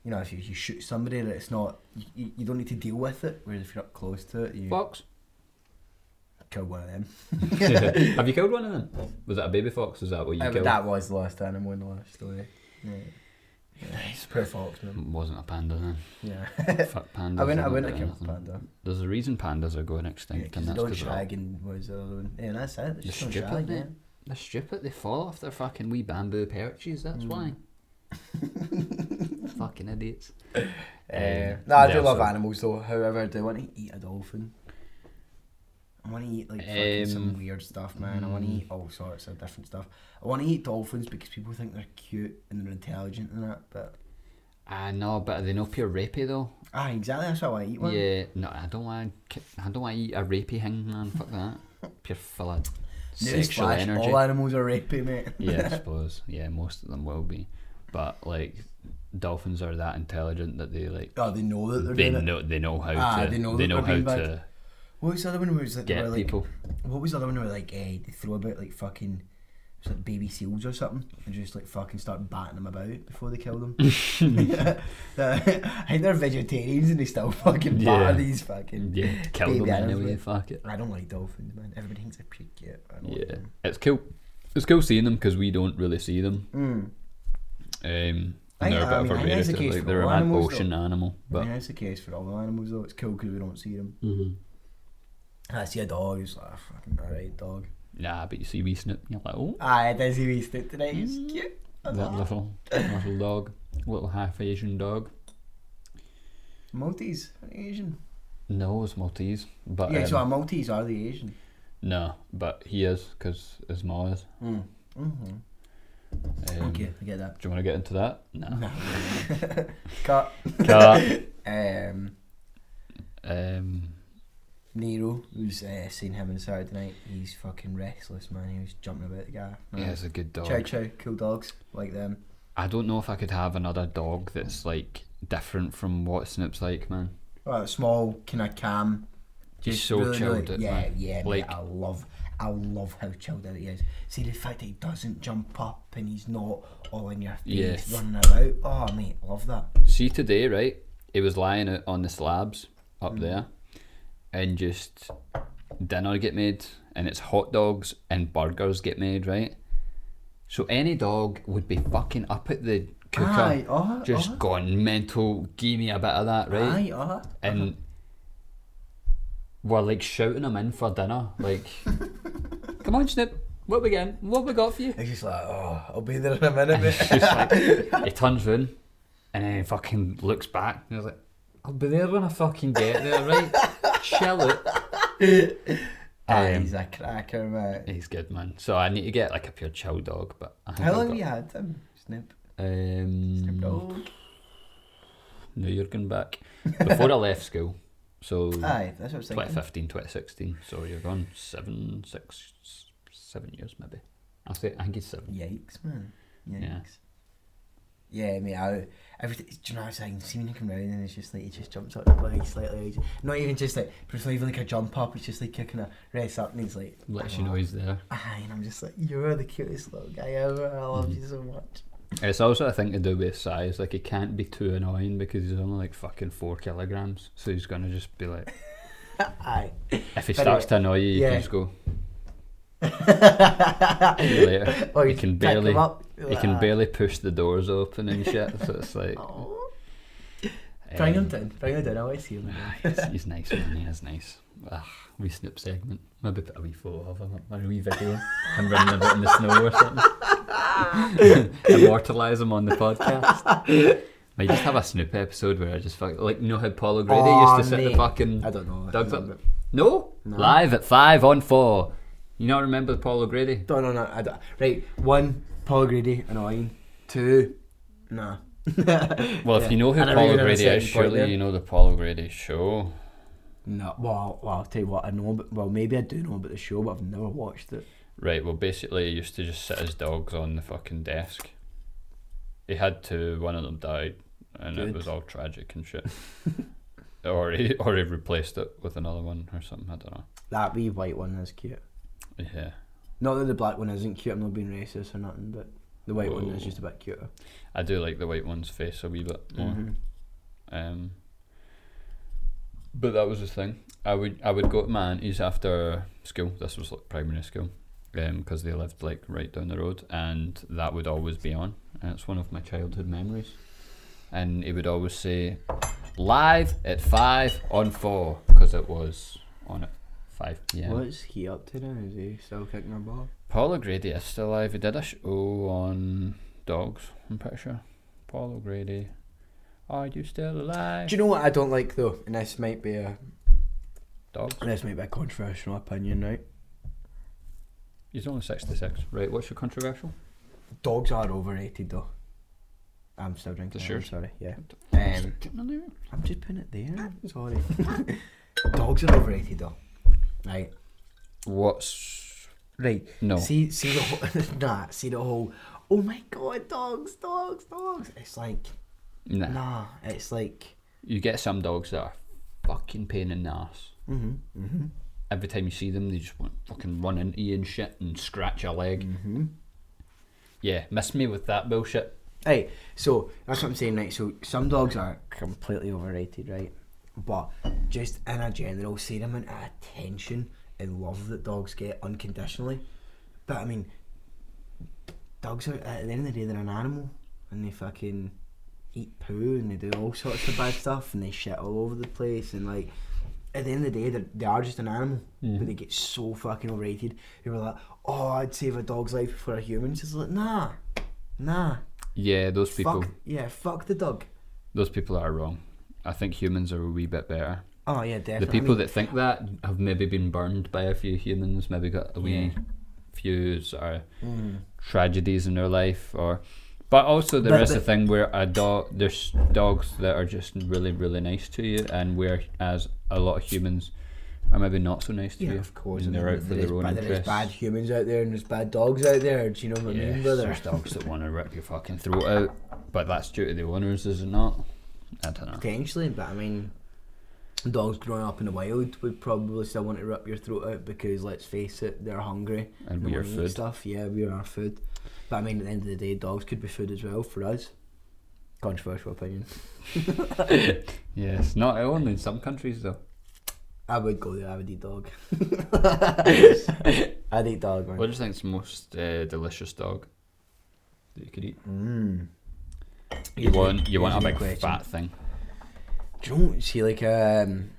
[SPEAKER 1] You know, if you, you shoot somebody, that it's not you- you, you don't need to deal with it. Whereas if you're up close to it, you
[SPEAKER 2] Fox?
[SPEAKER 1] kill one of them.
[SPEAKER 2] have you killed one of them? Was that a baby fox? Is that what you
[SPEAKER 1] Uh, but
[SPEAKER 2] killed?
[SPEAKER 1] that was the last animal in the last story. Yeah, yeah. poor fox, man.
[SPEAKER 2] It wasn't a panda
[SPEAKER 1] Yeah.
[SPEAKER 2] then. Fuck pandas.
[SPEAKER 1] I wouldn't, I
[SPEAKER 2] don't
[SPEAKER 1] wouldn't have
[SPEAKER 2] do
[SPEAKER 1] killed
[SPEAKER 2] anything.
[SPEAKER 1] Panda.
[SPEAKER 2] There's a reason pandas are going
[SPEAKER 1] Yeah,
[SPEAKER 2] extinct,
[SPEAKER 1] 'cause
[SPEAKER 2] and
[SPEAKER 1] the
[SPEAKER 2] that's
[SPEAKER 1] Don
[SPEAKER 2] because
[SPEAKER 1] Dragon was the other one. Yeah, that's it. It's
[SPEAKER 2] You're
[SPEAKER 1] just Don
[SPEAKER 2] stupid,
[SPEAKER 1] Dragon,
[SPEAKER 2] mate.
[SPEAKER 1] yeah.
[SPEAKER 2] They're stupid. They fall off their fucking wee bamboo perches.
[SPEAKER 1] Mm.
[SPEAKER 2] That's why. fucking idiots.
[SPEAKER 1] Uh,
[SPEAKER 2] Um,
[SPEAKER 1] no, I do
[SPEAKER 2] yeah,
[SPEAKER 1] love
[SPEAKER 2] so-
[SPEAKER 1] animals though. However, I do want to eat a dolphin. I want to eat like fucking
[SPEAKER 2] Um, mm.
[SPEAKER 1] some weird stuff, man. I want to eat all sorts of different stuff. I want to eat dolphins because people think they're cute and they're intelligent and that. But
[SPEAKER 2] I know, but are they no pure rapey though?
[SPEAKER 1] ah, exactly that's why I want to eat one.
[SPEAKER 2] Yeah, no, I don't want. I don't want to eat a rapey thing, man. Fuck that. Pure full of sexual
[SPEAKER 1] Newsflash,
[SPEAKER 2] energy.
[SPEAKER 1] all animals are rapey, mate.
[SPEAKER 2] yeah, I suppose. Yeah, most of them will be, but like dolphins are that intelligent that they like
[SPEAKER 1] Oh, they know that they're
[SPEAKER 2] they
[SPEAKER 1] doing it.
[SPEAKER 2] know they know how
[SPEAKER 1] Ah,
[SPEAKER 2] to
[SPEAKER 1] they
[SPEAKER 2] they
[SPEAKER 1] know
[SPEAKER 2] know,
[SPEAKER 1] that they're
[SPEAKER 2] how
[SPEAKER 1] being bad.
[SPEAKER 2] to
[SPEAKER 1] What was the other one where it was like, they
[SPEAKER 2] get
[SPEAKER 1] were, like
[SPEAKER 2] people.
[SPEAKER 1] What was the other one where like eh, they throw about like fucking it was like baby seals or something and just like fucking start batting them about before they kill them. I think they're vegetarians and they still fucking
[SPEAKER 2] Yeah.
[SPEAKER 1] batter these fucking.
[SPEAKER 2] yeah, kill
[SPEAKER 1] baby
[SPEAKER 2] them
[SPEAKER 1] animals,
[SPEAKER 2] anyway.
[SPEAKER 1] mate.
[SPEAKER 2] Fuck it.
[SPEAKER 1] I don't like dolphins, man. Everybody thinks they're pretty cute. I don't like
[SPEAKER 2] Yeah,
[SPEAKER 1] them.
[SPEAKER 2] it's cool. It's cool seeing them because we don't really see them.
[SPEAKER 1] Mm.
[SPEAKER 2] Um,
[SPEAKER 1] I-
[SPEAKER 2] and they're a
[SPEAKER 1] I
[SPEAKER 2] bit of
[SPEAKER 1] mean,
[SPEAKER 2] a
[SPEAKER 1] I think that's the
[SPEAKER 2] rarity.
[SPEAKER 1] case
[SPEAKER 2] Like
[SPEAKER 1] for
[SPEAKER 2] they're
[SPEAKER 1] all
[SPEAKER 2] an
[SPEAKER 1] animals,
[SPEAKER 2] ocean animal,
[SPEAKER 1] But
[SPEAKER 2] but
[SPEAKER 1] that's the case for all the animals though. It's cool because we don't see them. And I see a dog, it's like ah, fucking alright dog.
[SPEAKER 2] nah. But you see, wee snip, you're like, oh,
[SPEAKER 1] Aye, there's a wee stick today. It's
[SPEAKER 2] Mm.
[SPEAKER 1] cute.
[SPEAKER 2] that little little dog, little half Asian dog.
[SPEAKER 1] Maltese, are they Asian.
[SPEAKER 2] No, it's Maltese, but
[SPEAKER 1] yeah, so a
[SPEAKER 2] um,
[SPEAKER 1] Maltese are the Asian.
[SPEAKER 2] no, but he is because his ma is.
[SPEAKER 1] Mm. hmm
[SPEAKER 2] Um,
[SPEAKER 1] okay, I get that.
[SPEAKER 2] Do you want to get into that? No.
[SPEAKER 1] No. Cut.
[SPEAKER 2] Cut.
[SPEAKER 1] Um,
[SPEAKER 2] um,
[SPEAKER 1] Nero, who's uh, seen him on Saturday night, he's fucking restless, man. He was jumping about the guy. Uh,
[SPEAKER 2] yeah, it's a good dog.
[SPEAKER 1] Chow chow, cool dogs, like them.
[SPEAKER 2] I don't know if I could have another dog that's like different from what Snip's like, man.
[SPEAKER 1] Well, Oh, small, kind of calm.
[SPEAKER 2] He's so chilled out,
[SPEAKER 1] yeah,
[SPEAKER 2] man.
[SPEAKER 1] yeah,
[SPEAKER 2] Like-
[SPEAKER 1] mate, I love, I love how chilled out he is. See the fact that he doesn't jump up and he's not all in your face
[SPEAKER 2] Yeah.
[SPEAKER 1] running about. Oh, mate, love that.
[SPEAKER 2] See today, right? He was lying out on the slabs up
[SPEAKER 1] Mm.
[SPEAKER 2] there, and just dinner get made, and it's hot dogs and burgers get made, right? So any dog would be fucking up at the cooker,
[SPEAKER 1] Aye, uh-huh,
[SPEAKER 2] just
[SPEAKER 1] uh-huh.
[SPEAKER 2] gone mental. Give me a bit of that,
[SPEAKER 1] Aye,
[SPEAKER 2] right?
[SPEAKER 1] uh-huh.
[SPEAKER 2] and we're like shouting him in for dinner. Like, come on, Snip, what we getting? What we got for you?
[SPEAKER 1] He's just like, oh, I'll be there in a minute. mate."
[SPEAKER 2] Just like, he turns round and then he fucking looks back and he's like, I'll be there when I fucking get there, right? Chill it.
[SPEAKER 1] Aye,
[SPEAKER 2] Um,
[SPEAKER 1] he's a cracker, mate.
[SPEAKER 2] He's good, man. So I need to get like a pure chill dog, but I think
[SPEAKER 1] How
[SPEAKER 2] I've
[SPEAKER 1] long
[SPEAKER 2] got-
[SPEAKER 1] have you had him? Snip. Snip
[SPEAKER 2] Um,
[SPEAKER 1] dog.
[SPEAKER 2] no, you're going back before I left school. So
[SPEAKER 1] Aye, that's what I was thinking.
[SPEAKER 2] 2015, 2016. So you're gone seven, six, seven years maybe. I say I think it's seven.
[SPEAKER 1] Yikes, man.
[SPEAKER 2] Yeah.
[SPEAKER 1] Yikes. Yeah, mate, I, everything, do you know what I'm saying? See when you come round and it's just like, it just jumps up like slightly. Not even just like, but it's not even like a jump up, it's just like you're kind of rest up and he's like,
[SPEAKER 2] Let you know he's there.
[SPEAKER 1] aye, and I'm just like, you're the cutest little guy ever, I love
[SPEAKER 2] Mm-hmm.
[SPEAKER 1] you so much.
[SPEAKER 2] It's also a thing to do with his size. Like he can't be too annoying because he's only like fucking four kilograms. So he's gonna just be like,
[SPEAKER 1] Aye.
[SPEAKER 2] if he
[SPEAKER 1] But
[SPEAKER 2] starts to annoy you, you
[SPEAKER 1] yeah.
[SPEAKER 2] can just go. See you later.
[SPEAKER 1] Or
[SPEAKER 2] you
[SPEAKER 1] you
[SPEAKER 2] can
[SPEAKER 1] pick him
[SPEAKER 2] barely,
[SPEAKER 1] up,
[SPEAKER 2] you
[SPEAKER 1] like
[SPEAKER 2] can
[SPEAKER 1] that.
[SPEAKER 2] barely push the doors open and shit. So it's like,
[SPEAKER 1] Aw. Bring him
[SPEAKER 2] um,
[SPEAKER 1] down, bring him down, I want to see him. again.
[SPEAKER 2] Ah, he's, he's nice, man. He is nice. Ah, wee snip segment. Maybe put a wee photo of him up or a wee video. Him running about in the snow or something. Immortalise him on the podcast. I just have a Snoop episode where I just fuck like you know how Paul O'Grady
[SPEAKER 1] Aw,
[SPEAKER 2] used to sit the
[SPEAKER 1] mate.
[SPEAKER 2] fucking
[SPEAKER 1] I don't know, I
[SPEAKER 2] Doug's
[SPEAKER 1] don't
[SPEAKER 2] up.
[SPEAKER 1] know.
[SPEAKER 2] No? live at five on four. You not remember Paul O'Grady?
[SPEAKER 1] No, no, no. I don't. Right, one, Paul Grady, annoying. Two, nah.
[SPEAKER 2] Well, if you know who
[SPEAKER 1] And I
[SPEAKER 2] Paul
[SPEAKER 1] really don't
[SPEAKER 2] O'Grady is,
[SPEAKER 1] understand point there.
[SPEAKER 2] surely you know the Paul O'Grady show.
[SPEAKER 1] No, well, well, I'll tell you what, I know, but well, maybe I do know about the show, but I've never watched it.
[SPEAKER 2] Right, well, basically, he used to just sit his dogs on the fucking desk. He had to, one of them died, and it
[SPEAKER 1] Good.
[SPEAKER 2] was all tragic and shit. or, he, or he replaced it with another one or something, I don't know.
[SPEAKER 1] That wee white one is cute.
[SPEAKER 2] Yeah.
[SPEAKER 1] Not that the black one isn't cute. I'm not being racist or nothing, but the white one is
[SPEAKER 2] Whoa.
[SPEAKER 1] just a bit cuter.
[SPEAKER 2] I do like the white one's face a wee bit more. Um, but that was the thing. I would I would go to my auntie's after school. This was like primary school, because they lived like right down the road, and that would always be on. And it's one of my childhood memories. And he would always say, "Live at five on four because it was on at Five. Yeah.
[SPEAKER 1] What's he up to now? Is he still kicking a ball?
[SPEAKER 2] Paul O'Grady is still alive. He did a show on dogs. I'm pretty sure. Paul O'Grady. Are you still alive?
[SPEAKER 1] Do you know what I don't like though? And this might be a
[SPEAKER 2] Dogs.
[SPEAKER 1] this might be a controversial opinion, right?
[SPEAKER 2] He's only sixty-six. Right. What's your controversial?
[SPEAKER 1] Dogs are overrated though. I'm still drinking.
[SPEAKER 2] Just
[SPEAKER 1] I'm
[SPEAKER 2] yours.
[SPEAKER 1] sorry. Yeah. Um,
[SPEAKER 2] Um,
[SPEAKER 1] I'm just putting it there. Sorry. Dogs are overrated though. Right.
[SPEAKER 2] What's
[SPEAKER 1] Right.
[SPEAKER 2] no?
[SPEAKER 1] See, see the whole, nah, see the whole. Oh my god, dogs, dogs, dogs. It's like
[SPEAKER 2] nah.
[SPEAKER 1] nah. It's like.
[SPEAKER 2] You get some dogs that are fucking pain in the ass.
[SPEAKER 1] Mm-hmm. Mm-hmm.
[SPEAKER 2] Every time you see them, they just want to fucking run into you and shit and scratch your leg.
[SPEAKER 1] Mm-hmm.
[SPEAKER 2] Yeah, miss me with that bullshit.
[SPEAKER 1] Hey, so that's what I'm saying, right? So some dogs are completely overrated, right? But just in a general, see the amount of attention and love that dogs get unconditionally. But I mean, dogs are at the end of the day they're an animal, and they fucking eat poo and they do all sorts of bad stuff and they shit all over the place and like. At the end of the day, they're- they are just an animal, but they get so fucking overrated. People are like, "Oh, I'd save a dog's life before a human's." It's like, nah, nah.
[SPEAKER 2] Yeah, those people.
[SPEAKER 1] Fuck, yeah, fuck the dog.
[SPEAKER 2] Those people are wrong. I think humans are a wee bit better.
[SPEAKER 1] Oh yeah, definitely.
[SPEAKER 2] The people that think that have maybe been burned by a few humans, maybe got a wee few sort of tragedies in their life, or. But also there
[SPEAKER 1] But-
[SPEAKER 2] is
[SPEAKER 1] but-
[SPEAKER 2] a thing where a dog there's dogs that are just really really nice to you, and whereas a lot of humans are maybe not so nice to
[SPEAKER 1] yeah,
[SPEAKER 2] you.
[SPEAKER 1] of course,
[SPEAKER 2] and they're out for
[SPEAKER 1] there's
[SPEAKER 2] their own
[SPEAKER 1] bad, There's
[SPEAKER 2] interests.
[SPEAKER 1] bad humans out there and there's bad dogs out there. Do you know what I
[SPEAKER 2] Yeah,
[SPEAKER 1] mean, brother?
[SPEAKER 2] there's dogs that want to rip your fucking throat out, but that's due to the owners, is it not? I don't know.
[SPEAKER 1] Potentially, but I mean, dogs growing up in the wild would probably still want to rip your throat out because let's face it, they're hungry
[SPEAKER 2] And
[SPEAKER 1] they
[SPEAKER 2] we are
[SPEAKER 1] wanna eat
[SPEAKER 2] food.
[SPEAKER 1] Stuff, yeah, we are food. But I mean, at the end of the day, dogs could be food as well for us. Controversial opinion.
[SPEAKER 2] Yes, not only in some countries though.
[SPEAKER 1] I would go there. I would eat dog. I'd eat dog, man.
[SPEAKER 2] What do you think's the most uh, delicious dog that you could eat?
[SPEAKER 1] Mm.
[SPEAKER 2] You want you want a
[SPEAKER 1] here's a
[SPEAKER 2] big
[SPEAKER 1] question.
[SPEAKER 2] fat thing.
[SPEAKER 1] Do you know, see like um,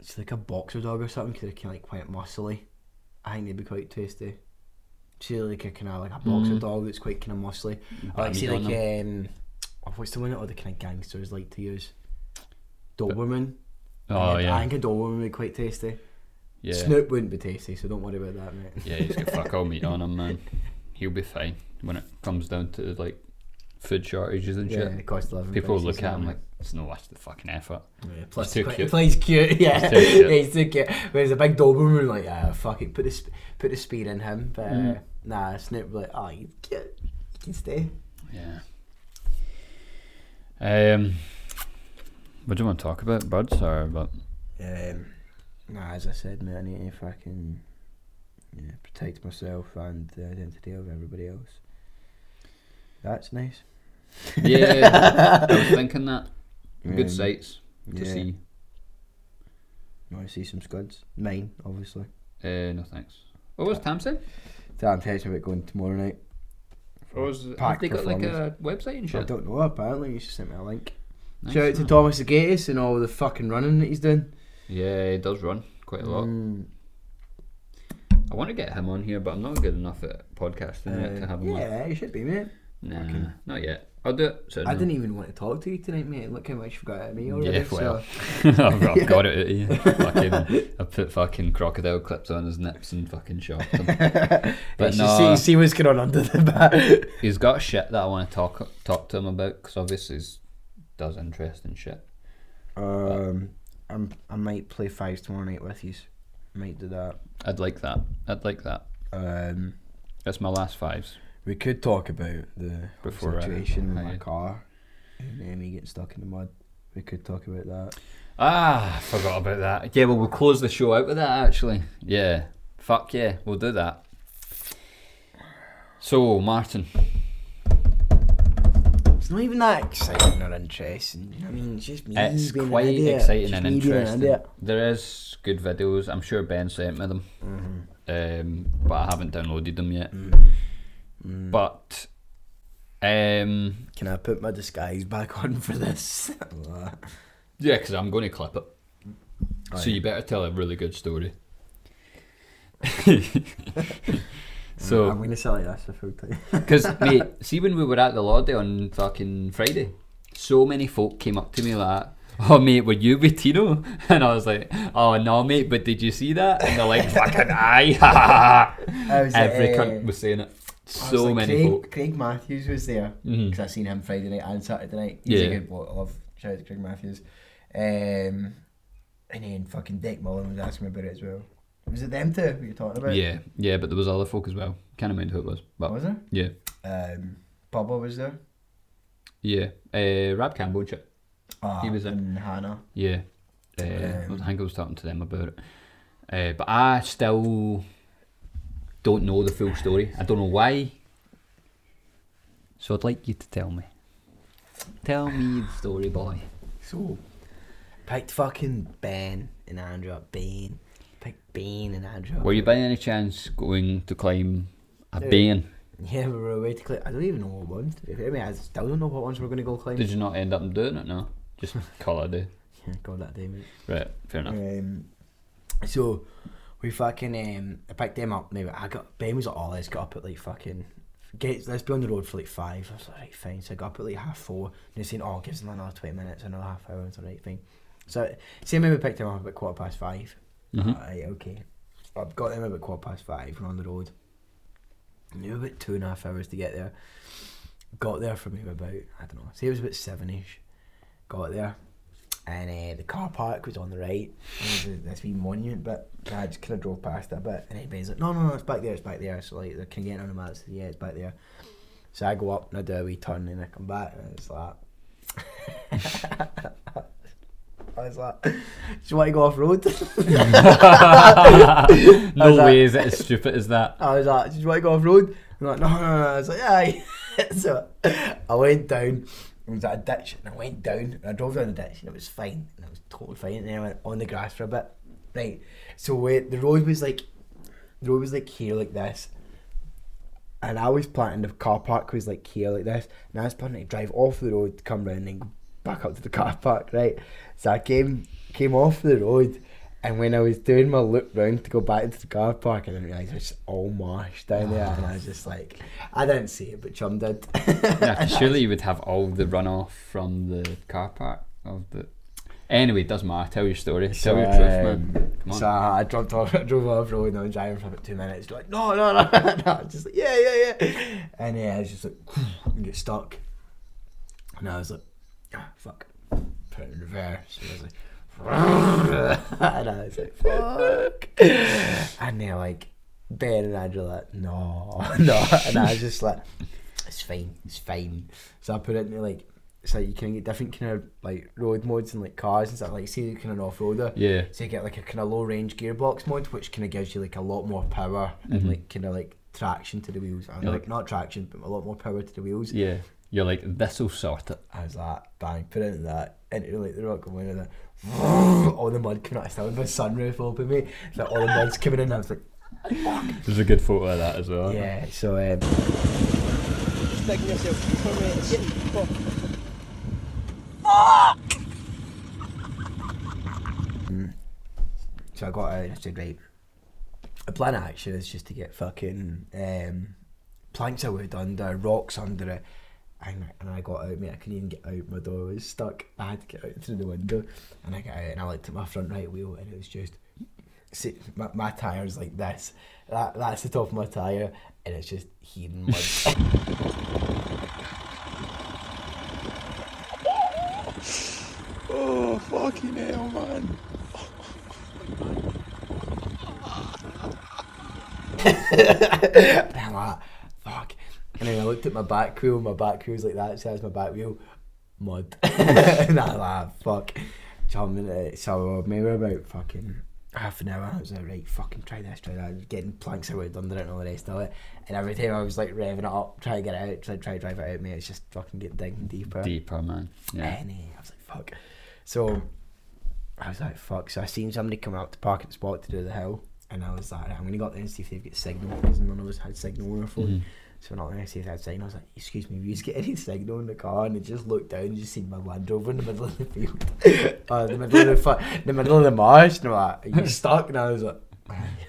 [SPEAKER 1] it's like a boxer dog or something because they're kind of like quite muscly. I think they'd be quite tasty. See like a kind of like a boxer
[SPEAKER 2] Mm.
[SPEAKER 1] dog that's quite kind of muscly. I like
[SPEAKER 2] Band
[SPEAKER 1] see
[SPEAKER 2] on
[SPEAKER 1] like um, oh, what's the one that all the kind of gangsters like to use?
[SPEAKER 2] But-
[SPEAKER 1] Doberman.
[SPEAKER 2] Oh
[SPEAKER 1] I, I
[SPEAKER 2] yeah,
[SPEAKER 1] think a Doberman would be quite tasty.
[SPEAKER 2] yeah,
[SPEAKER 1] Snoop wouldn't be tasty, so don't worry about that, mate.
[SPEAKER 2] yeah. He's got fuck all meat on him, man. He'll be fine when it comes down to like food shortages and
[SPEAKER 1] Yeah,
[SPEAKER 2] shit.
[SPEAKER 1] it costs eleven.
[SPEAKER 2] People look at him like it's not worth the fucking effort.
[SPEAKER 1] Yeah, plus
[SPEAKER 2] too
[SPEAKER 1] he's quite-
[SPEAKER 2] cute.
[SPEAKER 1] Plus he's cute. Yeah,
[SPEAKER 2] He's too cute.
[SPEAKER 1] Yeah, he's too cute. Whereas a big Doberman, like, ah, fuck it, put the sp- put the speed in him. But uh,
[SPEAKER 2] Mm.
[SPEAKER 1] nah, Snoop like, oh, you cute, you can stay.
[SPEAKER 2] Yeah. Um, what do you want to talk about? Birds or but
[SPEAKER 1] Um, nah, as I said, mate, I need to fucking yeah, protect myself and the identity of everybody else. That's nice.
[SPEAKER 2] yeah, I was thinking that
[SPEAKER 1] Um,
[SPEAKER 2] good sights to
[SPEAKER 1] yeah.
[SPEAKER 2] see.
[SPEAKER 1] I see some scuds. Mine, obviously.
[SPEAKER 2] Uh, no thanks. What was Tam saying?
[SPEAKER 1] Damn, I'm texting about going tomorrow night.
[SPEAKER 2] Or was have
[SPEAKER 1] Packed
[SPEAKER 2] they got like a
[SPEAKER 1] performance.
[SPEAKER 2] website and
[SPEAKER 1] I
[SPEAKER 2] shit?
[SPEAKER 1] don't know. Apparently, you just sent me a link.
[SPEAKER 2] Nice,
[SPEAKER 1] Shout out to
[SPEAKER 2] huh?
[SPEAKER 1] Thomas Agatis and all the fucking running that he's doing.
[SPEAKER 2] Yeah, he does run quite a lot.
[SPEAKER 1] Mm,
[SPEAKER 2] I want to get him on here, but I'm not good enough at podcasting yet to
[SPEAKER 1] uh,
[SPEAKER 2] have him. on.
[SPEAKER 1] yeah, it should be, mate.
[SPEAKER 2] Nah,
[SPEAKER 1] fucking-
[SPEAKER 2] not yet. I'll do it. Soon
[SPEAKER 1] I didn't even want to talk to you tonight, mate. Look how much you got at me already.
[SPEAKER 2] Yeah, well,
[SPEAKER 1] so.
[SPEAKER 2] I've, I've got it. at you. Fucking, I put fucking crocodile clips on his nips and fucking shot him.
[SPEAKER 1] But you
[SPEAKER 2] But
[SPEAKER 1] see,
[SPEAKER 2] no.
[SPEAKER 1] you see what's going on under the bat.
[SPEAKER 2] He's got shit that I want to talk talk to him about because obviously he's does interesting shit.
[SPEAKER 1] Um, I'm, I might play fives tomorrow night with you. Might do that.
[SPEAKER 2] I'd like that. I'd like that.
[SPEAKER 1] Um,
[SPEAKER 2] That's my last fives.
[SPEAKER 1] we could talk about the whole
[SPEAKER 2] Before I-
[SPEAKER 1] situation with my
[SPEAKER 2] I-
[SPEAKER 1] car and then we get stuck in the mud. We could talk about that.
[SPEAKER 2] Ah, I forgot about that. Yeah, well, we'll close the show out with that actually. Yeah, fuck yeah, we'll do that. So, Martin,
[SPEAKER 1] It's not even that exciting or interesting. you know what I mean, it's just me.
[SPEAKER 2] it's
[SPEAKER 1] being an
[SPEAKER 2] quite
[SPEAKER 1] idiot.
[SPEAKER 2] exciting
[SPEAKER 1] Just
[SPEAKER 2] and
[SPEAKER 1] me being an
[SPEAKER 2] interesting.
[SPEAKER 1] idiot.
[SPEAKER 2] There is good videos. I'm sure Ben sent me them,
[SPEAKER 1] Mm-hmm.
[SPEAKER 2] um, but I haven't downloaded them yet.
[SPEAKER 1] Mm.
[SPEAKER 2] But um,
[SPEAKER 1] Can I put my disguise back on for this?
[SPEAKER 2] yeah, because I'm going to clip it. so you better tell a really good story.
[SPEAKER 1] Mm,
[SPEAKER 2] so
[SPEAKER 5] I'm gonna sell like this if I would take-
[SPEAKER 2] Because, mate, see when we were at the Lorde on fucking Friday, so many folk came up to me like, oh, mate, were you with Tino? And I was like, oh, no, mate, but did you see that? And they're like, fucking aye, ha, ha, ha."
[SPEAKER 1] I was like,
[SPEAKER 2] Every
[SPEAKER 1] "Eh."
[SPEAKER 2] cunt was saying it.
[SPEAKER 1] I was
[SPEAKER 2] So
[SPEAKER 1] like,
[SPEAKER 2] many
[SPEAKER 1] Craig,
[SPEAKER 2] folk.
[SPEAKER 1] Craig Matthews was there because
[SPEAKER 2] Mhm.
[SPEAKER 1] I seen him Friday night and Saturday night. He's
[SPEAKER 2] Yeah.
[SPEAKER 1] a good bloke. I love shout out to Craig Matthews. Um, and then fucking Dick Mullen was asking me about it as well. Was it them two we were talking about?
[SPEAKER 2] Yeah, yeah, but there was other folk as well. Can't remember who it was, but
[SPEAKER 1] Was there?
[SPEAKER 2] yeah,
[SPEAKER 1] Um, Bubba was there.
[SPEAKER 2] yeah. Uh, Rab Campbell, and shit.
[SPEAKER 1] Ah,
[SPEAKER 2] He was there.
[SPEAKER 1] And Hannah.
[SPEAKER 2] yeah. Uh,
[SPEAKER 1] Um,
[SPEAKER 2] I think I was talking to them about it, uh, but I still don't know the full story. I don't know why. So I'd like you to tell me. Tell me the story, boy.
[SPEAKER 1] So, picked fucking Ben and Andrew up. Ben. Picked Ben and Andrew up.
[SPEAKER 2] Were you by any chance going to climb a bane?
[SPEAKER 1] Yeah, we were away to clear. I don't even know what ones. To be fair, I mean, I still don't know what ones we're going to go climb.
[SPEAKER 2] Did you not end up doing it? No, just call it a day.
[SPEAKER 1] Yeah, God, that day, mate.
[SPEAKER 2] Right, fair enough.
[SPEAKER 1] Um, so we fucking um, I picked them up. Maybe I got Ben was like, "Oh, let's get up at like fucking get let's be on the road for like five. I was like, "Right, fine." So I got up at like half four, and they're saying, "Oh, gives them another twenty minutes, another half hour." It's alright, fine. So same way we picked them up about quarter past 5
[SPEAKER 2] Mhm.
[SPEAKER 1] Alright, okay. I've got them about quarter past five. We're on the road. Knew about two and a half hours to get there. Got there for maybe about I don't know. Say it was about seven ish. Got there, and uh, the car park was on the right. There was a- this wee monument, but I just kind of drove past it a bit. And everybody's like, "No, no, no, it's back there, it's back there." So like, they're kind of getting on the mat. So yeah, it's back there. So I go up and I do a wee turn and I come back and it's like. I was like, do you want to go off road?
[SPEAKER 2] no
[SPEAKER 1] that-
[SPEAKER 2] way is it as stupid as that.
[SPEAKER 1] I was like, "Did you want to go off road?" I'm like, "No, no, no." I was like, "Aye." so I went down. It was at a ditch, and I went down, and I drove down the ditch, and it was fine, and it was totally fine. And then I went on the grass for a bit, right? So where the road was like, the road was like here, like this, and I was planning the car park was like here, like this, and I was planning to drive off the road, come round, and go back up to the car park, right? So I came came off the road, and when I was doing my look round to go back into the car park, I didn't realise it was all marsh down there, and I was just like, I didn't see it, but Chum did.
[SPEAKER 2] Yeah, 'cause surely you would have all the runoff from the car park of the. Anyway, it doesn't matter. Tell your story. Tell your truth, man. Come
[SPEAKER 1] um,
[SPEAKER 2] on.
[SPEAKER 1] So I drove off, I drove off road and I was driving for about two minutes. Like, no, no, no, no. I was just like, yeah, yeah, yeah. And yeah, I was just like, and get stuck. And I was like, ah, fuck. Put it in reverse. And I was like, and I was like, fuck. And they're like, Ben and Andrew were like, no, no. And I was just like, it's fine, it's fine. So I put it in like, so you can get different kind of like road modes and like cars and stuff. Like, see, you can an off roader.
[SPEAKER 2] Yeah.
[SPEAKER 1] So you get like a kind of low range gearbox mod, which kind of gives you like a lot more power and like kind of like traction to the wheels. And
[SPEAKER 2] Yeah,
[SPEAKER 1] like,
[SPEAKER 2] like-
[SPEAKER 1] not traction, but a lot more power to the wheels.
[SPEAKER 2] Yeah. You're like, this'll sort it.
[SPEAKER 1] I was like, bang, put it in that, into like the rock and went in there. All the mud coming out. I still had my sunroof open, mate. Like all the mud's coming in. I was like,
[SPEAKER 2] There's a good photo of that as well.
[SPEAKER 1] yeah. So um, Mm. So I got out and I said, right, a plan of action is just to get fucking um, planks of wood under, rocks under it. And, I- and I got out, mate. I couldn't even get out. My door was stuck. I had to get out through the window. And I got out and I looked at my front right wheel and it was just, see, my, my tyre's like this. That, that's the top of my tyre and it's just heaving mud.
[SPEAKER 3] Oh, fucking hell, man.
[SPEAKER 1] And I'm like, fuck. And then I looked at my back wheel, my back wheel's like that, so that's my back wheel, mud. and I'm like, fuck. So, I'm in it. so maybe about fucking half an hour, I was like, right, fucking try this, try that, getting planks of wood under it and all the rest of it. And every time I was like revving it up, trying to get it out, trying to try to drive it out, mate, it's just fucking getting digging deeper.
[SPEAKER 2] Deeper, man. Yeah.
[SPEAKER 1] And, eh, I was like, fuck. So I was like, fuck. So I seen somebody come out to park at the spot to do the hill, and I was like, right, I'm gonna go up there and see if they've got signal because none of us had signal on our phone.
[SPEAKER 2] Mm.
[SPEAKER 1] So we're not there to see if they had signal. I was like, excuse me, we just get any signal in the car, and I just looked down and just seen my Land Rover in the middle of the field, uh, the middle of the, fu- the middle of the marsh, and I'm like, are you stuck? And I was like.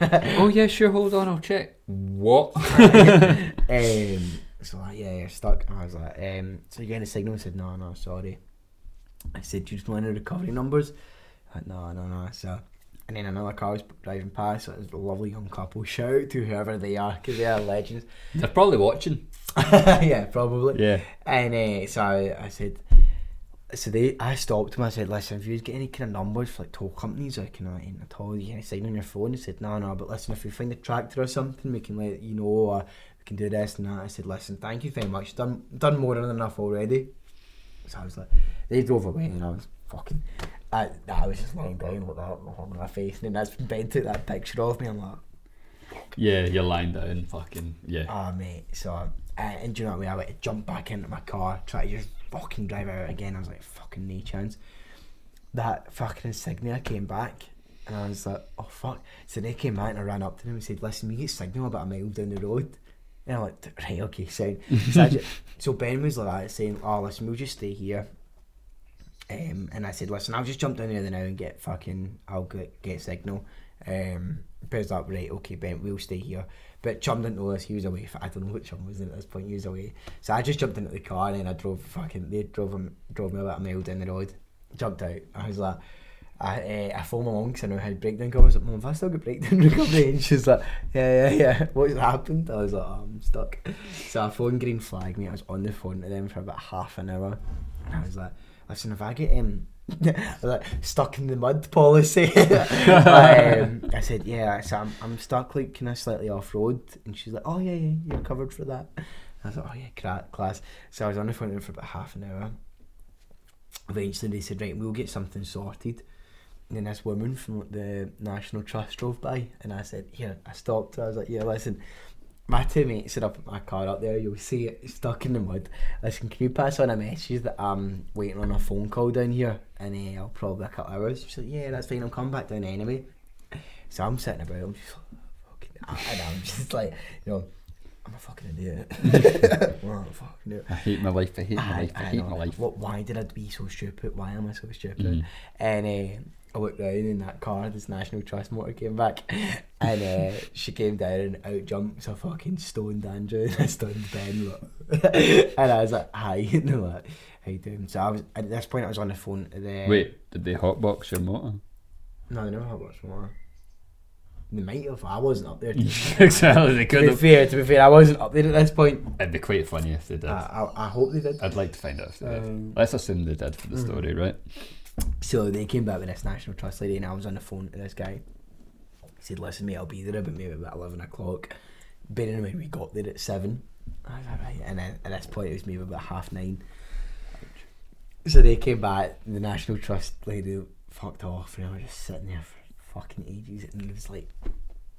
[SPEAKER 2] oh yeah, sure. Hold on, I'll check. What?
[SPEAKER 1] Um, so like, yeah, you're stuck. And I was like, um, so you're getting a signal? He said, no, no, sorry. I said, do you just want any recovery numbers? Like, no, no, no. So, and then another car was driving past. So it was a lovely young couple. Shout out to whoever they are because they are legends.
[SPEAKER 2] They're probably watching.
[SPEAKER 1] yeah, probably.
[SPEAKER 2] Yeah.
[SPEAKER 1] And uh, so I, I said, so they, I stopped him. I said, listen, if you get any kind of numbers for like toll companies or kind of anything at all, you get any signal on your phone. He said, no, no, but listen, if we find a tractor or something, we can let you know or we can do this and that. I said, listen, thank you very much. Done, done more than enough already. So I was like, they drove away and I was fucking. I, I was just lying down with that on my face, and then that's Ben took that picture of me. I'm like,
[SPEAKER 2] Yeah, you're lying down. Fucking yeah.
[SPEAKER 1] Ah, mate. So, uh, and do you know what? I, mean? I like to jump back into my car, try to just fucking drive out again. I was like, fucking no chance. That fucking insignia came back, and I was like, oh fuck. So they came back and I ran up to them and said, listen, we get signal about a mile down the road. And I'm like, right, okay, sound. So, I ju- so Ben was like that, saying, oh, listen, we'll just stay here. Um, and I said, listen, I'll just jump down here now and get fucking, I'll get, get signal. Um, Ben's like, right, okay, Ben, we'll stay here. But Chum didn't know this, he was away. For, I don't know what Chum was in at this point, he was away. So I just jumped into the car and then I drove fucking, they drove, him, drove me about a mile down the road, jumped out. I was like, I, uh, I phoned my mum because I know how breakdown covers. I was like, Mum, have I still got breakdown recovery? And she's like, Yeah, yeah, yeah. What's happened? I was like, oh, I'm stuck. So I phoned Green Flag, mate. I was on the phone to them for about half an hour. And I was like, Listen, if I get um, I was like, stuck in the mud policy, um, I said, Yeah, so I'm, I'm stuck, like, kind of slightly off road. And she's like, Oh, yeah, yeah, you're covered for that. And I was like, Oh, yeah, cra- class. So I was on the phone to them for about half an hour. Eventually, they said, Right, we'll get something sorted. And then this woman from the National Trust drove by, and I said, "Here." I stopped. I was like, "Yeah, listen." My two mates are up at my car up there. You'll see it stuck in the mud. Listen, can you pass on a message that I'm waiting on a phone call down here, and uh, I'll probably a couple hours. She's like, "Yeah, that's fine. I'm coming back down anyway." So I'm sitting about. I'm just like, fucking. And I'm just like, you know, I'm a fucking idiot. well, I'm a fucking idiot.
[SPEAKER 2] I hate my life. I hate my
[SPEAKER 1] I-
[SPEAKER 2] life. I,
[SPEAKER 1] I
[SPEAKER 2] hate
[SPEAKER 1] know.
[SPEAKER 2] my life. Mm.
[SPEAKER 1] What, why did I be so stupid? Why am I so stupid? And uh, I looked round in that car, this National Trust motor came back, and uh, she came down and out jumps a fucking stoned Andrew and a stoned Ben. Look. and I was like, hi, you know what? How you doing? So I was at this point, I was on the phone to the.
[SPEAKER 2] Wait, did they hotbox your motor?
[SPEAKER 1] No, they never had much more. They might have. I wasn't up there. To, to
[SPEAKER 2] exactly. They could
[SPEAKER 1] be
[SPEAKER 2] have.
[SPEAKER 1] fair, to be fair, I wasn't up there at this point.
[SPEAKER 2] It'd be quite funny if they did.
[SPEAKER 1] I, I, I hope they did.
[SPEAKER 2] I'd like to find out if they did.
[SPEAKER 1] Um,
[SPEAKER 2] Let's assume they did for the story, right?
[SPEAKER 1] So they came back with this National Trust lady, and I was on the phone to this guy. He said, "Listen, mate, I'll be there about maybe about eleven o'clock." Bearing in mind we got there at seven, I was like, right, and then at this point it was maybe about half nine. So they came back. The National Trust lady fucked off, and I was just sitting there for fucking ages, and it was like,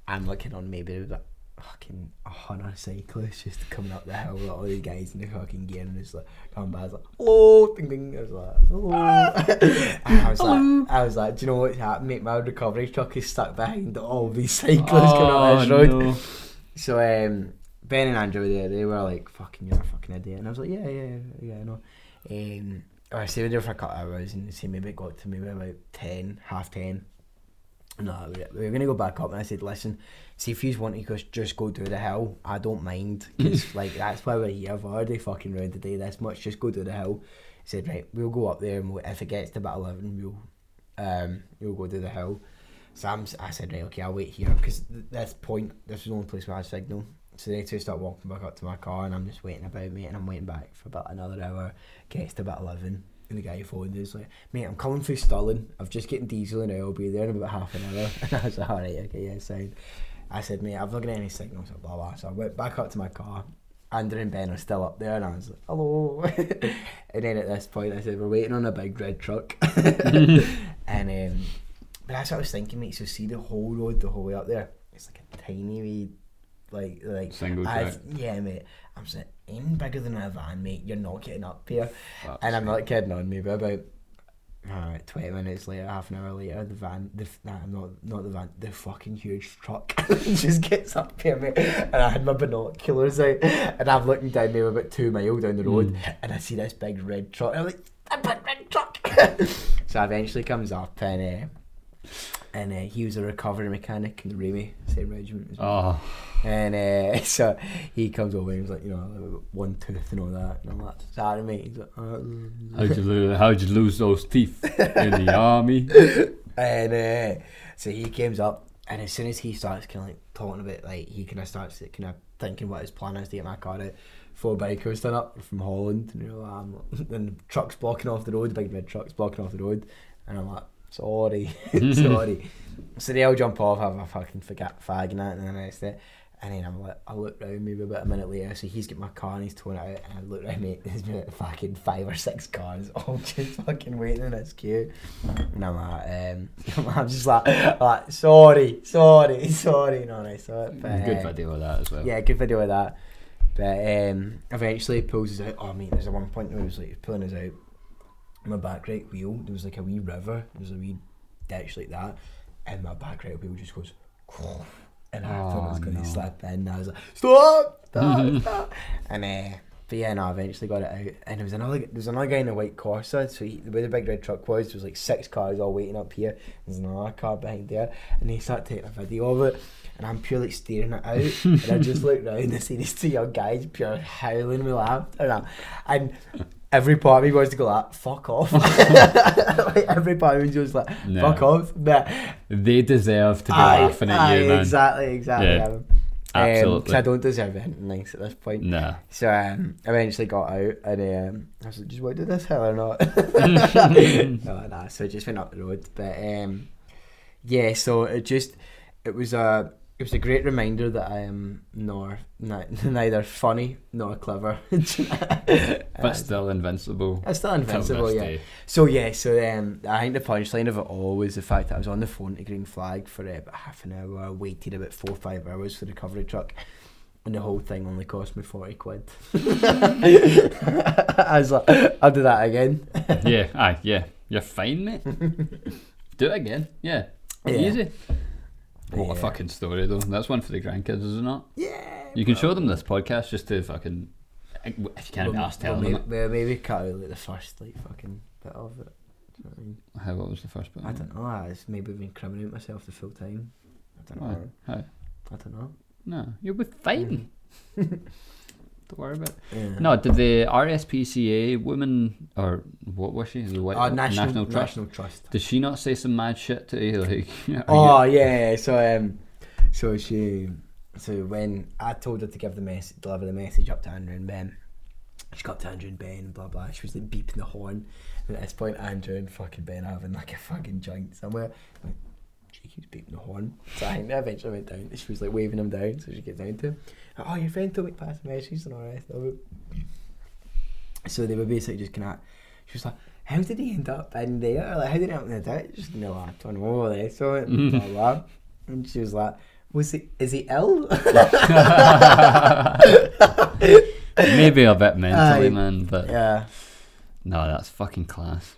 [SPEAKER 1] I'm looking on maybe about fucking a hundred cyclists just coming up the hill with all these guys in the fucking gear and it's like coming by I was like hello ding ding I was like hello and I was like I was like do you know what's happened mate my recovery truck is stuck behind all these cyclists coming up
[SPEAKER 2] Oh,
[SPEAKER 1] this road so um, Ben and Andrew were there. They were like, "Fucking, you're a fucking idiot," and I was like, "Yeah, yeah, yeah, I know." Um, I stayed with them for a couple hours, and they said maybe it got to maybe about ten, half ten. No, we- we were gonna go back up, and I said, "Listen, see if you want to just just go do the hill. I don't mind. 'cause, like that's why we're here. I've already fucking ruined the day this much. Just go do the hill." He said, "Right, we'll go up there, and we'll, if it gets to about eleven, we'll um, we'll go do the hill." So I'm, s- I said, right, okay, I'll wait here because th- this point, this was the only place where I had signal. So they two start walking back up to my car, and I'm just waiting about, mate, and I'm waiting back for about another hour. Gets to about eleven, and the guy who phoned is like, mate, I'm coming through Stirling. I've just getting diesel, and I'll be there in about half an hour. And I was like, all right, okay, yeah, sound. I said, mate, I've not got any signal, so blah blah. So I went back up to my car. Andrew and Ben are still up there, and I was like, hello. and then at this point, I said, we're waiting on a big red truck. and um, but that's what I was thinking, mate. So see the whole road the whole way up there. It's like a tiny wee, like like
[SPEAKER 2] Single
[SPEAKER 1] I've-
[SPEAKER 2] track.
[SPEAKER 1] Yeah, mate. I'm saying anything bigger than a van, mate. You're not getting up here.
[SPEAKER 2] Fuck's
[SPEAKER 1] and I'm not kidding on maybe about uh, twenty minutes later, half an hour later, the van, the f- nah, not not the van, the fucking huge truck just gets up here, mate. And I had my binoculars out, and I'm looking down maybe about two mile down the road, and I see this big red truck. And I'm like, a big red truck. so eventually comes up and. Uh, and uh, he was a recovery mechanic in the Remy, same regiment as me.
[SPEAKER 2] Oh,
[SPEAKER 1] And uh, so he comes over and he was like, you know, one tooth and all that. And I'm like, sorry, mate. He's like, "Uh,
[SPEAKER 2] how'd you, lo- how'd you lose those teeth in the army?
[SPEAKER 1] and uh, so he comes up, and as soon as he starts kind of like talking about, like he kind of starts kind of thinking what his plan is to get my car out. Four bikers turn up from Holland, and you know, I'm and the trucks blocking off the road, big red trucks blocking off the road, and I'm like, sorry, sorry. So they all jump off, have a fucking forget fag and that, and then I say. And then I'm like, I look round maybe about a minute later, so he's got my car and he's towing it out, and I look round, mate, there's been like fucking five or six cars all just fucking waiting in his queue. And I'm like, um, I'm just like, like, sorry, sorry, sorry, no, no, sorry. But,
[SPEAKER 2] Good
[SPEAKER 1] uh,
[SPEAKER 2] video of that as well.
[SPEAKER 1] yeah, good video of that. But um, eventually he pulls us out. Oh mate, there's a one point where he was like pulling us out. My back right wheel, there was like a wee river, there was a wee ditch like that, and my back right wheel just goes, and I thought it was
[SPEAKER 2] Oh,
[SPEAKER 1] going to
[SPEAKER 2] no.
[SPEAKER 1] slap in. And I was like, stop, stop, stop. and uh, but yeah, no, I eventually got it out, and there was another there was another guy in a white Corsa. So he, the way the big red truck was, there was like six cars all waiting up here. There's another car behind there, and they start taking a video of it. And I'm purely staring it out, and I just look round and see these two young guys pure howling me laughter, and, I- and every part of me wants to go like, "Fuck off!" like every part of me just like,
[SPEAKER 2] No.
[SPEAKER 1] "Fuck off!" But
[SPEAKER 2] They deserve to be
[SPEAKER 1] Aye,
[SPEAKER 2] laughing at
[SPEAKER 1] aye,
[SPEAKER 2] you, man.
[SPEAKER 1] Exactly, exactly.
[SPEAKER 2] Yeah.
[SPEAKER 1] Um,
[SPEAKER 2] Absolutely.
[SPEAKER 1] Because I don't deserve anything nice at this point.
[SPEAKER 2] Nah.
[SPEAKER 1] So um, I eventually got out and um, I was like, just what did this hell or not? no, nah, so I just went up the road. But um, yeah, so it just it was a it was a great reminder that I am nor ni- neither funny nor clever.
[SPEAKER 2] But still invincible.
[SPEAKER 1] I'm still
[SPEAKER 2] till this
[SPEAKER 1] invincible, yeah.
[SPEAKER 2] day.
[SPEAKER 1] So yeah, so um, I think the punchline of it all was the fact that I was on the phone to Green Flag for uh, about half an hour, waited about four or five hours for the recovery truck, and the whole thing only cost me forty quid. I was like, I'll do that again.
[SPEAKER 2] yeah, aye, yeah. You're fine, mate. Do it again. Yeah.
[SPEAKER 1] Yeah.
[SPEAKER 2] Easy. What a
[SPEAKER 1] Yeah.
[SPEAKER 2] fucking story, though. That's one for the grandkids, is it not?
[SPEAKER 1] Yeah.
[SPEAKER 2] You can show them this podcast just to fucking. eh, If you can't be asked, tell
[SPEAKER 1] maybe,
[SPEAKER 2] them it.
[SPEAKER 1] well, maybe cut out like the first like fucking bit of it. Do you know what I mean?
[SPEAKER 2] How, what was the first bit?
[SPEAKER 1] I don't know. I was maybe incriminate myself the full time. I don't
[SPEAKER 2] Why?
[SPEAKER 1] know.
[SPEAKER 2] How?
[SPEAKER 1] I don't know.
[SPEAKER 2] No, you'll be fine. don't worry about it.
[SPEAKER 1] Yeah.
[SPEAKER 2] No, did the RSPCA women, or what was she? The White,
[SPEAKER 1] Oh, national,
[SPEAKER 2] National Trust.
[SPEAKER 1] National Trust.
[SPEAKER 2] Did she not say some mad shit to you? Like,
[SPEAKER 1] Oh yeah, so um, so she, so when I told her to give the message, deliver the message up to Andrew and Ben, she got to Andrew and Ben, blah blah. She was like beeping the horn, and at this point, Andrew and fucking Ben are having like a fucking joint somewhere. Like, she keeps beeping the horn. So I think they eventually went down. She was like waving him down, so she gets down to him. Oh, your friend told me to pass the message and all the rest of it. So they were basically just kind of, she was like, how did he end up in there? Like, how did he end up in the ditch? Just no, I don't know. They saw it, blah, blah. And she was like, was he, is he ill?
[SPEAKER 2] Maybe a bit mentally,
[SPEAKER 1] Aye.
[SPEAKER 2] man, but
[SPEAKER 1] uh, yeah.
[SPEAKER 2] no, that's fucking class.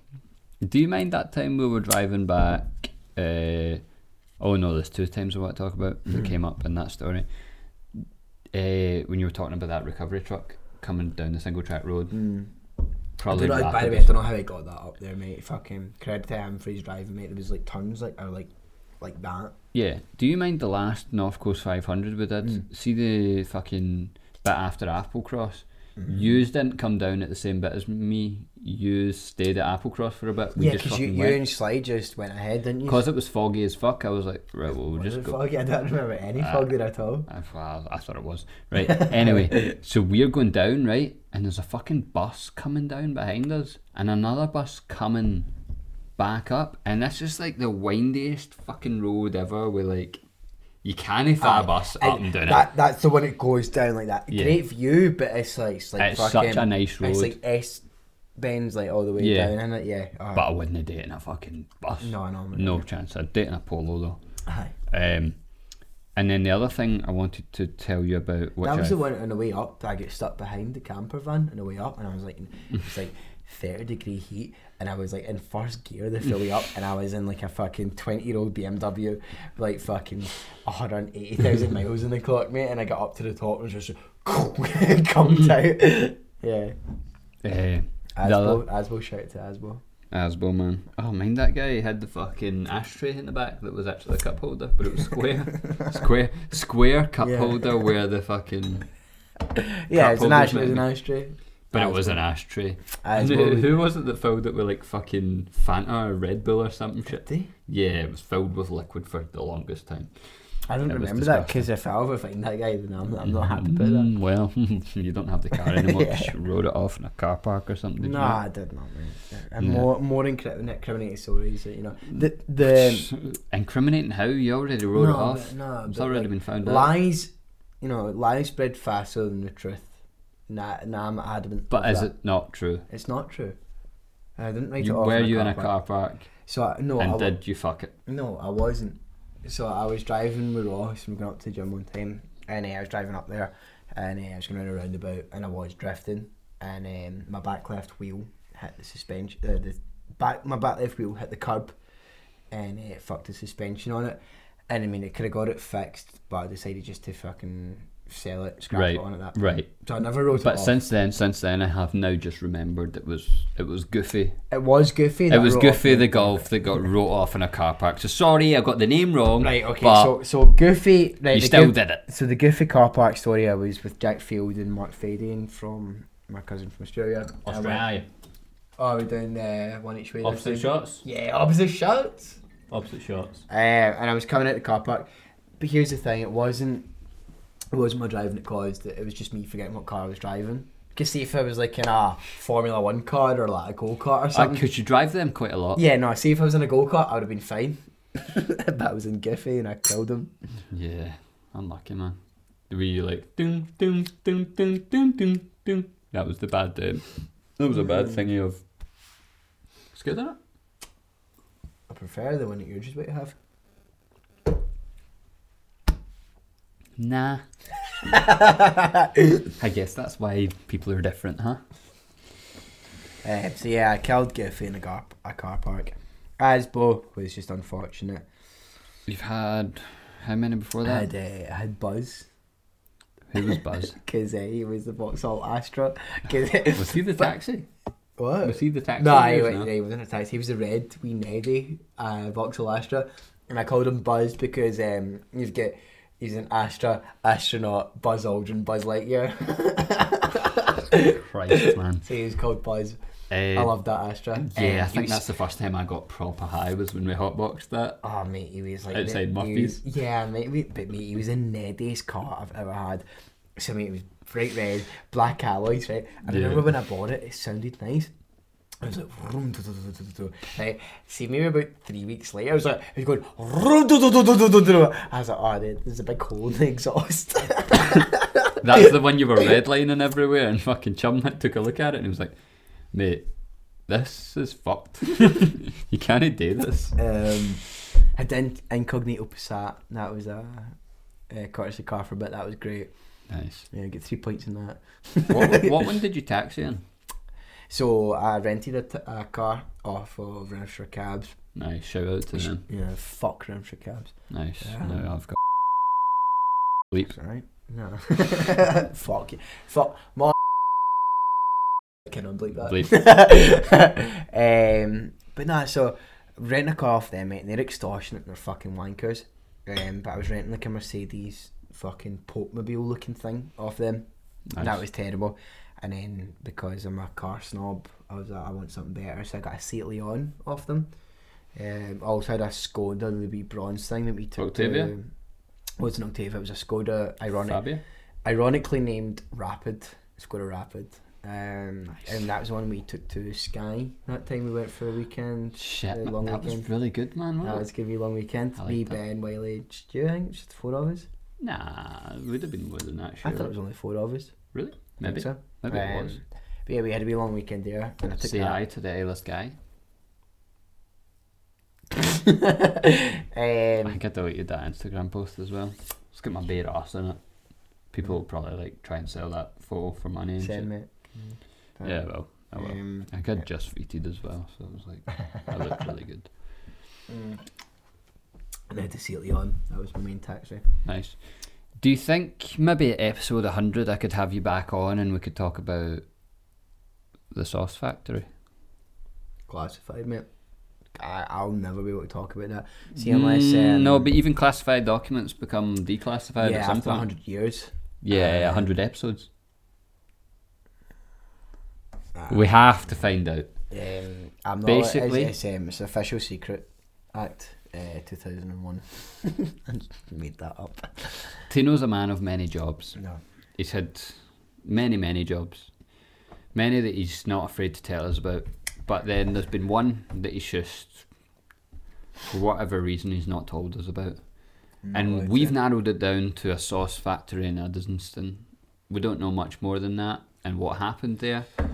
[SPEAKER 2] Do you mind that time we were driving back? Uh, oh no, there's two times I want to talk about
[SPEAKER 1] Mm-hmm.
[SPEAKER 2] that came up in that story. Uh, when you were talking about that recovery truck coming down the single track road,
[SPEAKER 1] Hmm. I
[SPEAKER 2] probably
[SPEAKER 1] don't know, by the way, I
[SPEAKER 2] rapid.
[SPEAKER 1] don't know how he got that up there, mate. Fucking credit to him for his driving, mate. There was like turns like, are like, like that.
[SPEAKER 2] Yeah. Do you mind the last North Coast 500 we did?
[SPEAKER 1] Mm.
[SPEAKER 2] See the fucking bit after Applecross?
[SPEAKER 1] Mm-hmm.
[SPEAKER 2] Yous didn't come down at the same bit as me. Yous stayed at Applecross for a bit. We
[SPEAKER 1] Yeah, 'cause
[SPEAKER 2] just
[SPEAKER 1] you,
[SPEAKER 2] fucking
[SPEAKER 1] you
[SPEAKER 2] went.
[SPEAKER 1] and Sly just went ahead, didn't you?
[SPEAKER 2] Because it was foggy as fuck, I was like, right, well, we'll
[SPEAKER 1] Was
[SPEAKER 2] just
[SPEAKER 1] it
[SPEAKER 2] go.
[SPEAKER 1] foggy? I don't remember any fog there at all.
[SPEAKER 2] I, well, I thought it was. Right. Anyway, so we're going down, right? And there's a fucking bus coming down behind us and another bus coming back up. And this is like the windiest fucking road ever where like you can't fit a bus up and down
[SPEAKER 1] that, That's the one that goes down like that.
[SPEAKER 2] Yeah.
[SPEAKER 1] Great view, but it's like it's like
[SPEAKER 2] It's
[SPEAKER 1] fucking,
[SPEAKER 2] such a nice road.
[SPEAKER 1] It's like S bends like all the way
[SPEAKER 2] Yeah.
[SPEAKER 1] down in it. Yeah. Oh,
[SPEAKER 2] it. But I wouldn't have dated in a fucking bus.
[SPEAKER 1] No, no, no.
[SPEAKER 2] No chance. I'd date in a polo though.
[SPEAKER 1] aye.
[SPEAKER 2] Um, and then the other thing I wanted to tell you about, which
[SPEAKER 1] That was
[SPEAKER 2] I
[SPEAKER 1] the one on the way up that I get stuck behind the camper van on the way up, and I was like, it's like 30 degree heat, and I was like in first gear the full way up, and I was in like a fucking 20 year old BMW, like fucking 180,000 miles in the clock, mate. And I got up to the top and just come out. Yeah.
[SPEAKER 2] Uh, the other-
[SPEAKER 1] Asbo, Asbo, shout out to Asbo.
[SPEAKER 2] Asbo man. Oh, mind that guy. He had the fucking ashtray in the back that was actually a cup holder, but it was square, square, square cup
[SPEAKER 1] Yeah.
[SPEAKER 2] holder where the fucking.
[SPEAKER 1] Yeah, it's an
[SPEAKER 2] Couple,
[SPEAKER 1] ashtray. It's an
[SPEAKER 2] isn't it?
[SPEAKER 1] ashtray.
[SPEAKER 2] But it was an ashtray. And who,
[SPEAKER 1] Asbo.
[SPEAKER 2] who was it that filled it with like fucking Fanta or Red Bull or something shit? Yeah, it was filled with liquid for the longest time.
[SPEAKER 1] I don't
[SPEAKER 2] It was
[SPEAKER 1] remember that because if I ever find that guy, then I'm, I'm not happy about that.
[SPEAKER 2] Mm, Well, you don't have the car anymore.
[SPEAKER 1] Yeah.
[SPEAKER 2] Just rode it off in a car park or something. did you
[SPEAKER 1] No,
[SPEAKER 2] not?
[SPEAKER 1] I did not, mate. And
[SPEAKER 2] Yeah.
[SPEAKER 1] more, more incriminating incriminating stories, you know. The, the
[SPEAKER 2] incriminating how you already wrote it
[SPEAKER 1] No,
[SPEAKER 2] off.
[SPEAKER 1] but- no,
[SPEAKER 2] it's
[SPEAKER 1] but,
[SPEAKER 2] already
[SPEAKER 1] like,
[SPEAKER 2] been found out.
[SPEAKER 1] lies, you know, lies spread faster than the truth. Nah, nah I'm adamant.
[SPEAKER 2] But
[SPEAKER 1] of
[SPEAKER 2] is
[SPEAKER 1] that.
[SPEAKER 2] it not true?
[SPEAKER 1] It's not true. I didn't write
[SPEAKER 2] You,
[SPEAKER 1] it off.
[SPEAKER 2] were
[SPEAKER 1] in a
[SPEAKER 2] you
[SPEAKER 1] car
[SPEAKER 2] in a
[SPEAKER 1] park.
[SPEAKER 2] car park
[SPEAKER 1] So I, no, I,
[SPEAKER 2] and
[SPEAKER 1] wa-
[SPEAKER 2] did you fuck it?
[SPEAKER 1] No, I wasn't. So I was driving with Ross and we going up to the gym one time, and eh, I was driving up there, and eh, I was going around a roundabout, and I was drifting, and um, my back left wheel hit the suspension, uh, the back my back left wheel hit the curb, and eh, it fucked the suspension on it, and I mean it could have got it fixed, but I decided just to fucking sell it, scrap
[SPEAKER 2] Right,
[SPEAKER 1] it on at that. point.
[SPEAKER 2] right.
[SPEAKER 1] So I never wrote it
[SPEAKER 2] But
[SPEAKER 1] off.
[SPEAKER 2] since then, since then, I have now just remembered it was it was Goofy.
[SPEAKER 1] it was goofy.
[SPEAKER 2] It
[SPEAKER 1] that I
[SPEAKER 2] was
[SPEAKER 1] wrote off
[SPEAKER 2] Goofy
[SPEAKER 1] the-
[SPEAKER 2] the golf that got wrote off in a car park. So sorry, I got the name wrong.
[SPEAKER 1] Right, okay,
[SPEAKER 2] but
[SPEAKER 1] so so Goofy right,
[SPEAKER 2] you
[SPEAKER 1] the
[SPEAKER 2] still
[SPEAKER 1] Goof-
[SPEAKER 2] did it.
[SPEAKER 1] So the Goofy car park story I was with Jack Field and Mark Fadian from my cousin from Australia. I went-
[SPEAKER 2] Australia,
[SPEAKER 1] Oh, we're doing uh, one each way. this
[SPEAKER 2] opposite
[SPEAKER 1] time.
[SPEAKER 2] shots,
[SPEAKER 1] Yeah, opposite shots.
[SPEAKER 2] opposite shots.
[SPEAKER 1] Uh, and I was coming out the car park, but here's the thing: it wasn't, it wasn't my driving that caused it. It was just me forgetting what car I was driving. Cause see if it was like in a Formula One car or like a go kart or something.
[SPEAKER 2] Because you drive them quite a lot.
[SPEAKER 1] yeah, no. See if I was in a go kart, I would have been fine. but I was in Goofy and I killed him.
[SPEAKER 2] Yeah, unlucky man. Were you like doom doom doom doom doom doom doom? That was the bad. Um, that was a bad thingy of. Scared that?
[SPEAKER 1] I prefer the one that you're just about to have.
[SPEAKER 2] Nah. I guess that's why people are different, huh?
[SPEAKER 1] Um, so yeah, I killed Giffy in a car, a car park. Asbo was just unfortunate.
[SPEAKER 2] You've had how many before
[SPEAKER 1] I
[SPEAKER 2] that?
[SPEAKER 1] had, uh, I had Buzz
[SPEAKER 2] Who was Buzz?
[SPEAKER 1] because uh, he was the Vauxhall Astra. 'Cause-
[SPEAKER 2] Was he the taxi?
[SPEAKER 1] what?
[SPEAKER 2] Was he the taxi?
[SPEAKER 1] no, he,
[SPEAKER 2] driver?
[SPEAKER 1] went, he was in a taxi. He was a red wee Neddy uh, Vauxhall Astra, and I called him Buzz because um, you get he's an Astra astronaut, Buzz Aldrin, Buzz Lightyear.
[SPEAKER 2] Christ, man.
[SPEAKER 1] so he was called Buzz.
[SPEAKER 2] Eh,
[SPEAKER 1] I love that Astra. Um,
[SPEAKER 2] Yeah, I
[SPEAKER 1] he
[SPEAKER 2] think
[SPEAKER 1] was-
[SPEAKER 2] that's the first time I got proper high was when we hotboxed that.
[SPEAKER 1] Oh mate, he was like
[SPEAKER 2] Outside
[SPEAKER 1] he
[SPEAKER 2] Murphy's.
[SPEAKER 1] was- yeah, mate, we- but mate, he was the neddiest car I've ever had. So mate, it was bright red, black alloys, right? I
[SPEAKER 2] Yeah.
[SPEAKER 1] remember when I bought it, it sounded nice. I was like, vroom, do, do, do, do, do, do. right? See, maybe about three weeks later, I was like, I was going, vroom, do, do, do, do, do, do, do. I was like, oh, there- there's a big hole in the exhaust.
[SPEAKER 2] That's the one you were redlining everywhere, and fucking Chum had- took a look at it and he was like, "Mate, this is fucked. you can't do this."
[SPEAKER 1] um, I did incognito Passat. That was a, a courtesy car for a bit. That was great.
[SPEAKER 2] Nice.
[SPEAKER 1] Yeah, get three points in that.
[SPEAKER 2] What, what one did you taxi in?
[SPEAKER 1] So I rented a, t- a car off of Renfrew Cabs.
[SPEAKER 2] Nice. Shout out to
[SPEAKER 1] Which,
[SPEAKER 2] them.
[SPEAKER 1] you know, fuck Renfrew Cabs.
[SPEAKER 2] Nice.
[SPEAKER 1] Yeah.
[SPEAKER 2] Now I've got sleep.
[SPEAKER 1] Right? No. fuck you. Fuck my. Can I bleep that?
[SPEAKER 2] Bleep.
[SPEAKER 1] um, but nah, so rent a car off them, mate. And they're extortionate. They're fucking wankers. Um, but I was renting like a Mercedes fucking Pope mobile looking thing off them.
[SPEAKER 2] Nice.
[SPEAKER 1] That was terrible. And then because I'm a car snob, I was like, I want something better, so I got a Seat Leon off them. Um, I also had a Skoda, the wee bronze thing that we took.
[SPEAKER 2] Octavia?
[SPEAKER 1] To, it wasn't Octavia, it was a Skoda, ironic,
[SPEAKER 2] Fabio.
[SPEAKER 1] ironically named Rapid, Skoda Rapid. Um, And that was the one we took to Sky that time we went for a weekend.
[SPEAKER 2] Shit,
[SPEAKER 1] a
[SPEAKER 2] man,
[SPEAKER 1] long
[SPEAKER 2] that was
[SPEAKER 1] weekend.
[SPEAKER 2] really good, man.
[SPEAKER 1] That
[SPEAKER 2] Wasn't
[SPEAKER 1] was going to be a long weekend.
[SPEAKER 2] I like
[SPEAKER 1] Me,
[SPEAKER 2] that.
[SPEAKER 1] Ben, Wiley, do you think? Just the four of us?
[SPEAKER 2] it? Nah, it would have been more than that.
[SPEAKER 1] I thought
[SPEAKER 2] surely.
[SPEAKER 1] it was only four of us.
[SPEAKER 2] really.
[SPEAKER 1] I think
[SPEAKER 2] Maybe.
[SPEAKER 1] so.
[SPEAKER 2] Maybe it
[SPEAKER 1] Um,
[SPEAKER 2] was.
[SPEAKER 1] But yeah, we had a wee long weekend there. And I took
[SPEAKER 2] Say
[SPEAKER 1] that.
[SPEAKER 2] hi to the A-list guy. I
[SPEAKER 1] um,
[SPEAKER 2] think I deleted that Instagram post as well. It's got my bare ass in it. People will probably like try and sell that photo for money. And
[SPEAKER 1] Mm. send
[SPEAKER 2] shit.
[SPEAKER 1] me.
[SPEAKER 2] Yeah, well, I will.
[SPEAKER 1] Um,
[SPEAKER 2] I got just feated as well, so it was like I looked really good.
[SPEAKER 1] and I had to seal it on. That was my main taxi.
[SPEAKER 2] Nice. Do you think maybe at episode 100 I could have you back on and we could talk about the Sauce Factory?
[SPEAKER 1] classified, mate. I, I'll never be able to talk about that. See, unless
[SPEAKER 2] Mm,
[SPEAKER 1] um,
[SPEAKER 2] no, but even classified documents become declassified
[SPEAKER 1] yeah,
[SPEAKER 2] at
[SPEAKER 1] after
[SPEAKER 2] some point.
[SPEAKER 1] hundred Ah, years.
[SPEAKER 2] yeah, a hundred episodes.
[SPEAKER 1] Ah.
[SPEAKER 2] we have to find out.
[SPEAKER 1] Um, I'm not.
[SPEAKER 2] Basically-
[SPEAKER 1] it's, it's, um, it's official secret act, uh, two thousand and one. I just made that up.
[SPEAKER 2] Tino's a man of many jobs.
[SPEAKER 1] No.
[SPEAKER 2] He's had many, many jobs. Many that he's not afraid to tell us about. But then there's been one that he's just, for whatever reason, he's not told us about.
[SPEAKER 5] Mm,
[SPEAKER 2] and we've narrowed it down to a sauce factory in Uddingston. We don't know much more than that and what happened there.
[SPEAKER 5] Do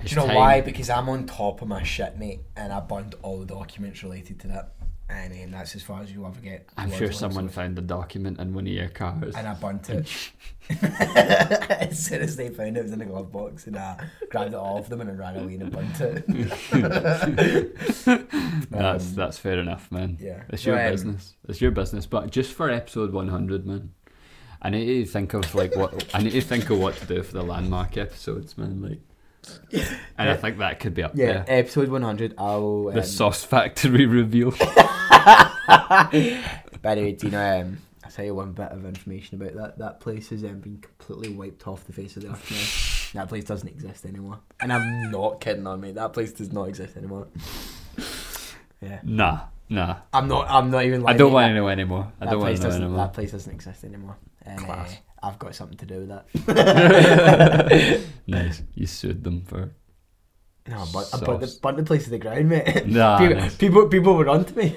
[SPEAKER 2] His
[SPEAKER 5] you know
[SPEAKER 2] time-
[SPEAKER 5] why? Because I'm on top of my shit, mate, and I burned all the documents related to that, and um, that's as far as you'll ever get.
[SPEAKER 2] I'm
[SPEAKER 5] towards
[SPEAKER 2] sure
[SPEAKER 5] Lawrence
[SPEAKER 2] someone
[SPEAKER 5] Lewis.
[SPEAKER 2] found a document in one of your cars.
[SPEAKER 5] And I burnt it. as soon as they found it, it was in the glove box, and I grabbed it off them and I ran away and I burnt it.
[SPEAKER 1] Um,
[SPEAKER 2] That's that's fair enough, man.
[SPEAKER 5] yeah.
[SPEAKER 2] it's your
[SPEAKER 5] Right.
[SPEAKER 2] business. It's your business. But just for episode 100, man, I need to think of like what I need to think of what to do for the landmark episodes, man. Like, and I think that could be up
[SPEAKER 1] Yeah,
[SPEAKER 2] there.
[SPEAKER 1] episode one hundred. I'll.
[SPEAKER 2] The
[SPEAKER 1] Um,
[SPEAKER 2] sauce factory reveal.
[SPEAKER 1] by the way, Dino, um, I'll tell you one bit of information about that. That place has um, been completely wiped off the face of the earth now. That place doesn't exist anymore. And I'm not kidding on, mate. That place does not exist anymore.
[SPEAKER 2] nah, nah.
[SPEAKER 1] I'm not. I'm not even.
[SPEAKER 2] I
[SPEAKER 1] Lying
[SPEAKER 2] don't
[SPEAKER 1] mate.
[SPEAKER 2] want to know anymore. I
[SPEAKER 1] That
[SPEAKER 2] don't want
[SPEAKER 1] place
[SPEAKER 2] to know
[SPEAKER 1] doesn't.
[SPEAKER 2] anymore.
[SPEAKER 1] That place doesn't exist anymore. And,
[SPEAKER 5] Class.
[SPEAKER 1] uh, I've got something to do with that.
[SPEAKER 2] nice. You sued them for.
[SPEAKER 1] No, but I burnt the,
[SPEAKER 2] Sauce.
[SPEAKER 1] burnt the place to the ground, mate.
[SPEAKER 2] Nah.
[SPEAKER 1] people,
[SPEAKER 2] nice.
[SPEAKER 1] people, people were onto me.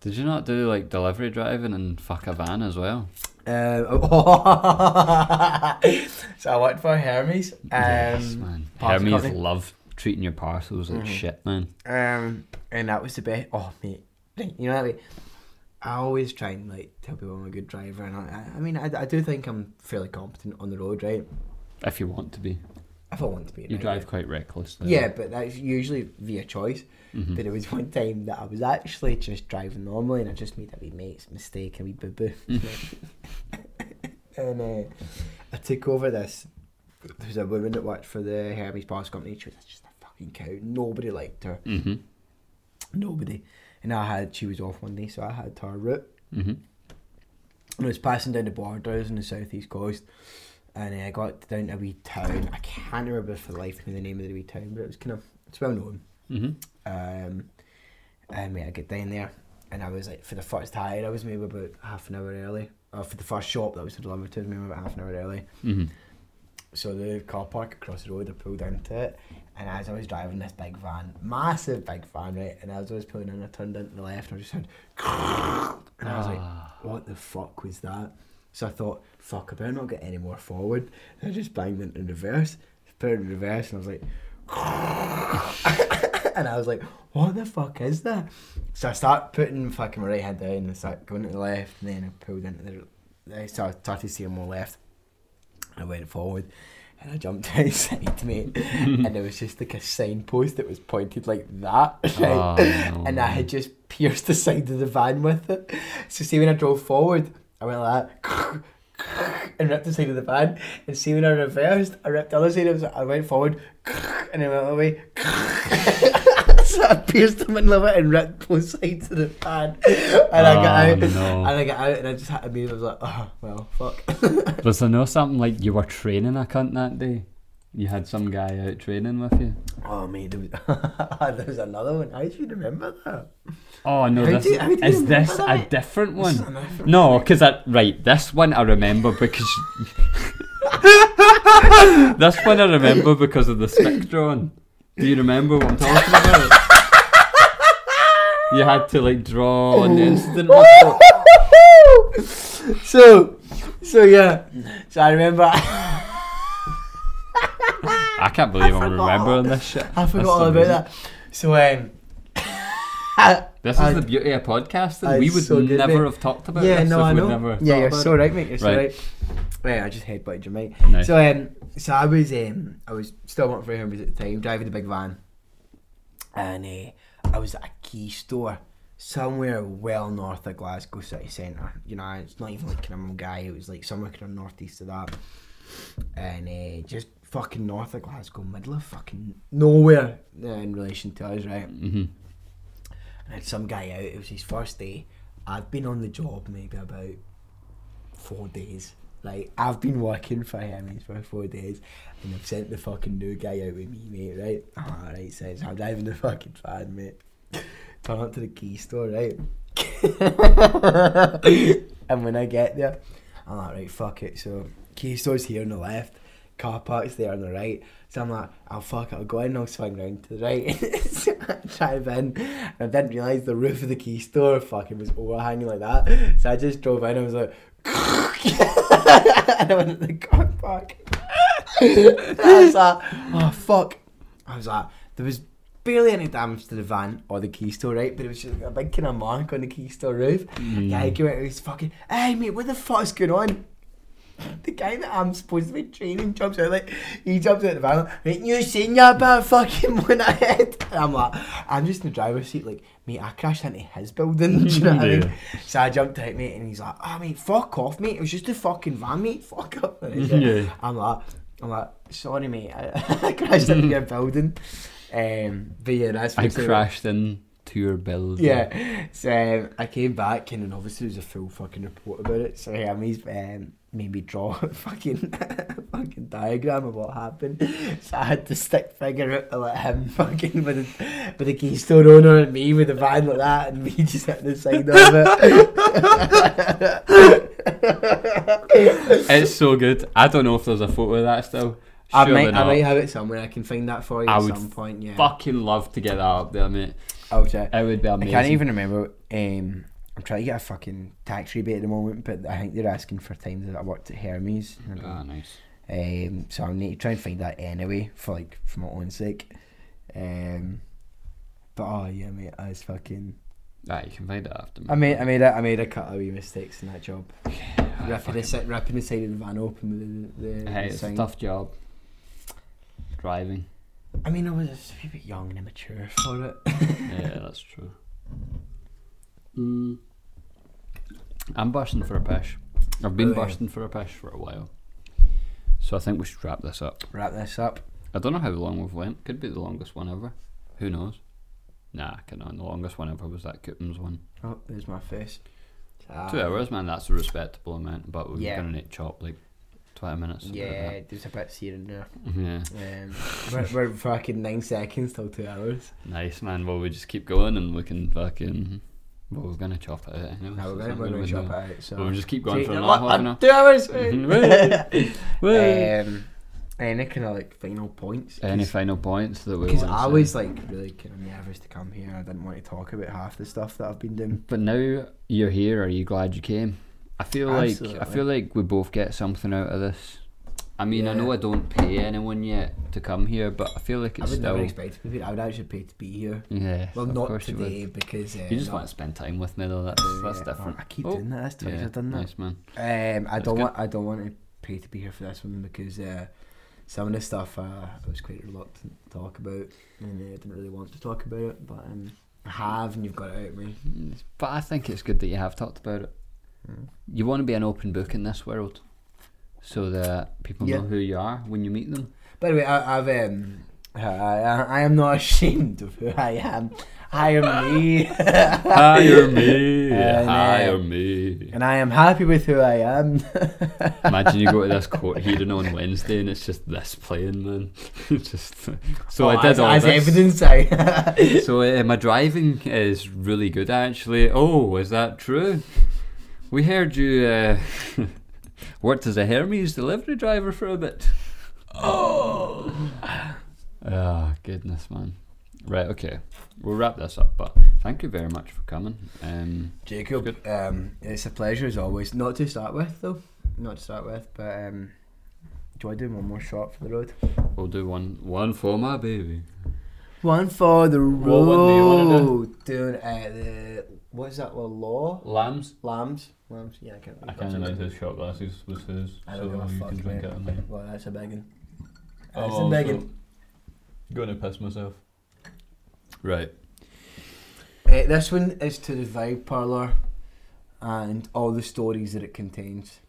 [SPEAKER 2] Did you not do like delivery driving and fuck a van as well?
[SPEAKER 1] Um,
[SPEAKER 5] so I worked for Hermes. Um,
[SPEAKER 2] yes, man.
[SPEAKER 1] parcel
[SPEAKER 2] Hermes
[SPEAKER 1] company.
[SPEAKER 2] love treating your parcels like shit, man.
[SPEAKER 1] Um, and that was the best. Oh, mate, Right, you know that way. I always try and like tell people I'm a good driver, and I, I mean, I, I do think I'm fairly competent on the road, right?
[SPEAKER 2] If you want to be,
[SPEAKER 1] If I want to be,
[SPEAKER 2] you
[SPEAKER 1] right?
[SPEAKER 2] drive quite recklessly.
[SPEAKER 1] Yeah, but that's usually via choice.
[SPEAKER 2] Mm-hmm. Hmm.
[SPEAKER 1] But it was one time that I was actually just driving normally, and I just made a wee mate's mistake, a wee boo boo. and uh, I took over this. There was a woman that worked for the Hermes Parcel Company. She was just a fucking cow. Nobody liked her.
[SPEAKER 2] hmm
[SPEAKER 1] Nobody. And I had she was off one day, so I had her route.
[SPEAKER 2] hmm
[SPEAKER 1] And I was passing down the borders on the southeast coast, and uh, I got down to a wee town. I can't remember for the life of me the name of the wee town, but it was kind of it's well known.
[SPEAKER 2] hmm
[SPEAKER 1] Um, and mate, I get down there, and I was like, for the first hire, I was maybe about half an hour early. Or for the first shop that was delivered to us, maybe about half an hour early.
[SPEAKER 2] hmm
[SPEAKER 1] So the car park across the road, I pulled into it, and as I was driving this big van, massive big van, right, and as I was pulling in, I turned into the left, and I just heard, and I was like, what the fuck was that? So I thought, fuck, I better not get any more forward. And I just banged into reverse, put it in reverse, and I was like, and I was like, what the fuck is that? So I start putting fucking my right hand down and start going to the left, and then I pulled into the. So I started seeing more left. I went forward and I jumped outside, mate. and there was just like a signpost that was pointed like that, right?
[SPEAKER 2] Oh,
[SPEAKER 1] and
[SPEAKER 2] no.
[SPEAKER 1] I had just pierced the side of the van with it. So, see, when I drove forward, I went like that. And ripped the side of the van, and see when I reversed, I ripped the other side. Of the, I went forward, and I went away. so I pierced them in the and ripped both sides of the van, and I got
[SPEAKER 2] Oh,
[SPEAKER 1] out,
[SPEAKER 2] no.
[SPEAKER 1] and I got out, and I just had to move. I was like, oh well, fuck.
[SPEAKER 2] Was there no something like you were training a cunt that day? You had some guy out training with you.
[SPEAKER 1] Oh mate, there was, there was another one. How do you remember that?
[SPEAKER 2] Oh no!
[SPEAKER 1] How
[SPEAKER 2] This,
[SPEAKER 1] do- how do you
[SPEAKER 2] is this
[SPEAKER 1] remember
[SPEAKER 2] a
[SPEAKER 1] that?
[SPEAKER 2] different
[SPEAKER 1] This is
[SPEAKER 2] one?
[SPEAKER 1] a different
[SPEAKER 2] No, because I right this one I remember because this one I remember because of the Spectron. Do you remember what I'm talking about? you had to like draw on the instant. report.
[SPEAKER 1] so, so yeah. So I remember. I
[SPEAKER 2] I can't believe I am
[SPEAKER 1] forgot.
[SPEAKER 2] remembering this shit. I
[SPEAKER 1] forgot all about that. So um. I,
[SPEAKER 2] This is
[SPEAKER 1] I-
[SPEAKER 2] the beauty of podcasting.
[SPEAKER 1] I-
[SPEAKER 2] we would
[SPEAKER 1] so good,
[SPEAKER 2] never
[SPEAKER 1] mate.
[SPEAKER 2] have talked about
[SPEAKER 1] yeah,
[SPEAKER 2] this.
[SPEAKER 1] no,
[SPEAKER 2] if
[SPEAKER 1] I
[SPEAKER 2] we'd
[SPEAKER 1] know.
[SPEAKER 2] Never
[SPEAKER 1] yeah, you're
[SPEAKER 2] thought
[SPEAKER 1] so
[SPEAKER 2] about
[SPEAKER 1] right, mate. You're so
[SPEAKER 2] Right.
[SPEAKER 1] right. Right, I just headbutted your mate.
[SPEAKER 2] Nice.
[SPEAKER 1] So um, so I was um, I was still working for Hermes at the time, driving the big van, and uh, I was at a key store somewhere well north of Glasgow city centre. You know, it's not even like kind of my guy. It was like somewhere kind of northeast of that, and uh, just fucking north of Glasgow, middle of fucking nowhere uh, in relation to us, right?
[SPEAKER 2] hmm
[SPEAKER 1] And I had some guy out. It was his first day. I'd been on the job maybe about four days. Like I've been working for him for four days, and I've sent the fucking new guy out with me, mate. Right? Ah, right. Says I'm driving the fucking van, mate. Turn up to the key store, right? and when I get there, I'm like, right, fuck it. So key store's here on the left, car park's there on the right. So I'm like, I'll fuck it, I'll go in and I'll swing round to the right. so I drive in and I didn't realise the roof of the key store fucking was overhanging like that. So I just drove in and I was like and I went in the car park. I was like, oh fuck. I was like, there was barely any damage to the van or the key store, right? But it was just a big kind of mark on the key store roof. Yeah, he came out and he's fucking, hey mate, what the fuck's going on? The guy that I'm supposed to be training jumps out like he jumps out the van. Like, "Ain't you seen your bad fucking one ahead? And I'm like, I'm just in the driver's seat. Like, mate, I crashed into his building. Do you know what I mean? So I jumped out, mate, and he's like, oh, mate, fuck off, mate. It was just a fucking van, mate. Fuck up. And he's like-
[SPEAKER 2] Yeah.
[SPEAKER 1] I'm like, I'm like, sorry, mate. I, I crashed into your building. Um, but yeah, that's
[SPEAKER 2] Mm. I
[SPEAKER 1] basically-
[SPEAKER 2] crashed into your building.
[SPEAKER 1] yeah. So um, I came back and then obviously there's a full fucking report about it. So um, he's um, made me draw a fucking a fucking diagram of what happened. So I had to stick figure out like him fucking with a, with a keystone owner and me with a van like that and me just hitting the side of it.
[SPEAKER 2] It's so good. I don't know if there's a photo of that still.
[SPEAKER 1] I
[SPEAKER 2] Surely
[SPEAKER 1] might, I
[SPEAKER 2] not.
[SPEAKER 1] might have it somewhere. I can find that for you
[SPEAKER 2] I
[SPEAKER 1] at
[SPEAKER 2] would
[SPEAKER 1] some point. Yeah.
[SPEAKER 2] Fucking love to get that up there, mate.
[SPEAKER 1] Oh, shit.
[SPEAKER 2] It would be amazing.
[SPEAKER 1] I can't even remember. Um, I'm trying to get a fucking tax rebate at the moment, but I think they're asking for times that I worked at Hermes.
[SPEAKER 2] Ah, nice.
[SPEAKER 1] Um, so I need to try and find that anyway for like for my own sake. Um, but oh yeah, mate, I was fucking.
[SPEAKER 2] Right, Ah, you can find it after.
[SPEAKER 1] I made I made a, I made a couple of wee mistakes in that job.
[SPEAKER 2] I
[SPEAKER 1] Ripping the, si- ripping the side of the van open with the, the,
[SPEAKER 2] Ah, Hey,
[SPEAKER 1] the
[SPEAKER 2] it's a
[SPEAKER 1] sign.
[SPEAKER 2] tough job. Driving.
[SPEAKER 1] I mean, I was a wee bit young and immature for it.
[SPEAKER 2] Yeah, that's true. Mm. I'm bursting for a pish. I've been
[SPEAKER 1] Oh, yeah.
[SPEAKER 2] bursting for a pish for a while. So I think we should wrap this up.
[SPEAKER 1] Wrap this up.
[SPEAKER 2] I don't know how long we've went. Could be the longest one ever. Who knows? Nah, I can't. The longest one ever was that Coupons one.
[SPEAKER 1] Oh, there's my face. Ah,
[SPEAKER 2] Two hours, man. That's a respectable amount. But we're
[SPEAKER 1] Yeah.
[SPEAKER 2] gonna need chop like twenty minutes. about
[SPEAKER 1] Yeah,
[SPEAKER 2] that.
[SPEAKER 1] there's a bit here and there.
[SPEAKER 2] Yeah.
[SPEAKER 1] Um, we're, we're fucking nine seconds till two hours.
[SPEAKER 2] Nice, man. Well, we just keep going and we can fucking. Well, we're gonna chop it. eh? Anyway,
[SPEAKER 1] Now we're
[SPEAKER 2] so
[SPEAKER 1] going,
[SPEAKER 2] it's not
[SPEAKER 1] we're
[SPEAKER 2] gonna
[SPEAKER 1] going to
[SPEAKER 2] be
[SPEAKER 1] chop
[SPEAKER 2] no-
[SPEAKER 1] it out. So
[SPEAKER 2] We'll just keep going
[SPEAKER 1] See,
[SPEAKER 2] for
[SPEAKER 1] no,
[SPEAKER 2] another
[SPEAKER 1] what,
[SPEAKER 2] half an hour. Mm-hmm.
[SPEAKER 1] Two hours.
[SPEAKER 2] Wait.
[SPEAKER 1] um, any kind of like final points?
[SPEAKER 2] Any final um, points that we
[SPEAKER 1] Because
[SPEAKER 2] wanna
[SPEAKER 1] I
[SPEAKER 2] say?
[SPEAKER 1] was like really kind of nervous to come here. I didn't want to talk about half the stuff that I've been doing.
[SPEAKER 2] But now you're here. Are you glad you came? I feel like I
[SPEAKER 1] Absolutely.
[SPEAKER 2] feel like we both get something out of this. I mean, I
[SPEAKER 1] Yeah.
[SPEAKER 2] know I don't pay anyone yet to come here, but I feel like
[SPEAKER 1] I
[SPEAKER 2] it's
[SPEAKER 1] would
[SPEAKER 2] still
[SPEAKER 1] never expect to be here. I would actually pay to be here.
[SPEAKER 2] yeah.
[SPEAKER 1] Well,
[SPEAKER 2] of
[SPEAKER 1] not
[SPEAKER 2] course you would.
[SPEAKER 1] today because uh,
[SPEAKER 2] You just
[SPEAKER 1] no,
[SPEAKER 2] want to spend time with me though. That's that's
[SPEAKER 1] yeah,
[SPEAKER 2] different.
[SPEAKER 1] I keep
[SPEAKER 2] Oh,
[SPEAKER 1] doing that. That's twice
[SPEAKER 2] yeah,
[SPEAKER 1] I've done that.
[SPEAKER 2] Nice man.
[SPEAKER 1] Um, I
[SPEAKER 2] That's
[SPEAKER 1] don't
[SPEAKER 2] good.
[SPEAKER 1] want. I don't want to pay to be here for this one because uh, some of the stuff uh, I was quite reluctant to talk about, and uh, I didn't really want to talk about it. But um, I have, and you've got it out of me.
[SPEAKER 2] But I think it's good that you have talked about it.
[SPEAKER 1] Mm.
[SPEAKER 2] You want to be an open book in this world, so that people
[SPEAKER 1] Yeah.
[SPEAKER 2] know who you are when you meet them.
[SPEAKER 1] By the way, I, I've um, I, I, I am not ashamed of who I am. I am me,
[SPEAKER 2] hire me,
[SPEAKER 1] And, uh,
[SPEAKER 2] hire me.
[SPEAKER 1] and I am happy with who I am.
[SPEAKER 2] Imagine you go to this court hearing on Wednesday and it's just this playing, man. It's just so I did
[SPEAKER 1] Oh, as,
[SPEAKER 2] all
[SPEAKER 1] as
[SPEAKER 2] this.
[SPEAKER 1] evidence. I
[SPEAKER 2] So uh, my driving is really good, actually. Oh, is that true? We heard you uh, worked as a Hermes delivery driver for a bit. Oh, goodness, man. Right, okay. We'll wrap this up, but thank you very much for coming. Um,
[SPEAKER 1] Jacob, um, it's a pleasure as always. Not to start with, though. Not to start with, but um, do I do one more shot for the road?
[SPEAKER 2] we'll do one one for my baby.
[SPEAKER 1] One for the
[SPEAKER 2] What one do you wanna do?
[SPEAKER 1] road. Doing uh, the what is that? Well, law
[SPEAKER 2] Lambs.
[SPEAKER 1] lambs, lambs. Yeah, I can't.
[SPEAKER 2] I can't remember whose shot glasses was his,
[SPEAKER 1] I
[SPEAKER 2] so
[SPEAKER 1] don't give a
[SPEAKER 2] you
[SPEAKER 1] fuck,
[SPEAKER 2] can drink
[SPEAKER 1] mate.
[SPEAKER 2] out of mine.
[SPEAKER 1] Well, that's a begging. That's
[SPEAKER 2] I'm
[SPEAKER 1] a begging.
[SPEAKER 2] Oh, Gonna piss myself. Right.
[SPEAKER 1] Uh, this one is to the vibe parlor, and all the stories that it contains.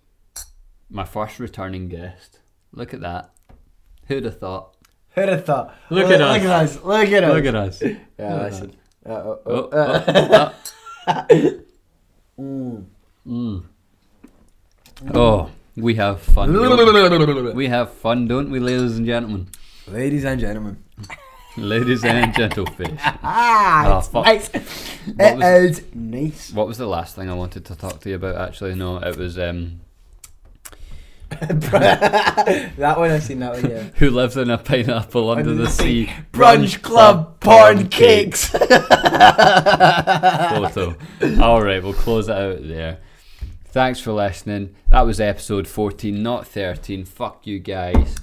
[SPEAKER 2] My first returning guest. Look at that. Who'd have thought?
[SPEAKER 1] Who'd have thought?
[SPEAKER 6] Look
[SPEAKER 1] Look
[SPEAKER 6] at
[SPEAKER 1] Look at us. Look at us.
[SPEAKER 6] Look at us.
[SPEAKER 1] yeah, listen. Uh, uh, uh,
[SPEAKER 2] Oh,
[SPEAKER 1] uh,
[SPEAKER 2] oh, oh. Mm. Oh, we have fun. don't- we have fun, don't we, ladies and gentlemen?
[SPEAKER 1] uh, Ladies and gentlemen.
[SPEAKER 2] Ladies and gentlemen.
[SPEAKER 1] Ah,
[SPEAKER 2] Ah,
[SPEAKER 1] it's
[SPEAKER 2] fuck.
[SPEAKER 1] nice.
[SPEAKER 2] What was-
[SPEAKER 1] It is nice.
[SPEAKER 2] What was the last thing I wanted to talk to you about? Actually, no, it was um,
[SPEAKER 1] that one, I've seen that one, yeah.
[SPEAKER 2] who lives in a pineapple under the sea.
[SPEAKER 1] Brunch Club Porn Cakes.
[SPEAKER 2] photo. All right, we'll close it out there. Thanks for listening. That was episode 14, not 13. Fuck you guys.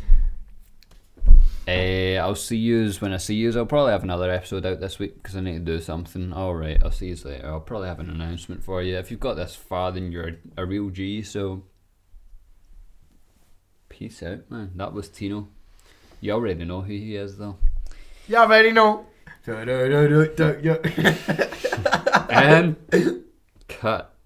[SPEAKER 2] Eh, I'll see yous when I see yous. I'll probably have another episode out this week because I need to do something. All right, I'll see yous later. I'll probably have an announcement for you. If you've got this far, then you're a real G. So, peace out, man. That was Tino. You already know who he is, though.
[SPEAKER 7] Yeah, very no.
[SPEAKER 1] Do, do, do, do, do, do.
[SPEAKER 2] And cut.